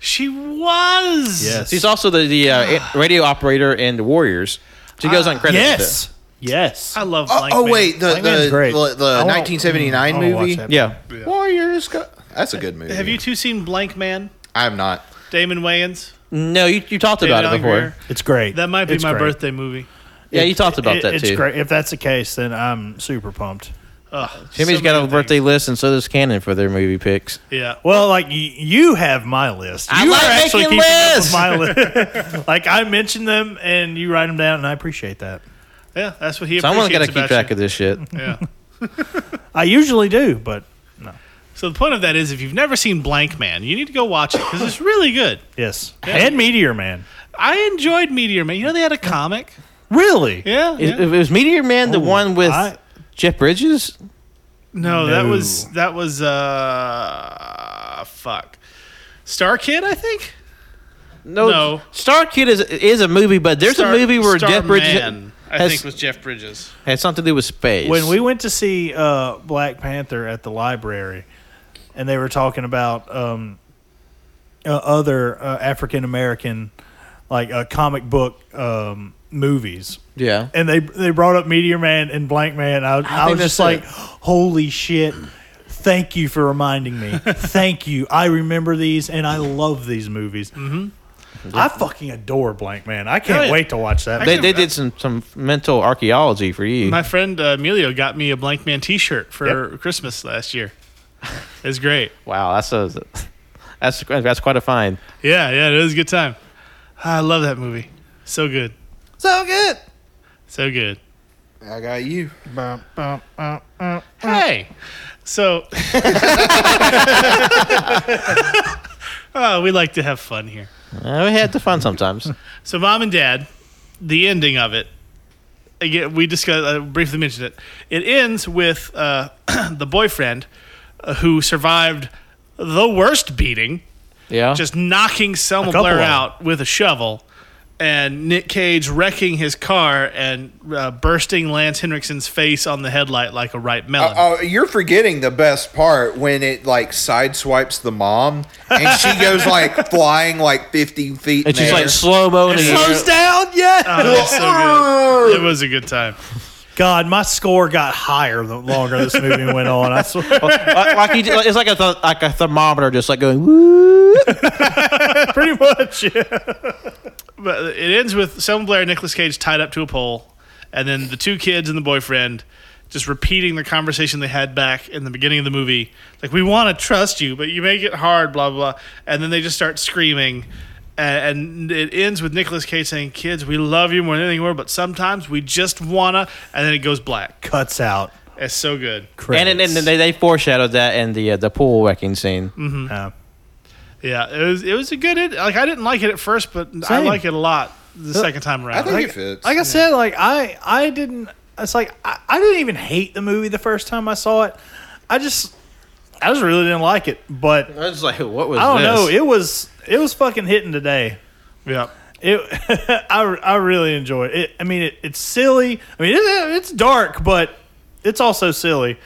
[SPEAKER 6] She was.
[SPEAKER 8] Yes.
[SPEAKER 7] She's also the, the uh, radio operator in The Warriors. She goes on credit.
[SPEAKER 8] yes. Yes.
[SPEAKER 6] I love.
[SPEAKER 9] Oh,
[SPEAKER 6] Blank
[SPEAKER 9] oh
[SPEAKER 6] Man.
[SPEAKER 9] wait, the the,
[SPEAKER 8] Blank Man's
[SPEAKER 9] the,
[SPEAKER 8] great. I
[SPEAKER 9] the
[SPEAKER 8] wanna-
[SPEAKER 9] nineteen seventy nine
[SPEAKER 8] I wanna watch
[SPEAKER 9] movie
[SPEAKER 8] that.
[SPEAKER 7] Yeah.
[SPEAKER 9] Warriors. Go- That's a good movie.
[SPEAKER 6] Have you two seen Blank Man?
[SPEAKER 9] I have not.
[SPEAKER 6] Damon Wayans.
[SPEAKER 7] No, you, you talked
[SPEAKER 6] David
[SPEAKER 7] about it
[SPEAKER 6] Allen
[SPEAKER 7] before.
[SPEAKER 6] Greer?
[SPEAKER 8] It's great.
[SPEAKER 6] That might be
[SPEAKER 8] It's
[SPEAKER 6] my
[SPEAKER 8] great.
[SPEAKER 6] birthday movie.
[SPEAKER 7] Yeah, you talked about
[SPEAKER 8] It-
[SPEAKER 7] that
[SPEAKER 8] it's
[SPEAKER 7] too.
[SPEAKER 8] great. If that's the case, then I'm super pumped.
[SPEAKER 6] Ugh,
[SPEAKER 7] Jimmy's
[SPEAKER 6] so
[SPEAKER 7] got a
[SPEAKER 6] many
[SPEAKER 7] birthday list, and so does Cannon for their movie picks.
[SPEAKER 6] things. Yeah.
[SPEAKER 8] Well, like y- you have my list.
[SPEAKER 7] I
[SPEAKER 8] You
[SPEAKER 7] like
[SPEAKER 8] are actually
[SPEAKER 7] making
[SPEAKER 8] keeping up with my list. <laughs> like I mention them and you write them down, and I appreciate that.
[SPEAKER 6] Yeah. That's what he.
[SPEAKER 7] Someone's got to keep
[SPEAKER 6] appreciates about
[SPEAKER 7] track
[SPEAKER 6] you.
[SPEAKER 7] of this shit.
[SPEAKER 6] Yeah.
[SPEAKER 8] I usually do, but
[SPEAKER 6] So the point of that is, if you've never seen Blank Man, you need to go watch it because it's really good.
[SPEAKER 8] yes. And Meteor Man.
[SPEAKER 6] I enjoyed Meteor Man. You know they had a comic.
[SPEAKER 8] Really?
[SPEAKER 6] Yeah.
[SPEAKER 7] Is- It, was Meteor Man
[SPEAKER 6] Oh,
[SPEAKER 7] the one with
[SPEAKER 8] I-
[SPEAKER 7] Jeff Bridges?
[SPEAKER 6] No, that
[SPEAKER 8] No.
[SPEAKER 6] was that was uh fuck. Star Kid, I think. No.
[SPEAKER 7] Star Kid is is a movie, but there's
[SPEAKER 6] Star-
[SPEAKER 7] a movie where
[SPEAKER 6] Star
[SPEAKER 7] Jeff Bridges
[SPEAKER 6] Man, I
[SPEAKER 7] has,
[SPEAKER 6] think was Jeff Bridges.
[SPEAKER 7] had something to do with space.
[SPEAKER 8] When we went to see uh, Black Panther at the library, and they were talking about um, uh, other uh, African American like uh, comic book um, movies,
[SPEAKER 7] yeah,
[SPEAKER 8] and they they brought up Meteor Man and Blank Man. I, I, was
[SPEAKER 7] that's
[SPEAKER 8] just like,
[SPEAKER 7] it.
[SPEAKER 8] holy shit. Thank you for reminding me. Thank you. I remember these and I love these movies. Mm-hmm. I fucking adore Blank Man. I can't
[SPEAKER 6] Oh, yeah.
[SPEAKER 8] wait to watch that.
[SPEAKER 7] they, they did some some mental archaeology for you.
[SPEAKER 6] My friend uh, Emilio got me a Blank Man T-shirt for Christmas last year. <laughs> It's great.
[SPEAKER 7] wow, that's a that's that's quite a find.
[SPEAKER 6] Yeah, yeah, it was a good time. Ah, I love that movie. So good,
[SPEAKER 7] So good.
[SPEAKER 6] so good.
[SPEAKER 9] I got you.
[SPEAKER 6] Hey, so <laughs> oh, we like to have fun here.
[SPEAKER 7] Uh, we had the fun
[SPEAKER 6] <laughs>
[SPEAKER 7] sometimes.
[SPEAKER 6] So, mom and dad, the ending of it. Again, we discussed. I briefly mentioned it. It ends with uh, <clears throat> the boyfriend uh, who survived the worst beating,
[SPEAKER 7] Yeah,
[SPEAKER 6] just knocking Selma
[SPEAKER 8] couple
[SPEAKER 6] Blair
[SPEAKER 8] of 'em.
[SPEAKER 6] out with a shovel, and Nick Cage wrecking his car and uh, bursting Lance Henriksen's face on the headlight like a ripe melon.
[SPEAKER 9] Oh, you're forgetting the best part when it like sideswipes the mom and she goes
[SPEAKER 8] <laughs>
[SPEAKER 9] like flying like 50 feet.
[SPEAKER 7] it's
[SPEAKER 9] in
[SPEAKER 7] just
[SPEAKER 9] the
[SPEAKER 7] like
[SPEAKER 9] air.
[SPEAKER 7] slow mo.
[SPEAKER 9] slows down. Yeah.
[SPEAKER 6] Oh, it was so good. It was a good time.
[SPEAKER 8] God, my score got higher the longer this movie went on. I swear.
[SPEAKER 7] like, like you, it's like a th- like a thermometer, just like going. Woo.
[SPEAKER 6] <laughs>
[SPEAKER 8] Pretty much. Yeah.
[SPEAKER 6] But it ends with Selma Blair and Nicolas Cage tied up to a pole, and then the two kids and the boyfriend just repeating the conversation they had back in the beginning of the movie. Like, we want to trust you, but you make it hard, blah, blah, blah. And then they just start screaming. a- And it ends with Nicolas Cage saying, Kids, we love you more than anything more, but sometimes we just wanna. And then it goes black.
[SPEAKER 8] Cuts out.
[SPEAKER 6] It's so good.
[SPEAKER 7] And, and, and they, they foreshadowed that in the uh, the pool wrecking scene.
[SPEAKER 6] Yeah, it was it was a good. It, like I didn't like it at first, but I
[SPEAKER 8] Same.
[SPEAKER 6] like it a lot the second time
[SPEAKER 9] I
[SPEAKER 6] around.
[SPEAKER 9] think
[SPEAKER 6] Like,
[SPEAKER 9] it fits.
[SPEAKER 8] Like I said, like I I didn't. It's like I, I didn't even hate the movie the first time I saw it. I just I just really didn't like it. But
[SPEAKER 7] I was like, what was
[SPEAKER 8] I don't know.
[SPEAKER 7] this?
[SPEAKER 8] It was it was fucking hitting today.
[SPEAKER 6] yeah,
[SPEAKER 8] It <laughs> I I really enjoy it. it I mean, it, it's silly. I mean, it, it's dark, but it's also silly.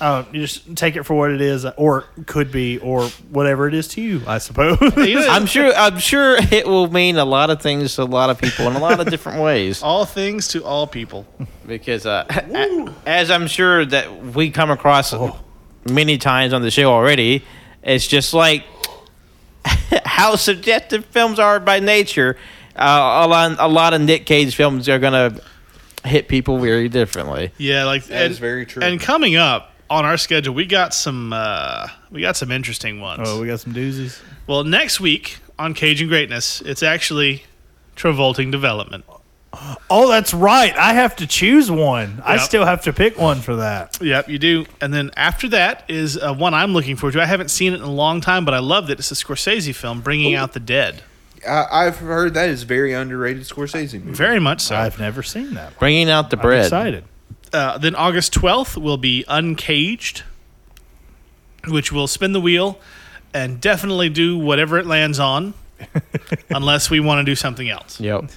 [SPEAKER 8] Uh, you just take it for what it is, or could be, or whatever it is to you, I <laughs> suppose.
[SPEAKER 6] <laughs>
[SPEAKER 7] I'm sure. I'm sure it will mean a lot of things to a lot of people in a lot of different ways.
[SPEAKER 6] all things to all people.
[SPEAKER 7] <laughs> Because uh, a- as I'm sure that we come across
[SPEAKER 8] Oh.
[SPEAKER 7] many times on the show already, it's just like <laughs> how subjective films are by nature. Uh, a lot, a lot of Nick Cage films are gonna hit people very differently.
[SPEAKER 6] Yeah, like that is
[SPEAKER 9] is very true.
[SPEAKER 6] And coming up on our schedule, we got some uh, we got some interesting ones.
[SPEAKER 8] we got some doozies.
[SPEAKER 6] Well, next week on Cajun Greatness, it's actually Travolting Development.
[SPEAKER 8] Oh, that's right. I have to choose one. I
[SPEAKER 6] Yep.
[SPEAKER 8] still have to pick one for that.
[SPEAKER 6] Yep, you do. And then after that is uh, one I'm looking forward to. I haven't seen it in a long time, but I loved it. It's a Scorsese film, Bringing Out the Dead.
[SPEAKER 9] I, I've heard that is very underrated Scorsese movie.
[SPEAKER 6] Very much so.
[SPEAKER 8] I've never seen that.
[SPEAKER 7] Bringing out the
[SPEAKER 8] I'm
[SPEAKER 7] bread.
[SPEAKER 8] excited.
[SPEAKER 6] Uh, then August 12th will be Uncaged, which will spin the wheel and definitely do whatever it
[SPEAKER 8] <laughs>
[SPEAKER 6] lands on, unless we want to do something
[SPEAKER 7] <laughs>
[SPEAKER 6] else.
[SPEAKER 7] Yep.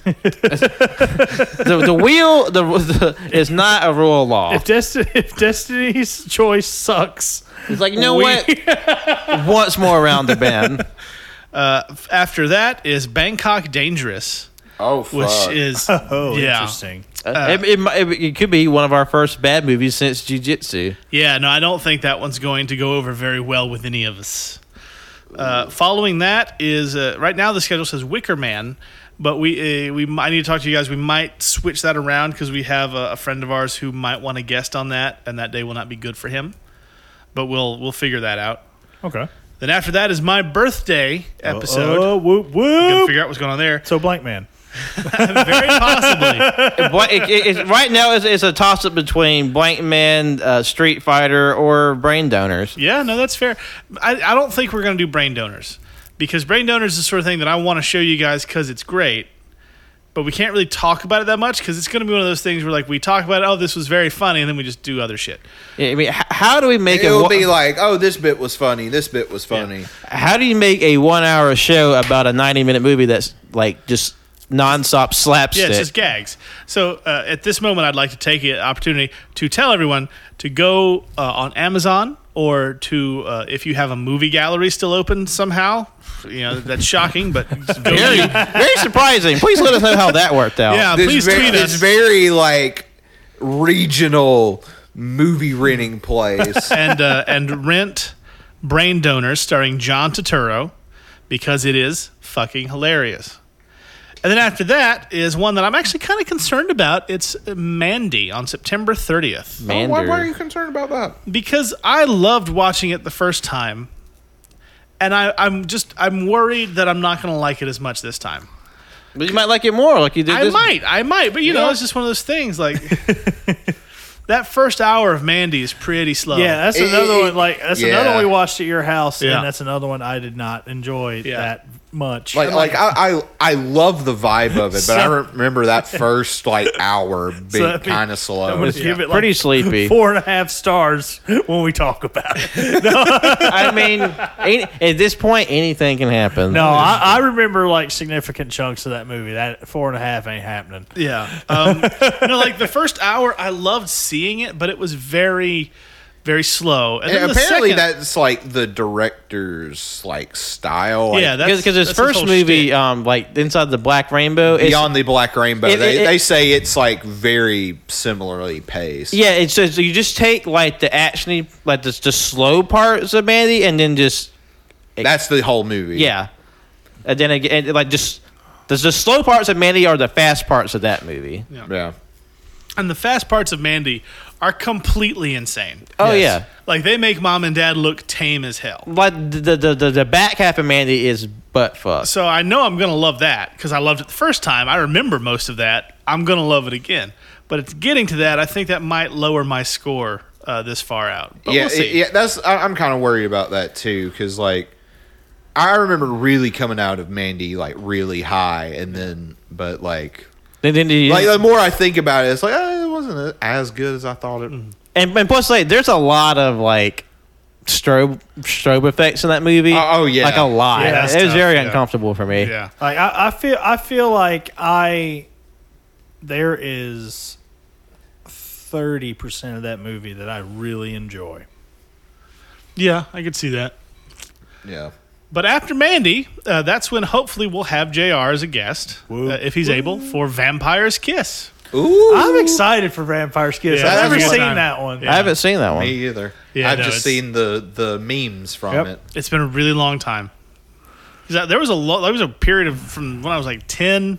[SPEAKER 7] the, the wheel the, the is not a rule of law.
[SPEAKER 8] If, Desti- if Destiny's Choice sucks,
[SPEAKER 7] It's like you know
[SPEAKER 8] we-
[SPEAKER 7] what? <laughs> Uh, Once more around the bend.
[SPEAKER 6] After that is Bangkok Dangerous,
[SPEAKER 9] Oh,
[SPEAKER 6] which
[SPEAKER 9] fuck.
[SPEAKER 6] is
[SPEAKER 8] <laughs> oh,
[SPEAKER 6] yeah.
[SPEAKER 8] interesting.
[SPEAKER 7] Uh, it, it, mi- it, it could be one of our first bad movies since Jiu Jitsu.
[SPEAKER 6] Yeah, no, I don't think that one's going to go over very well with any of us. Uh, following that is uh, right now the schedule says Wicker Man, but we uh, we might- I need to talk to you guys. We might switch that around because we have a, a friend of ours who might want to guest on that, and that day will not be good for him. But we'll we'll figure that out.
[SPEAKER 8] Okay.
[SPEAKER 6] Then after that is my birthday episode.
[SPEAKER 8] Oh, whoop,
[SPEAKER 6] Gotta
[SPEAKER 8] whoop.
[SPEAKER 6] figure out what's going on there.
[SPEAKER 8] So, Blank Man.
[SPEAKER 6] Very <laughs> possibly.
[SPEAKER 7] It- what- it- it- it's- right now, it's, it's a toss up between Blank Man, uh, Street Fighter, or Brain Donors.
[SPEAKER 6] Yeah, no, that's fair. I, I don't think we're going to do brain donors because brain donors is the sort of thing that I want to show you guys because it's great, but we can't really talk about it that much because it's going to be one of those things where like we talk about, oh, this was very funny, and then we just do other shit.
[SPEAKER 7] I mean, h- how do we make
[SPEAKER 9] It'll
[SPEAKER 7] a one-
[SPEAKER 9] be like, oh, this bit was funny. This bit was funny.
[SPEAKER 8] Uh,
[SPEAKER 7] how do you make a one hour show about a ninety minute movie that's like just nonstop
[SPEAKER 6] Yeah,
[SPEAKER 7] slapstick? <laughs>
[SPEAKER 6] it's just gags. So uh, at this moment, I'd like to take the opportunity to tell everyone to go uh, on Amazon or to uh, if you have a movie gallery still open somehow. You know that's shocking,
[SPEAKER 9] <laughs>
[SPEAKER 6] but go
[SPEAKER 7] very, very surprising. Please let us know how that worked out.
[SPEAKER 6] yeah,
[SPEAKER 9] This
[SPEAKER 6] please
[SPEAKER 9] ve-
[SPEAKER 6] tweet
[SPEAKER 9] this
[SPEAKER 6] us.
[SPEAKER 9] very like regional movie
[SPEAKER 8] <laughs>
[SPEAKER 9] renting place.
[SPEAKER 6] and uh, and rent Brain Donors starring John Turturro because it is fucking hilarious. And then after that is one that I'm actually kind of concerned about. It's Mandy on September 30th
[SPEAKER 7] Mander.
[SPEAKER 9] why, why are you concerned about that?
[SPEAKER 6] because I loved watching it the first time, and I, I'm just I'm worried that I'm not going to like it as much this time.
[SPEAKER 7] But you might like it more, like you did.
[SPEAKER 6] I
[SPEAKER 7] this-
[SPEAKER 6] might, I might, but you know, it's just one of those things. Like that first hour of Mandy is pretty slow.
[SPEAKER 8] Yeah, that's
[SPEAKER 9] It-
[SPEAKER 8] another
[SPEAKER 9] it-
[SPEAKER 8] one. Like that's
[SPEAKER 9] yeah.
[SPEAKER 8] another one we watched at your house,
[SPEAKER 6] Yeah.
[SPEAKER 8] and that's another one I did not enjoy
[SPEAKER 6] Yeah.
[SPEAKER 8] that much.
[SPEAKER 9] Like, like I, I, I love the vibe of it, but I remember that first like hour being
[SPEAKER 8] that'd be-
[SPEAKER 9] kind of slow.
[SPEAKER 8] I'm gonna give it like
[SPEAKER 7] Pretty sleepy.
[SPEAKER 8] four and a half stars when we talk about it.
[SPEAKER 7] I mean, any, at this point, anything can happen.
[SPEAKER 6] Oh,
[SPEAKER 8] No, I, I remember like significant chunks of that movie. That four and a half ain't happening.
[SPEAKER 6] Yeah.
[SPEAKER 8] <laughs>
[SPEAKER 6] Um, no, like the first hour, I loved seeing it, but it was very, very slow. And
[SPEAKER 9] And
[SPEAKER 6] then the
[SPEAKER 9] apparently,
[SPEAKER 6] second-
[SPEAKER 9] that's like the director's like style. Like,
[SPEAKER 6] yeah, that's
[SPEAKER 7] because his
[SPEAKER 6] that's his
[SPEAKER 7] first
[SPEAKER 6] whole
[SPEAKER 7] movie,
[SPEAKER 6] shtick.
[SPEAKER 7] um, like Inside the Black Rainbow, it's,
[SPEAKER 9] beyond the Black Rainbow,
[SPEAKER 7] It-
[SPEAKER 9] they,
[SPEAKER 7] it-
[SPEAKER 9] they say it's like very similarly paced.
[SPEAKER 7] yeah, it's just, you just take like the actiony, like the, the slow parts of Mandy, and then just
[SPEAKER 9] that's the whole movie.
[SPEAKER 7] yeah, and then again, and, like just the, the slow parts of Mandy are the fast parts of that movie.
[SPEAKER 9] yeah.
[SPEAKER 6] and the fast parts of Mandy are completely insane.
[SPEAKER 7] Oh
[SPEAKER 6] Like they make mom and dad look tame as
[SPEAKER 7] yeah,
[SPEAKER 6] hell.
[SPEAKER 7] like the the, the the back half of Mandy is butt fuck.
[SPEAKER 6] So I know I'm gonna love that because I loved it the first time. I remember most of that. I'm gonna love it again. but it's getting to that. I think that might lower my score uh, this far out. But
[SPEAKER 9] yeah,
[SPEAKER 6] we'll see.
[SPEAKER 9] it- yeah. That's I, I'm kind of worried about that too, because like I remember really coming out of Mandy like really high, and then but like
[SPEAKER 7] And, then you-
[SPEAKER 9] like the more I think about it, it's like eh, it wasn't as good as I thought it.
[SPEAKER 7] and, and plus, like, there's a lot of like strobe strobe effects in that movie.
[SPEAKER 9] Oh, oh, yeah.
[SPEAKER 7] like a lot.
[SPEAKER 6] Yeah, that's
[SPEAKER 7] it was
[SPEAKER 6] tough,
[SPEAKER 7] very
[SPEAKER 6] yeah.
[SPEAKER 7] uncomfortable for me.
[SPEAKER 6] yeah.
[SPEAKER 8] Like I, I feel I feel like I there is thirty percent of that movie that I really enjoy.
[SPEAKER 6] Yeah, I could see that.
[SPEAKER 9] Yeah.
[SPEAKER 6] But after Mandy, uh, that's when hopefully we'll have JR as a guest, uh, if he's able, for Vampire's Kiss.
[SPEAKER 9] Ooh.
[SPEAKER 8] I'm excited for Vampire Kiss.
[SPEAKER 6] Yeah,
[SPEAKER 8] I've
[SPEAKER 9] that's
[SPEAKER 8] never
[SPEAKER 9] a good
[SPEAKER 8] seen
[SPEAKER 6] time.
[SPEAKER 8] that one.
[SPEAKER 7] I haven't seen that one.
[SPEAKER 9] Me either.
[SPEAKER 6] Yeah,
[SPEAKER 9] I've
[SPEAKER 6] no, it's-
[SPEAKER 9] just seen the the memes from
[SPEAKER 8] Yep.
[SPEAKER 9] it.
[SPEAKER 6] It's been a really long time. 'Cause I- There was a lo- there was a period of from when I was like ten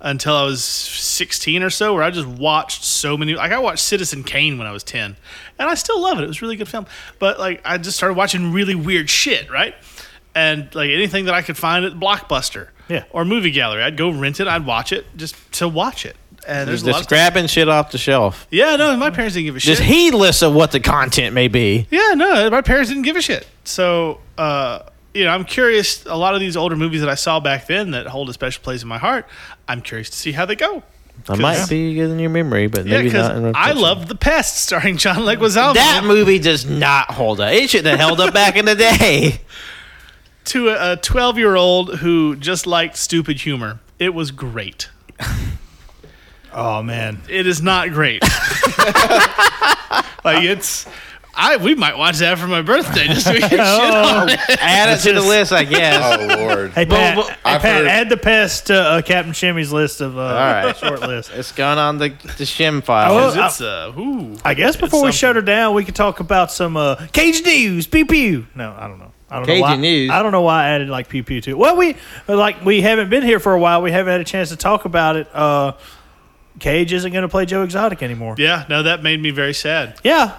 [SPEAKER 6] until I was sixteen or so, where I just watched so many. Like I watched Citizen Kane when I was ten, and I still love it. It was a really good film. But like I just started watching really weird shit, right? And like anything that I could find at Blockbuster,
[SPEAKER 8] Yeah.
[SPEAKER 6] or movie gallery, I'd go rent it. I'd watch it just to watch it. And there's a lot
[SPEAKER 7] Just
[SPEAKER 6] of stuff-
[SPEAKER 7] grabbing shit off the shelf.
[SPEAKER 6] Yeah, no, my parents didn't give a shit.
[SPEAKER 7] Just heedless of what the content may be.
[SPEAKER 6] Yeah, no, my parents didn't give a shit. So, uh, you know, I'm curious. A lot of these older movies that I saw back then that hold a special place in my heart, I'm curious to see how they go.
[SPEAKER 7] I might be good in your memory, but
[SPEAKER 6] Yeah,
[SPEAKER 7] maybe
[SPEAKER 6] because
[SPEAKER 7] not. In
[SPEAKER 6] I love The Pest <laughs> starring John Leguizamo
[SPEAKER 7] that movie. Does not hold up. It should have held up back in the
[SPEAKER 6] <laughs>
[SPEAKER 7] day. <laughs>
[SPEAKER 6] to a 12 year old who just liked stupid humor. It was great.
[SPEAKER 8] <laughs> Oh man,
[SPEAKER 6] It is not great. <laughs> like it's, I we might watch that for my birthday this week. Shit on it.
[SPEAKER 7] Add it to the list, I guess.
[SPEAKER 9] Oh lord.
[SPEAKER 8] hey Pat,
[SPEAKER 7] well,
[SPEAKER 8] hey,
[SPEAKER 9] I've
[SPEAKER 8] Pat
[SPEAKER 9] heard-
[SPEAKER 8] add the pest to uh, Captain Shimmy's list of uh,
[SPEAKER 7] right.
[SPEAKER 8] short list.
[SPEAKER 7] It's gone on the the shim file.
[SPEAKER 8] Oh, <laughs>
[SPEAKER 6] 'Cause It's uh, ooh.
[SPEAKER 8] I
[SPEAKER 7] <laughs>
[SPEAKER 8] guess before we shut her down, we could talk about some uh, cage news. Pew pew. No, I don't know. I don't
[SPEAKER 7] Cajun
[SPEAKER 8] know why,
[SPEAKER 7] news.
[SPEAKER 8] I don't know why I added like pew pew to it. Well, we like we haven't been here for a while. We haven't had a chance to talk about it. Uh, Cage isn't going to play Joe Exotic anymore.
[SPEAKER 6] Yeah, no, that made me very sad.
[SPEAKER 8] Yeah.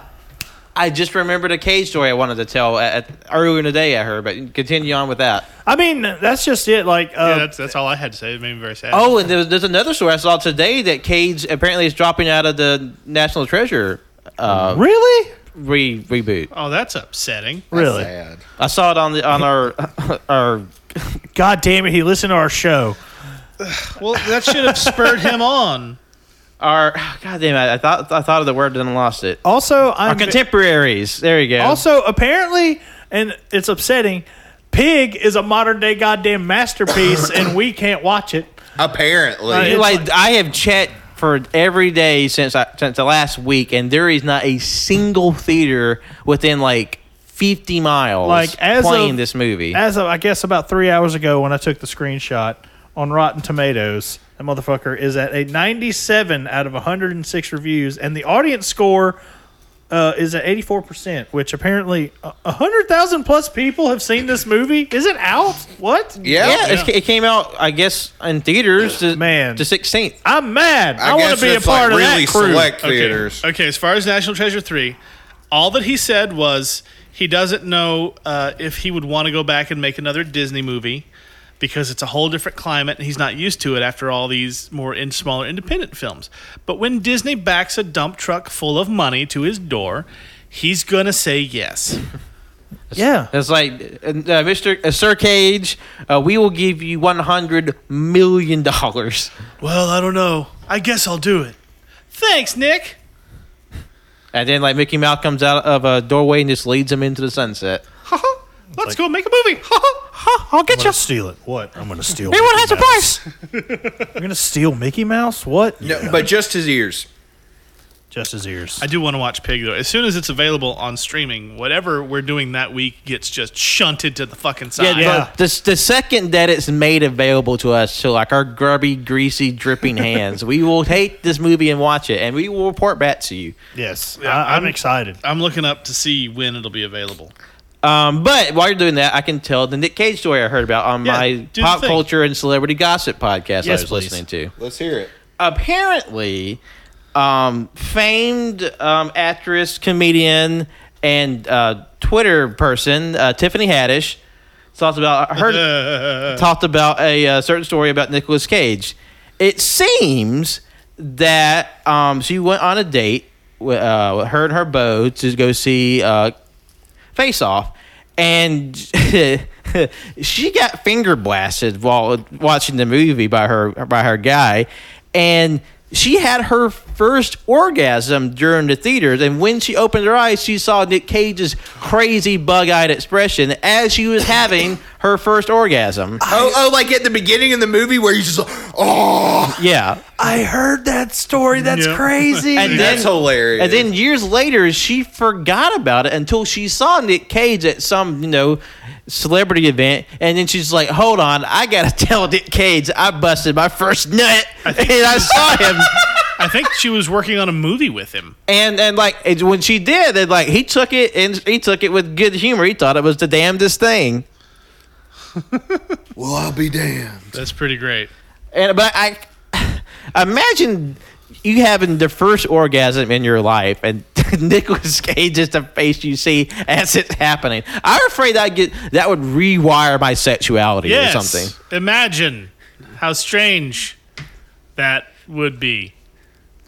[SPEAKER 7] I just remembered a cage story I wanted to tell at, at, earlier in the day. I heard, but continue on with that.
[SPEAKER 8] I mean that's just it. Like,
[SPEAKER 6] Yeah,
[SPEAKER 8] uh,
[SPEAKER 6] that's that's all I had to say. It made me very sad.
[SPEAKER 7] Oh, and there's, there's another story I saw today that Cage apparently is dropping out of the National Treasure uh,
[SPEAKER 8] really,
[SPEAKER 7] re- reboot.
[SPEAKER 6] Oh, that's upsetting.
[SPEAKER 8] really.
[SPEAKER 9] Sad.
[SPEAKER 7] I saw it on the on our <laughs> our
[SPEAKER 8] God damn it! He listened to our show.
[SPEAKER 6] Well, <laughs> that should have spurred him on.
[SPEAKER 7] our God damn it! I thought I thought of the word and lost it.
[SPEAKER 8] Also,
[SPEAKER 7] Our
[SPEAKER 8] I'm
[SPEAKER 7] contemporaries. There you go.
[SPEAKER 8] Also, apparently, and it's upsetting. Pig is a modern day goddamn masterpiece, and we can't watch it.
[SPEAKER 9] Apparently.
[SPEAKER 7] Dude, Uh, like I have checked for every day since I, since the last week, and there is not a single theater within like fifty miles
[SPEAKER 8] Like, as
[SPEAKER 7] playing
[SPEAKER 8] of-
[SPEAKER 7] this movie.
[SPEAKER 8] As of, I guess about three hours ago, when I took the screenshot on Rotten Tomatoes, that motherfucker is at a 97 out of 106 reviews, and the audience score uh, is at 84%, which apparently uh, 100,000 plus people have seen this movie. Is it out? What?
[SPEAKER 9] yeah.
[SPEAKER 7] yeah, it's- it came out, I guess, in theaters. The,
[SPEAKER 8] Man.
[SPEAKER 7] the sixteenth.
[SPEAKER 8] I'm mad. I, want
[SPEAKER 9] guess
[SPEAKER 8] to be a
[SPEAKER 9] it's, like,
[SPEAKER 8] part of
[SPEAKER 9] really
[SPEAKER 8] that crew.
[SPEAKER 9] select
[SPEAKER 6] Okay.
[SPEAKER 9] theaters.
[SPEAKER 6] Okay, as far as National Treasure 3, all that he said was he doesn't know uh, if he would want to go back and make another Disney movie because it's a whole different climate and he's not used to it after all these more in smaller independent films. But when Disney backs a dump truck full of money to his door, he's going to say yes.
[SPEAKER 8] Yeah.
[SPEAKER 7] It's like, uh, uh, Mister uh, Sir Cage, uh, we will give you one hundred million dollars.
[SPEAKER 6] Well, I don't know. I guess I'll do it. Thanks, Nick.
[SPEAKER 7] And then, like Mickey Mouse comes out of a doorway and just leads him into the sunset.
[SPEAKER 6] Let's go make a movie. <laughs>
[SPEAKER 7] I'll get you.
[SPEAKER 8] steal it. What? I'm gonna steal.
[SPEAKER 7] Everyone has a price.
[SPEAKER 8] <laughs> You're gonna steal Mickey Mouse? What?
[SPEAKER 9] No, but just his ears.
[SPEAKER 8] Just his ears.
[SPEAKER 6] I do want to watch Pig though. As soon as it's available on streaming, whatever we're doing that week gets just shunted to the fucking side.
[SPEAKER 7] Yeah,
[SPEAKER 8] Ah, Yeah.
[SPEAKER 7] but The, the second that it's made available to us, to like our grubby, greasy, dripping hands, we will take this movie and watch it, and we will report back to you.
[SPEAKER 8] yes,
[SPEAKER 6] Yeah,
[SPEAKER 8] I, I'm,
[SPEAKER 6] I'm-
[SPEAKER 8] excited.
[SPEAKER 6] I'm looking up to see when it'll be available.
[SPEAKER 7] Um, but while you're doing that, I can tell the Nick Cage story I heard about on
[SPEAKER 6] Yeah, do
[SPEAKER 7] my
[SPEAKER 6] the
[SPEAKER 7] pop
[SPEAKER 6] thing.
[SPEAKER 7] culture and celebrity gossip podcast
[SPEAKER 8] Yes,
[SPEAKER 7] I was
[SPEAKER 8] please.
[SPEAKER 7] listening to.
[SPEAKER 9] Let's hear it.
[SPEAKER 7] Apparently, um, famed um, actress, comedian, and uh, Twitter person uh, Tiffany Haddish talked about her talked about a uh, certain story about Nicolas Cage. It seems that um, she went on a date with, uh, with her and her beau to go see uh, Face Off, and <laughs> she got finger blasted while watching the movie by her by her guy, and she had her first orgasm during the theaters. And when she opened her eyes, she saw Nick Cage's crazy bug-eyed expression as she was having her first orgasm.
[SPEAKER 9] Oh, oh, like at the beginning of the movie where you just, like, oh,
[SPEAKER 7] Yeah.
[SPEAKER 8] I heard that story. That's
[SPEAKER 6] Yeah.
[SPEAKER 8] crazy.
[SPEAKER 7] And
[SPEAKER 9] that's
[SPEAKER 7] then,
[SPEAKER 9] hilarious.
[SPEAKER 7] And then years later, she forgot about it until she saw Nick Cage at some, you know, celebrity event. And then she's like, hold on, I got to <laughs> tell Nick Cage I busted my first nut. and I saw him.
[SPEAKER 6] <laughs> I think she was working on a movie with him.
[SPEAKER 7] And, and like it- when she did, and like he took it and he took it with good humor. He thought it was the damnedest thing.
[SPEAKER 9] well, I'll be damned.
[SPEAKER 8] <clears throat>
[SPEAKER 6] That's pretty great.
[SPEAKER 7] And but I <sighs> imagine you having the first orgasm in your life, and <laughs> Nicholas Cage is the face you see as it's happening. I'm afraid that get that would rewire my sexuality
[SPEAKER 6] Yes.
[SPEAKER 7] or something.
[SPEAKER 6] Imagine how strange that would be.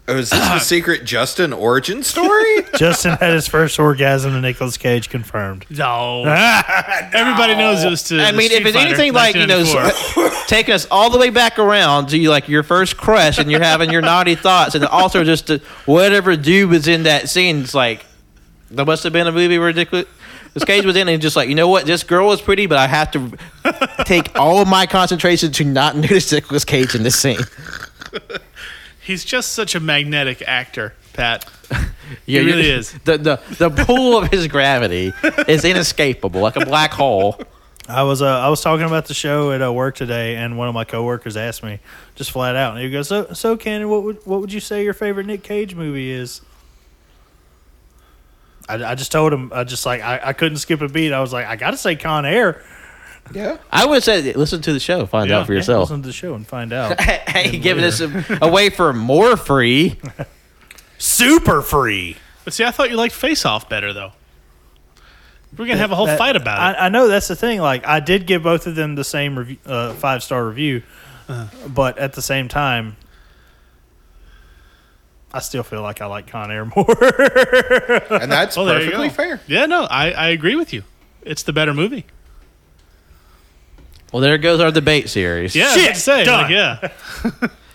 [SPEAKER 9] Oh, is this the secret Justin origin story?
[SPEAKER 8] Justin had his first orgasm to Nicolas Cage confirmed.
[SPEAKER 6] No. <laughs> Everybody knows it was to.
[SPEAKER 7] I mean, if it's anything like you know, <laughs>
[SPEAKER 6] I
[SPEAKER 7] s- taking us all the way back around to like your first crush, and you're having your naughty thoughts, and also just to, whatever dude was in that scene, it's like there must have been a movie where Nicholas Cage was in, and just like you know what, this girl is pretty, but I have to take all of my concentration to not <laughs> notice Nicholas Cage in this scene.
[SPEAKER 6] he's just such a magnetic actor, Pat.
[SPEAKER 7] Yeah,
[SPEAKER 6] He
[SPEAKER 7] you-
[SPEAKER 6] really is.
[SPEAKER 7] The, the the pull of his gravity is inescapable, like a black hole.
[SPEAKER 8] I was uh, I was talking about the show at uh, work today, and one of my coworkers asked me just flat out, and he goes, "So, so, Cannon, what would what would you say your favorite Nick Cage movie is?" I, I just told him, I just like I, I couldn't skip a beat. I was like, I gotta say Con Air.
[SPEAKER 7] I would say listen to the show, find
[SPEAKER 6] Yeah.
[SPEAKER 7] out for yourself.
[SPEAKER 8] Listen to the show and find out.
[SPEAKER 7] <laughs> hey, giving us away for more free.
[SPEAKER 8] <laughs> Super free.
[SPEAKER 6] But see, I thought you liked Face Off better, though. We're gonna have a whole
[SPEAKER 8] that-
[SPEAKER 6] fight about it.
[SPEAKER 8] Uh, I, I know that's the thing. Like I did give both of them the same review, uh, five star review,
[SPEAKER 6] Uh-huh.
[SPEAKER 8] but at the same time, I still feel like I like Con Air <laughs> more.
[SPEAKER 9] And that's
[SPEAKER 6] Well, Oh, there you
[SPEAKER 9] perfectly
[SPEAKER 6] go.
[SPEAKER 9] fair.
[SPEAKER 6] Yeah, no, I, I agree with you. It's the better movie.
[SPEAKER 7] Well, there goes our debate series.
[SPEAKER 6] Yeah,
[SPEAKER 8] Shit,
[SPEAKER 6] I'd say,
[SPEAKER 8] done. <laughs>
[SPEAKER 6] like, yeah.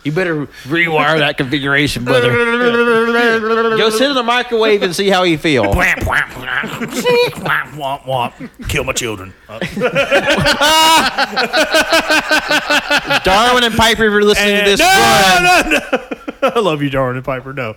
[SPEAKER 7] You better rewire that configuration, <laughs> brother. Go sit in the microwave and see how you
[SPEAKER 8] <laughs>
[SPEAKER 7] feel. <laughs>
[SPEAKER 8] womp womp. Kill my children.
[SPEAKER 7] Darwin and Piper, if you're listening to this, run.
[SPEAKER 8] <laughs> I love you, Darwin and Piper. No,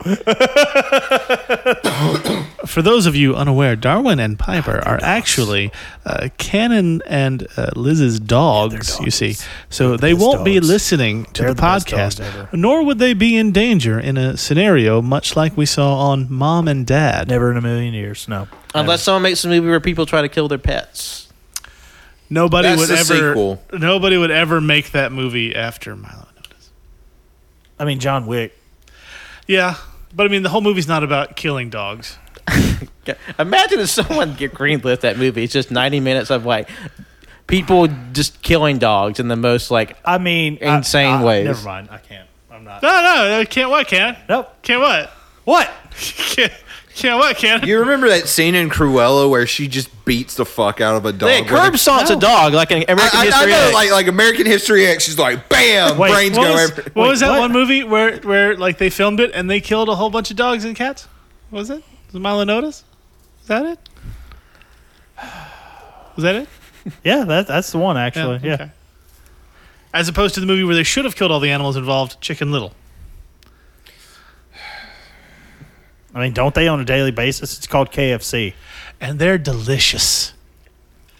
[SPEAKER 6] <coughs> For those of you unaware, Darwin and Piper are actually uh, Cannon and uh, Liz's dogs, you see. So they won't be
[SPEAKER 8] dogs.
[SPEAKER 6] listening to
[SPEAKER 8] They're
[SPEAKER 6] the
[SPEAKER 8] the best dogs
[SPEAKER 6] podcast,
[SPEAKER 8] ever.
[SPEAKER 6] nor would they be in danger in a scenario much like we saw on Mom and Dad.
[SPEAKER 8] never in a million years. No.
[SPEAKER 7] unless someone makes a movie where people try to kill their pets.
[SPEAKER 6] Nobody
[SPEAKER 9] That's
[SPEAKER 6] would
[SPEAKER 9] the
[SPEAKER 6] ever
[SPEAKER 9] sequel.
[SPEAKER 6] nobody would ever make that movie after Milo Notice.
[SPEAKER 8] I mean John Wick.
[SPEAKER 6] Yeah, but I mean the whole movie's not about killing dogs.
[SPEAKER 7] Imagine if someone <laughs> get greenlit that movie. It's just 90 minutes of like people just killing dogs in the most like
[SPEAKER 8] I mean, I-
[SPEAKER 7] Insane
[SPEAKER 8] I-
[SPEAKER 7] ways.
[SPEAKER 8] Never mind. I can't. I'm not.
[SPEAKER 6] No, no, I can't what, can? I?
[SPEAKER 8] Nope.
[SPEAKER 6] Can't what?
[SPEAKER 8] What?
[SPEAKER 6] <laughs> Can't, can't what, can? I?
[SPEAKER 9] You remember that scene in Cruella where she just beats the fuck out of a dog?
[SPEAKER 7] they
[SPEAKER 9] with a-
[SPEAKER 7] curb stomps a dog like an American
[SPEAKER 9] I, I- I
[SPEAKER 7] history.
[SPEAKER 9] know,
[SPEAKER 7] X.
[SPEAKER 9] like like American History X. She's like, bam,
[SPEAKER 8] Wait,
[SPEAKER 9] brains
[SPEAKER 6] what
[SPEAKER 9] go.
[SPEAKER 6] was,
[SPEAKER 9] every-
[SPEAKER 6] what was that
[SPEAKER 8] what?
[SPEAKER 6] one movie where where like they filmed it and they killed a whole bunch of dogs and cats? What was it? Was it Milo Notice? Was that it? <sighs> Was that it?
[SPEAKER 8] Yeah, that, that's the one actually. Yeah.
[SPEAKER 6] okay. As opposed to the movie where they should have killed all the animals involved, Chicken Little.
[SPEAKER 8] I mean, don't they on a daily basis? It's called KFC.
[SPEAKER 6] And they're delicious.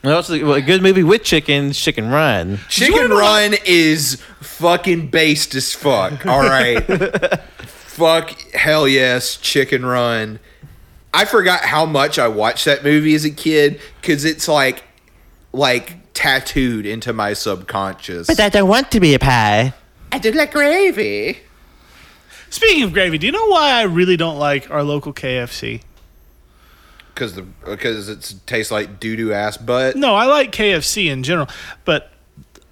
[SPEAKER 7] Well, that's a, well, a good movie with chickens, Chicken Run.
[SPEAKER 9] Chicken Run is fucking based
[SPEAKER 6] <laughs>
[SPEAKER 9] as fuck. All right. fuck hell yes, Chicken Run. I forgot how much I watched that movie as a kid because it's like like tattooed into my subconscious.
[SPEAKER 7] I don't want to be a pie.
[SPEAKER 9] I do like gravy.
[SPEAKER 6] Speaking of gravy, do you know why I really don't like our local KFC?
[SPEAKER 9] Because the because it tastes like doo doo ass butt.
[SPEAKER 6] No, I like KFC in general, but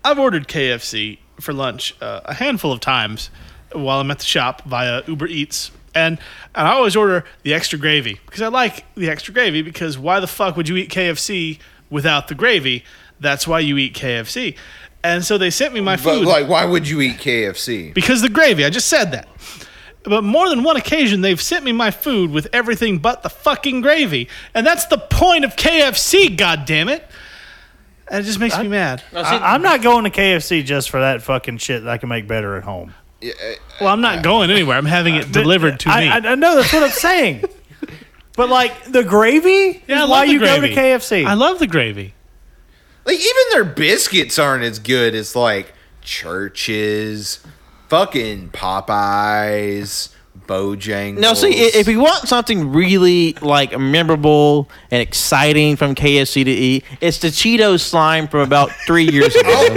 [SPEAKER 6] I've ordered KFC for lunch uh, a handful of times,
[SPEAKER 8] while I'm at the shop via Uber Eats. And, and I always order the extra gravy because I like the extra gravy because why the fuck would you eat KFC without the gravy? That's why you eat KFC. And so they sent me my
[SPEAKER 9] But
[SPEAKER 8] food
[SPEAKER 9] like, why would you eat KFC?
[SPEAKER 8] because the gravy. I just said that. But more than one occasion, they've sent me my food with everything but the fucking gravy, and that's the point of KFC. God damn it! And it just makes me mad.
[SPEAKER 6] I, am not going to KFC just for that fucking shit that I can make better at home.
[SPEAKER 8] Well, I'm not going anywhere. I'm having
[SPEAKER 6] <laughs>
[SPEAKER 8] it delivered to
[SPEAKER 6] I,
[SPEAKER 8] me.
[SPEAKER 6] I, I know that's what I'm
[SPEAKER 8] <laughs>
[SPEAKER 6] saying. But like the gravy
[SPEAKER 8] Yeah, I love
[SPEAKER 6] is why
[SPEAKER 8] the
[SPEAKER 6] you go to
[SPEAKER 8] gravy.
[SPEAKER 6] KFC.
[SPEAKER 8] I love the gravy.
[SPEAKER 9] Like even their biscuits aren't as good as like churches, fucking Popeyes, Bojangles.
[SPEAKER 7] Now, see, i- if you want something really like memorable and exciting from KFC to eat, it's the Cheeto slime from about three years ago.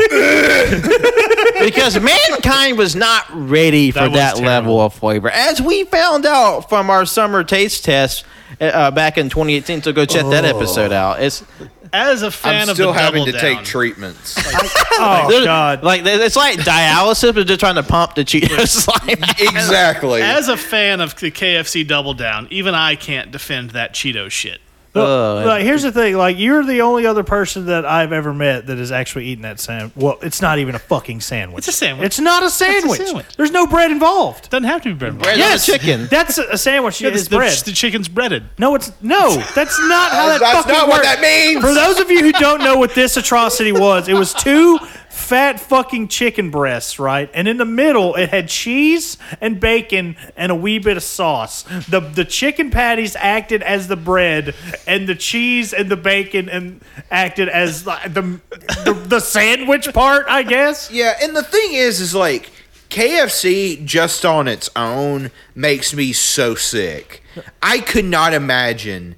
[SPEAKER 7] because mankind was not ready for
[SPEAKER 8] That
[SPEAKER 7] that,
[SPEAKER 8] was
[SPEAKER 7] level of flavor, as we found out from our summer taste test uh, uh, back in 2018. So go check that episode out. It's
[SPEAKER 8] As a fan
[SPEAKER 9] I'm
[SPEAKER 8] of the
[SPEAKER 9] still
[SPEAKER 8] double
[SPEAKER 9] having to
[SPEAKER 8] down,
[SPEAKER 9] take treatments. <laughs>
[SPEAKER 6] oh
[SPEAKER 7] there's-
[SPEAKER 6] god.
[SPEAKER 7] like it's like dialysis, but just trying to pump the Cheeto <laughs> slime. out.
[SPEAKER 9] exactly.
[SPEAKER 8] as a fan of the KFC double down, even I can't defend that Cheeto shit.
[SPEAKER 7] Ugh.
[SPEAKER 6] Oh, Like here's the thing, like you're the only other person that I've ever met that has actually eaten that sandwich. Well, it's not even a fucking sandwich.
[SPEAKER 8] It's a sandwich.
[SPEAKER 6] It's not a sandwich.
[SPEAKER 8] sandwich.
[SPEAKER 6] There's no bread involved.
[SPEAKER 8] Doesn't have to be bread.
[SPEAKER 7] Bread on a chicken.
[SPEAKER 6] That's a, a sandwich.
[SPEAKER 8] Yeah,
[SPEAKER 6] it's
[SPEAKER 8] the,
[SPEAKER 6] bread.
[SPEAKER 8] the chicken's breaded.
[SPEAKER 6] no, it's no. That's not how that
[SPEAKER 9] That's
[SPEAKER 6] fucking
[SPEAKER 9] not what
[SPEAKER 6] works.
[SPEAKER 9] that means.
[SPEAKER 6] For those of you who don't know what this atrocity was, it was two fat fucking chicken breasts, right? And in the middle, it had cheese and bacon and a wee bit of sauce. The the chicken patties acted as the bread, and the cheese and the bacon and acted as like, the the, the sandwich part, I guess.
[SPEAKER 9] Yeah, and the thing is, is like KFC just on its own makes me so sick. I could not imagine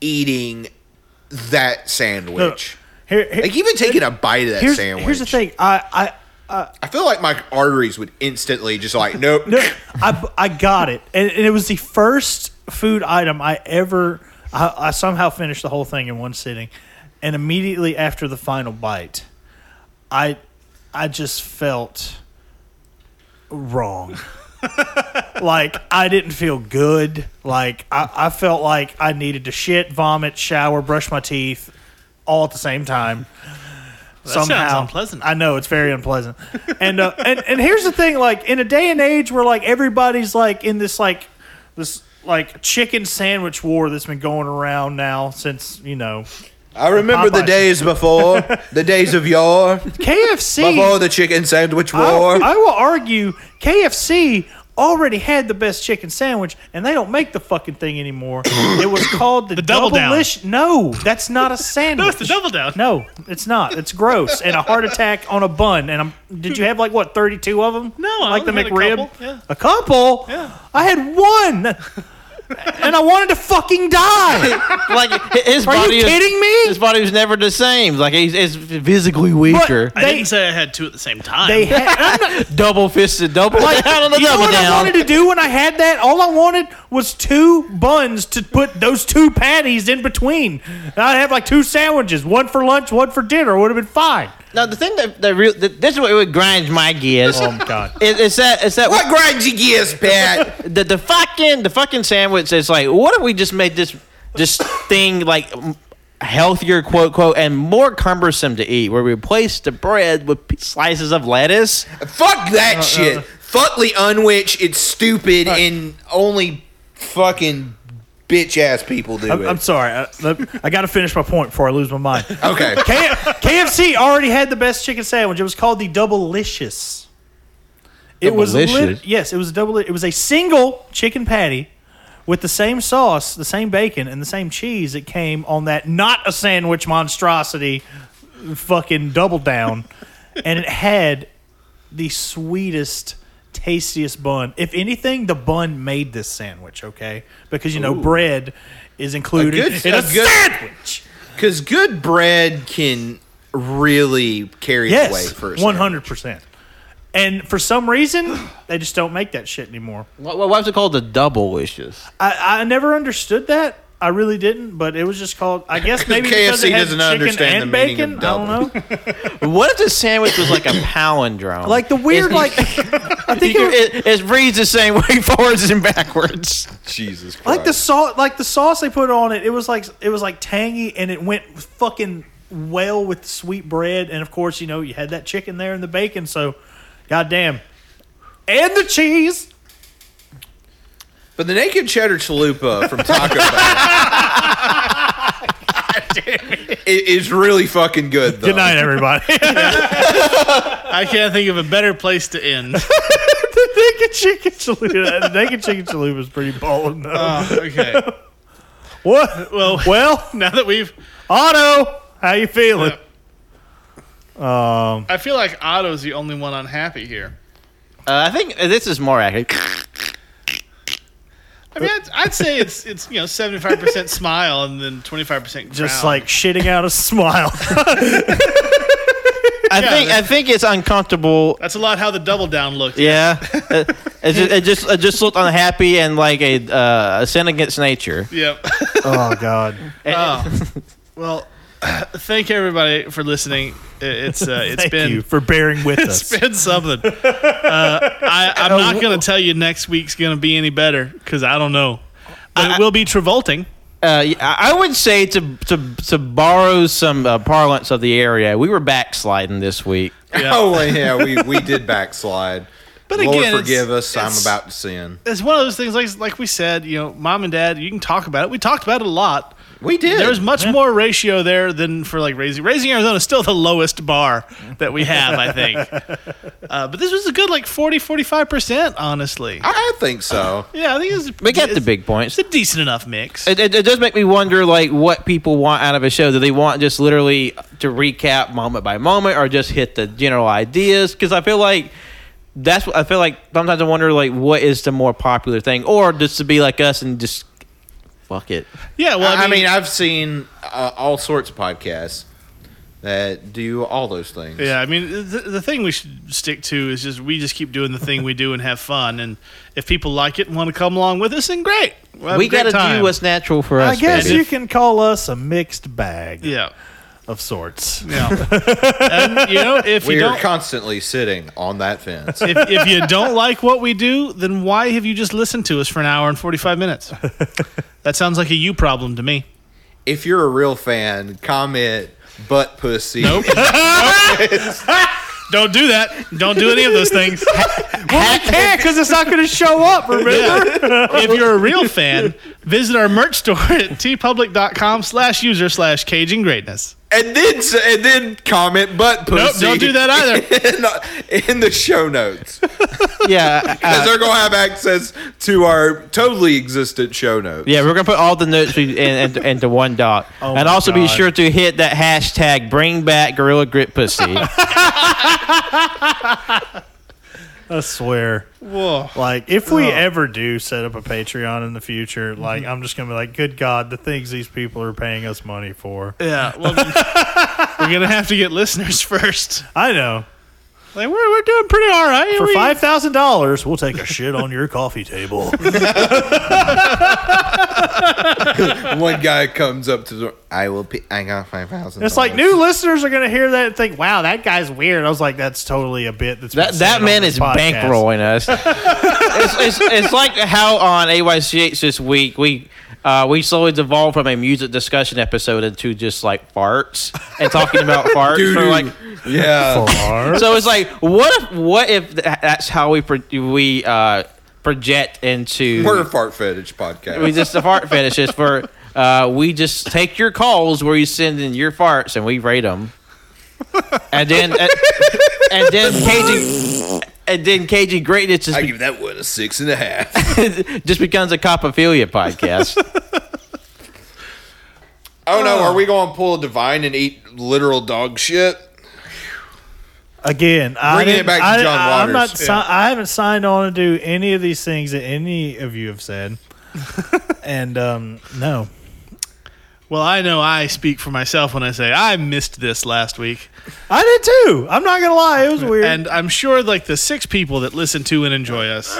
[SPEAKER 9] eating that sandwich.
[SPEAKER 6] Here, here-
[SPEAKER 9] Like even taking a bite of that
[SPEAKER 6] here's,
[SPEAKER 9] sandwich.
[SPEAKER 6] here's the thing. I,
[SPEAKER 9] I feel like my arteries would instantly just like
[SPEAKER 6] <laughs>
[SPEAKER 9] nope.
[SPEAKER 6] I, I, I got it, and, and it was the first food item I ever. I, I somehow finished the whole thing in one sitting, and immediately after the final bite, I, I just felt wrong. like I didn't feel good. Like I, I felt like I needed to shit, vomit, shower, brush my teeth, all at the same time.
[SPEAKER 8] sounds
[SPEAKER 6] Somehow,
[SPEAKER 8] unpleasant.
[SPEAKER 6] I know it's very unpleasant. and uh, and and here's the thing: like in a day and age where like everybody's like in this like this like chicken sandwich war that's been going around now since you know
[SPEAKER 9] I remember the
[SPEAKER 6] Popeyes.
[SPEAKER 9] days before, the days of yore,
[SPEAKER 6] KFC.
[SPEAKER 9] before the chicken sandwich war.
[SPEAKER 6] I, I will argue KFC already had the best chicken sandwich, and they don't make the fucking thing anymore. it was called the,
[SPEAKER 8] double down.
[SPEAKER 6] Double-ish- No, that's not a sandwich.
[SPEAKER 8] No, it's the double down.
[SPEAKER 6] No, it's not. It's gross and a heart attack on a bun. And I'm. Did you have like what thirty two of them?
[SPEAKER 8] No, I
[SPEAKER 6] like the
[SPEAKER 8] only had a
[SPEAKER 6] McRib.
[SPEAKER 8] couple, yeah.
[SPEAKER 6] A couple?
[SPEAKER 8] Yeah.
[SPEAKER 6] I had one. And I wanted to fucking die. <laughs>
[SPEAKER 7] like hi- his
[SPEAKER 6] Are you
[SPEAKER 7] body is-
[SPEAKER 6] kidding me?
[SPEAKER 7] His body was never the same. Like he's, he's physically weaker.
[SPEAKER 6] But
[SPEAKER 8] I
[SPEAKER 7] <laughs>
[SPEAKER 6] They-
[SPEAKER 8] didn't say I had two at the same time.
[SPEAKER 6] They had, I'm not-
[SPEAKER 7] double fisted, double <laughs> down on the
[SPEAKER 6] you know
[SPEAKER 7] double
[SPEAKER 6] what <laughs> I
[SPEAKER 7] down.
[SPEAKER 6] wanted to do when I had that? All I wanted was two buns to put those two patties in between. And I'd have like two sandwiches, one for lunch, one for dinner. It would have been fine.
[SPEAKER 7] Now the thing that, that real that, this is what would grind my gears.
[SPEAKER 6] Oh, God.
[SPEAKER 7] <laughs> It, it's that it's that
[SPEAKER 9] what grinds your gears, Pat?
[SPEAKER 6] <laughs>
[SPEAKER 7] the the fucking the fucking sandwich is like what if we just made this this thing like m- healthier quote quote and more cumbersome to eat where we replace the bread with p- slices of lettuce
[SPEAKER 9] Fuck
[SPEAKER 6] Uh,
[SPEAKER 9] that shit. Fuck the unwitch. It's stupid and only fucking bitch ass people do
[SPEAKER 6] I'm,
[SPEAKER 9] it.
[SPEAKER 6] I'm sorry. I, let- I got to finish my point before I lose my mind.
[SPEAKER 9] okay.
[SPEAKER 6] K- KFC already had the best chicken sandwich. It was called the Doublelicious. It was lit-
[SPEAKER 7] Doublelicious?
[SPEAKER 6] yes, it was a double. It was a single chicken patty with the same sauce, the same bacon, and the same cheese that came on that not a sandwich monstrosity, fucking double down, and it had the sweetest. Tastiest bun. If anything, the bun made this sandwich, okay? Because you know bread is included
[SPEAKER 9] good-
[SPEAKER 6] in
[SPEAKER 9] a
[SPEAKER 6] a,
[SPEAKER 9] good-
[SPEAKER 6] sandwich.
[SPEAKER 9] Because good bread can really carry the weight
[SPEAKER 6] Yes,
[SPEAKER 9] for a
[SPEAKER 6] one
[SPEAKER 9] second.
[SPEAKER 6] hundred percent. And for some reason, they just don't make that shit anymore.
[SPEAKER 7] what, what was it called the double wishes
[SPEAKER 6] I, I never understood that. I really didn't, but it was just called. I
[SPEAKER 9] <laughs>
[SPEAKER 6] guess maybe because
[SPEAKER 9] KFC
[SPEAKER 6] it had
[SPEAKER 9] doesn't
[SPEAKER 6] chicken
[SPEAKER 9] understand
[SPEAKER 6] and
[SPEAKER 9] the meaning
[SPEAKER 6] bacon.
[SPEAKER 9] of
[SPEAKER 6] I don't know.
[SPEAKER 7] What if the sandwich was like a <laughs> palindrome?
[SPEAKER 10] Like
[SPEAKER 9] <laughs>
[SPEAKER 10] the weird,
[SPEAKER 7] It's-
[SPEAKER 10] like
[SPEAKER 7] I think it, it, it reads the same way <laughs> forwards and backwards.
[SPEAKER 9] Jesus Christ.
[SPEAKER 6] like the sauce, like the sauce they put on it. It was like it was like tangy, and it went fucking well with sweet bread. And of course, you know you had that chicken there and the bacon. So, goddamn, and the cheese.
[SPEAKER 9] But the naked cheddar chalupa from
[SPEAKER 8] <laughs>
[SPEAKER 9] Taco Bell. It is really fucking good though.
[SPEAKER 6] Good night, everybody.
[SPEAKER 8] <laughs> I can't think
[SPEAKER 6] <laughs>
[SPEAKER 8] of a better place to <laughs> end.
[SPEAKER 6] naked chicken chalupa. The naked chicken chalupa is pretty bold. Though.
[SPEAKER 8] Oh, okay.
[SPEAKER 6] what?
[SPEAKER 8] Uh, Well,
[SPEAKER 6] <laughs> Well,
[SPEAKER 8] <laughs> now that we've,
[SPEAKER 6] Otto, how you feeling? Um,
[SPEAKER 8] I feel like Otto's the only one unhappy here.
[SPEAKER 7] Uh, I think this is more accurate.
[SPEAKER 8] I mean, I'd, I'd say it's it's you know seventy five percent <laughs> smile and then twenty five percent
[SPEAKER 6] just like shitting out a
[SPEAKER 8] <laughs>
[SPEAKER 6] smile.
[SPEAKER 7] I think I think it's uncomfortable.
[SPEAKER 8] that's a lot how the double down <laughs> looked.
[SPEAKER 7] Yeah, it, it just it just it just looked unhappy and like a uh, a sin against nature.
[SPEAKER 8] Yep.
[SPEAKER 6] oh God.
[SPEAKER 8] Oh. well, <laughs> thank everybody for listening. I- It's uh, it's
[SPEAKER 6] <laughs> Thank
[SPEAKER 8] been
[SPEAKER 6] you for bearing with us.
[SPEAKER 8] <laughs> it's been something. <laughs> Uh, I, I'm not going to tell you next week's going to be any better because I don't know, but it will be travolting.
[SPEAKER 7] Uh, yeah, I I would say to to to borrow some uh, parlance of the area, we were backsliding this week.
[SPEAKER 9] Oh well, yeah, we, we did
[SPEAKER 8] <laughs>
[SPEAKER 9] backslide. But Lord
[SPEAKER 8] again, it's-
[SPEAKER 9] forgive us. I'm
[SPEAKER 8] it's-
[SPEAKER 9] about to sin.
[SPEAKER 8] It's one of those things like like we said, you know, mom and dad, you can talk about it. We talked about it a lot.
[SPEAKER 9] We did.
[SPEAKER 8] There was much more ratio there than for like raising raising Arizona is still the lowest bar that we have, I think. Uh, but this was a good like 40 45%, honestly.
[SPEAKER 9] I think so.
[SPEAKER 8] Yeah, I think it's
[SPEAKER 7] We got the
[SPEAKER 8] it's-
[SPEAKER 7] big points.
[SPEAKER 8] It's a decent enough mix.
[SPEAKER 7] It, it, it does make me wonder, like, what people want out of a show. Do they want just literally to recap moment by moment, or just hit the general ideas? Because I feel like that's what I feel like. Sometimes I wonder, like, what is the more popular thing, or just to be like us and just fuck it.
[SPEAKER 8] yeah, well,
[SPEAKER 9] I, mean, I've seen uh, all sorts of podcasts that do all those things.
[SPEAKER 8] Yeah, I mean, the, the thing we should stick to is just we just keep doing the thing we do and have fun. And if people like it and want to come along with us, then great. We'll have
[SPEAKER 7] we
[SPEAKER 8] a great
[SPEAKER 7] got to
[SPEAKER 8] time.
[SPEAKER 7] do what's natural for
[SPEAKER 6] I
[SPEAKER 7] us.
[SPEAKER 6] guess
[SPEAKER 7] baby.
[SPEAKER 6] you can call us a mixed bag
[SPEAKER 8] Yeah,
[SPEAKER 6] of sorts.
[SPEAKER 8] yeah. and you know, if you
[SPEAKER 9] We are
[SPEAKER 8] don't.
[SPEAKER 9] constantly sitting on
[SPEAKER 8] <laughs>
[SPEAKER 9] that fence.
[SPEAKER 8] if, if you don't like what we do, then why have you just listened to us for an hour and 45 minutes? That sounds like a you problem to me.
[SPEAKER 9] if you're a real fan, comment butt pussy. Nope.
[SPEAKER 8] Don't do that. Don't do any of those things.
[SPEAKER 6] Yeah, because it's not going to show up. Remember?
[SPEAKER 8] if you're a real fan, visit our merch store at tpublic.com slash user slash caging greatness.
[SPEAKER 9] and then s- and then comment butt pussy.
[SPEAKER 8] Nope, don't do that either.
[SPEAKER 9] <laughs>
[SPEAKER 8] Uh,
[SPEAKER 9] in, the, in the show notes because
[SPEAKER 7] <laughs> yeah, uh,
[SPEAKER 9] they're gonna have access to our totally existent show notes.
[SPEAKER 7] yeah. We're gonna put all the notes we, in, in, into one doc,
[SPEAKER 8] Oh
[SPEAKER 7] and also be sure to hit that hashtag Bring Back Gorilla Grit Pussy.
[SPEAKER 6] I swear.
[SPEAKER 8] Whoa.
[SPEAKER 6] Like, if we ever do set up a Patreon in the future, like, I'm just going to be like, good God, the things these people are paying us money for.
[SPEAKER 8] Yeah, well, we're gonna have to get listeners first.
[SPEAKER 6] I know.
[SPEAKER 8] Like we're, we're doing pretty all right
[SPEAKER 6] For
[SPEAKER 8] We-
[SPEAKER 6] $5,000, we'll take a shit on your coffee <laughs> table.
[SPEAKER 9] <laughs> One guy comes up to the I will. Pay, I got five thousand.
[SPEAKER 6] it's like new listeners are going to hear that and think, wow, that guy's weird. I was like, that's totally a bit that's been
[SPEAKER 7] That,
[SPEAKER 6] said
[SPEAKER 7] that
[SPEAKER 6] on
[SPEAKER 7] man
[SPEAKER 6] this
[SPEAKER 7] is
[SPEAKER 6] podcast.
[SPEAKER 7] bankrolling
[SPEAKER 6] <laughs>
[SPEAKER 7] us. it's, it's, it's like how on AYCH this week we uh, we slowly devolved from a music discussion episode into just like farts and talking
[SPEAKER 6] <laughs>
[SPEAKER 7] about farts for like.
[SPEAKER 9] Yeah.
[SPEAKER 7] So it's like what if what if tha- that's how we pro- we uh, project into
[SPEAKER 9] We're a fart fetish podcast.
[SPEAKER 7] we just the fart fetishes for uh, we just take your calls where you send in your farts and we rate them, and then and, and then KG and then KG greatness just
[SPEAKER 9] I
[SPEAKER 7] be-
[SPEAKER 9] give that one a six and a half.
[SPEAKER 7] <laughs> just becomes a copophilia podcast.
[SPEAKER 9] Oh no, are we going to pull a divine and eat literal dog shit?
[SPEAKER 6] Again, I
[SPEAKER 9] Bringing it
[SPEAKER 6] didn't-
[SPEAKER 9] back to
[SPEAKER 6] I,
[SPEAKER 9] John
[SPEAKER 6] I, I'm not.
[SPEAKER 9] Waters.
[SPEAKER 6] si- I haven't signed on to do any of these
[SPEAKER 9] <laughs>
[SPEAKER 6] things that any of you have said, and um, no,
[SPEAKER 8] Well, I know I speak for myself when I say I missed this last week,
[SPEAKER 6] I did too. I'm not gonna lie, it was weird. <laughs>
[SPEAKER 8] and I'm sure like the six people that listen to and enjoy us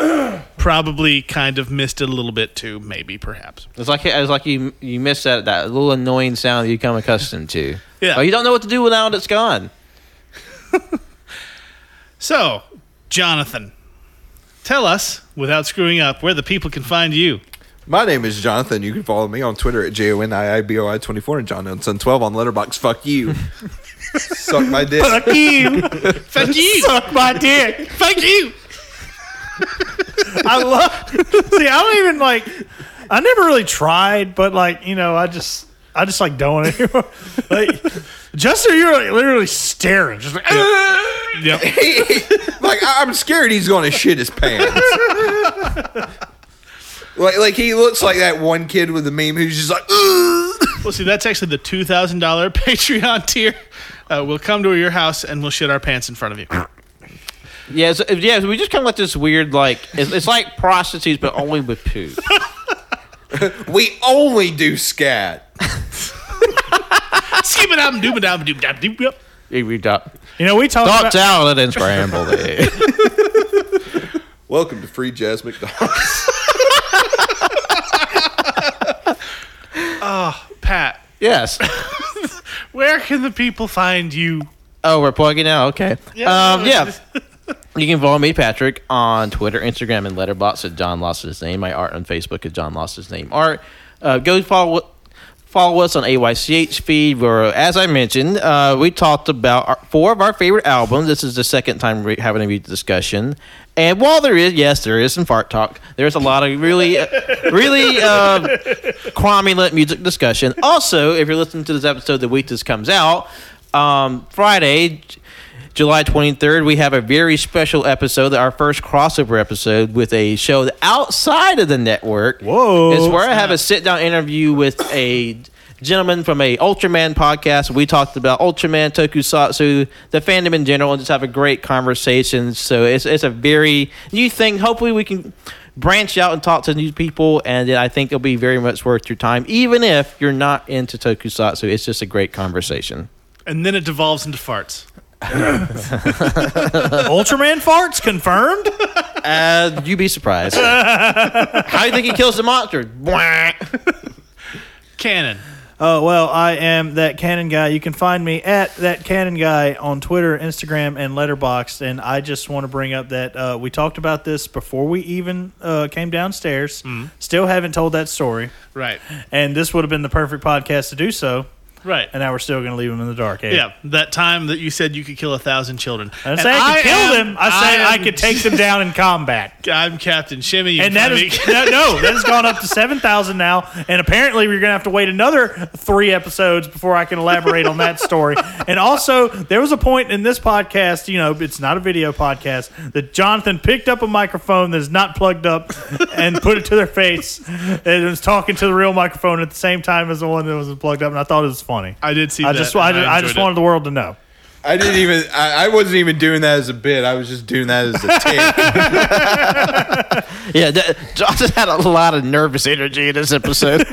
[SPEAKER 8] probably kind of missed it a little bit too, maybe perhaps.
[SPEAKER 7] It's like it's like you you miss that that little annoying sound you become accustomed to.
[SPEAKER 8] Yeah.
[SPEAKER 7] Like, you don't know what to do without it's gone.
[SPEAKER 8] So, Jonathan, tell us without screwing up where the people can find you.
[SPEAKER 9] My name is Jonathan. You can follow me on Twitter at J O N I I B O I 24 and John Nelson 12 on Letterbox. Fuck <laughs> you. Suck my dick. <laughs>
[SPEAKER 8] <laughs> Fuck you!
[SPEAKER 6] Suck my dick.
[SPEAKER 8] Fuck you!
[SPEAKER 6] I love. See, I don't even like. I never really tried, but like you know, I just. I just like don't anymore. <laughs> Like, Justin, you're like literally staring, just like
[SPEAKER 8] Yep.
[SPEAKER 9] like I- I'm scared he's gonna shit his <laughs> pants. like like he looks like that one kid with the meme who's just like "Ugh."
[SPEAKER 8] Well, see, that's actually the two thousand dollar <laughs> Patreon tier. Uh, we'll come to your house and we'll shit our pants in front of
[SPEAKER 6] <laughs>
[SPEAKER 8] you.
[SPEAKER 7] Yeah, so, yeah. So we just kind of like this weird like it's, it's like prostitutes but only with poo.
[SPEAKER 9] we only do scat.
[SPEAKER 8] Skip it, I'm doom, doom, doom, doom, doom.
[SPEAKER 7] If you don't-
[SPEAKER 6] You know, we talked
[SPEAKER 7] don't
[SPEAKER 6] about
[SPEAKER 7] tell it and scramble it.
[SPEAKER 9] Welcome to Free Jazz McDonald's. <laughs>
[SPEAKER 8] Pat,
[SPEAKER 7] yes.
[SPEAKER 8] where can the people find you?
[SPEAKER 7] Oh, we're plugging out. Okay. Yeah. Um, yeah. You can follow me, Patrick, on Twitter, Instagram, and Letterboxd at John Lost His Name. My art on Facebook at John Lost His Name Art. Uh, go follow follow us on AYCH feed, where, as I mentioned, uh, we talked about our, four of our favorite albums. This is the second time we're having a music discussion. And while there is, yes, there is some fart talk, there's a lot of really, uh, really uh, cromulent music discussion. Also, if you're listening to this episode the week this comes out, um, Friday, J- July 23rd, we have a very special episode, our first crossover episode with a show that- outside of the network.
[SPEAKER 6] Whoa.
[SPEAKER 7] It's where I have a sit down interview with a gentleman from a Ultraman podcast. We talked about Ultraman, Tokusatsu, the fandom in general, and just have a great conversation. So it's it's a very new thing. Hopefully, we can branch out and talk to new people, and I think it'll be very much worth your time, even if you're not into Tokusatsu. It's just a great conversation.
[SPEAKER 8] And then it devolves into farts.
[SPEAKER 6] Ultraman farts confirmed.
[SPEAKER 7] Uh, you'd be surprised. <laughs> How do you think he kills the monster?
[SPEAKER 8] Cannon.
[SPEAKER 6] Oh well, I am that Canon guy. You can find me at that Canon guy on Twitter, Instagram, and Letterboxd. And I just want to bring up that uh, we talked about this before we even uh, came downstairs. Still haven't told that story,
[SPEAKER 8] Mm-hmm. Right.
[SPEAKER 6] and this would have been the perfect podcast to do so.
[SPEAKER 8] Right.
[SPEAKER 6] And now we're still going to leave him in the dark. eh?
[SPEAKER 8] yeah, that time that you said you could kill a thousand children.
[SPEAKER 6] I didn't say I could kill
[SPEAKER 8] am-
[SPEAKER 6] them. I said I,
[SPEAKER 8] am-
[SPEAKER 6] could take them down in combat.
[SPEAKER 8] <laughs> I'm Captain Shimmy.
[SPEAKER 6] And <laughs> that is no, no, that has gone up to seven thousand now, and apparently we're gonna have to wait another three episodes before I can elaborate on that story. And also, there was a point in this podcast, you know, it's not a video podcast, that Jonathan picked up a microphone that is not plugged up and put it to their face, and was talking to the real microphone at the same time as the one that was plugged up, and I thought it was funny.
[SPEAKER 8] I did see
[SPEAKER 6] I
[SPEAKER 8] that,
[SPEAKER 6] just,
[SPEAKER 8] and
[SPEAKER 6] I,
[SPEAKER 8] I
[SPEAKER 6] just, I
[SPEAKER 8] enjoyed
[SPEAKER 6] just
[SPEAKER 8] it.
[SPEAKER 6] wanted the world to know.
[SPEAKER 9] I didn't even I, I wasn't even doing that as a bit. I was just doing that as a <laughs> tick.
[SPEAKER 7] Yeah, that, Johnson had a lot of nervous energy in this episode.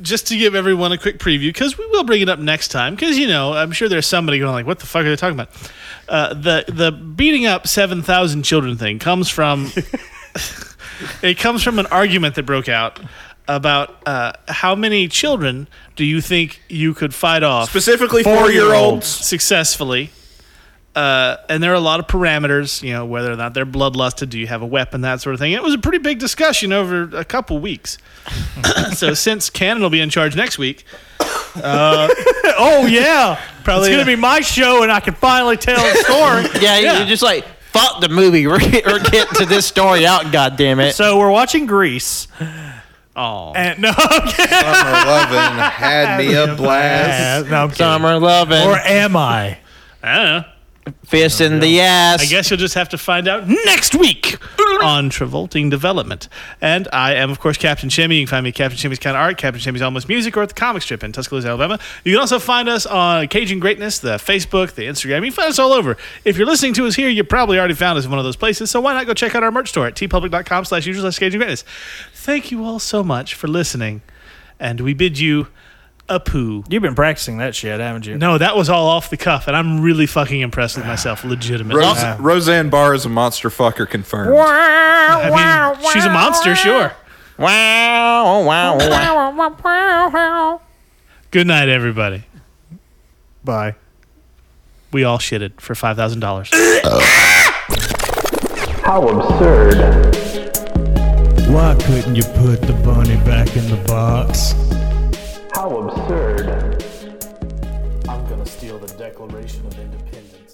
[SPEAKER 8] just to give everyone a quick preview because we will bring it up next time because you know i'm sure there's somebody going like what the fuck are they talking about uh, the the beating up 7000 children thing comes from <laughs> it comes from an argument that broke out about uh, how many children do you think you could fight off
[SPEAKER 9] Specifically four year olds.
[SPEAKER 8] successfully. Uh, and there are a lot of parameters, you know, whether or not they're bloodlusted, do you have a weapon, that sort of thing. It was a pretty big discussion over a couple weeks. so since Cannon will be in charge next week,
[SPEAKER 6] Oh yeah, probably <laughs> it's
[SPEAKER 8] uh,
[SPEAKER 6] gonna be my show, and I can finally tell the story.
[SPEAKER 7] Yeah, you- you're just like fuck the movie or get to this story out. God damn it!
[SPEAKER 6] So we're watching Grease.
[SPEAKER 8] oh,
[SPEAKER 6] And <laughs> no, I'm kidding.
[SPEAKER 9] Summer loving had me a blast.
[SPEAKER 6] no, I'm kidding.
[SPEAKER 7] Summer loving,
[SPEAKER 6] Or am I?
[SPEAKER 8] I don't know.
[SPEAKER 7] fist in the ass.
[SPEAKER 8] I guess you'll just have to find out next week on Travolting Development. And I am, of course, Captain Shimmy. You can find me at Captain Shimmy's Kind of Art, Captain Shimmy's Almost Music, or at the comic strip in Tuscaloosa, Alabama. You can also find us on Cajun Greatness, the Facebook, the Instagram. You can find us all over. If you're listening to us here, you probably already found us in one of those places, so why not go check out our merch store at tpublic.com slash usual slash Cajun Greatness. Thank you all so much for listening. and we bid you a poo.
[SPEAKER 6] You've been practicing that shit, haven't you?
[SPEAKER 8] No, that was all off the cuff, and I'm really fucking impressed with myself, legitimately. Uh,
[SPEAKER 9] Rose, Roseanne Barr is a monster fucker confirmed.
[SPEAKER 8] I mean, she's a monster, sure.
[SPEAKER 11] Wow, wow, wow.
[SPEAKER 8] Good night, everybody.
[SPEAKER 6] Bye.
[SPEAKER 8] We all shitted for five thousand dollars.
[SPEAKER 3] How absurd.
[SPEAKER 5] Why couldn't you put the bunny back in the box?
[SPEAKER 3] How absurd.
[SPEAKER 4] I'm gonna steal the Declaration of Independence.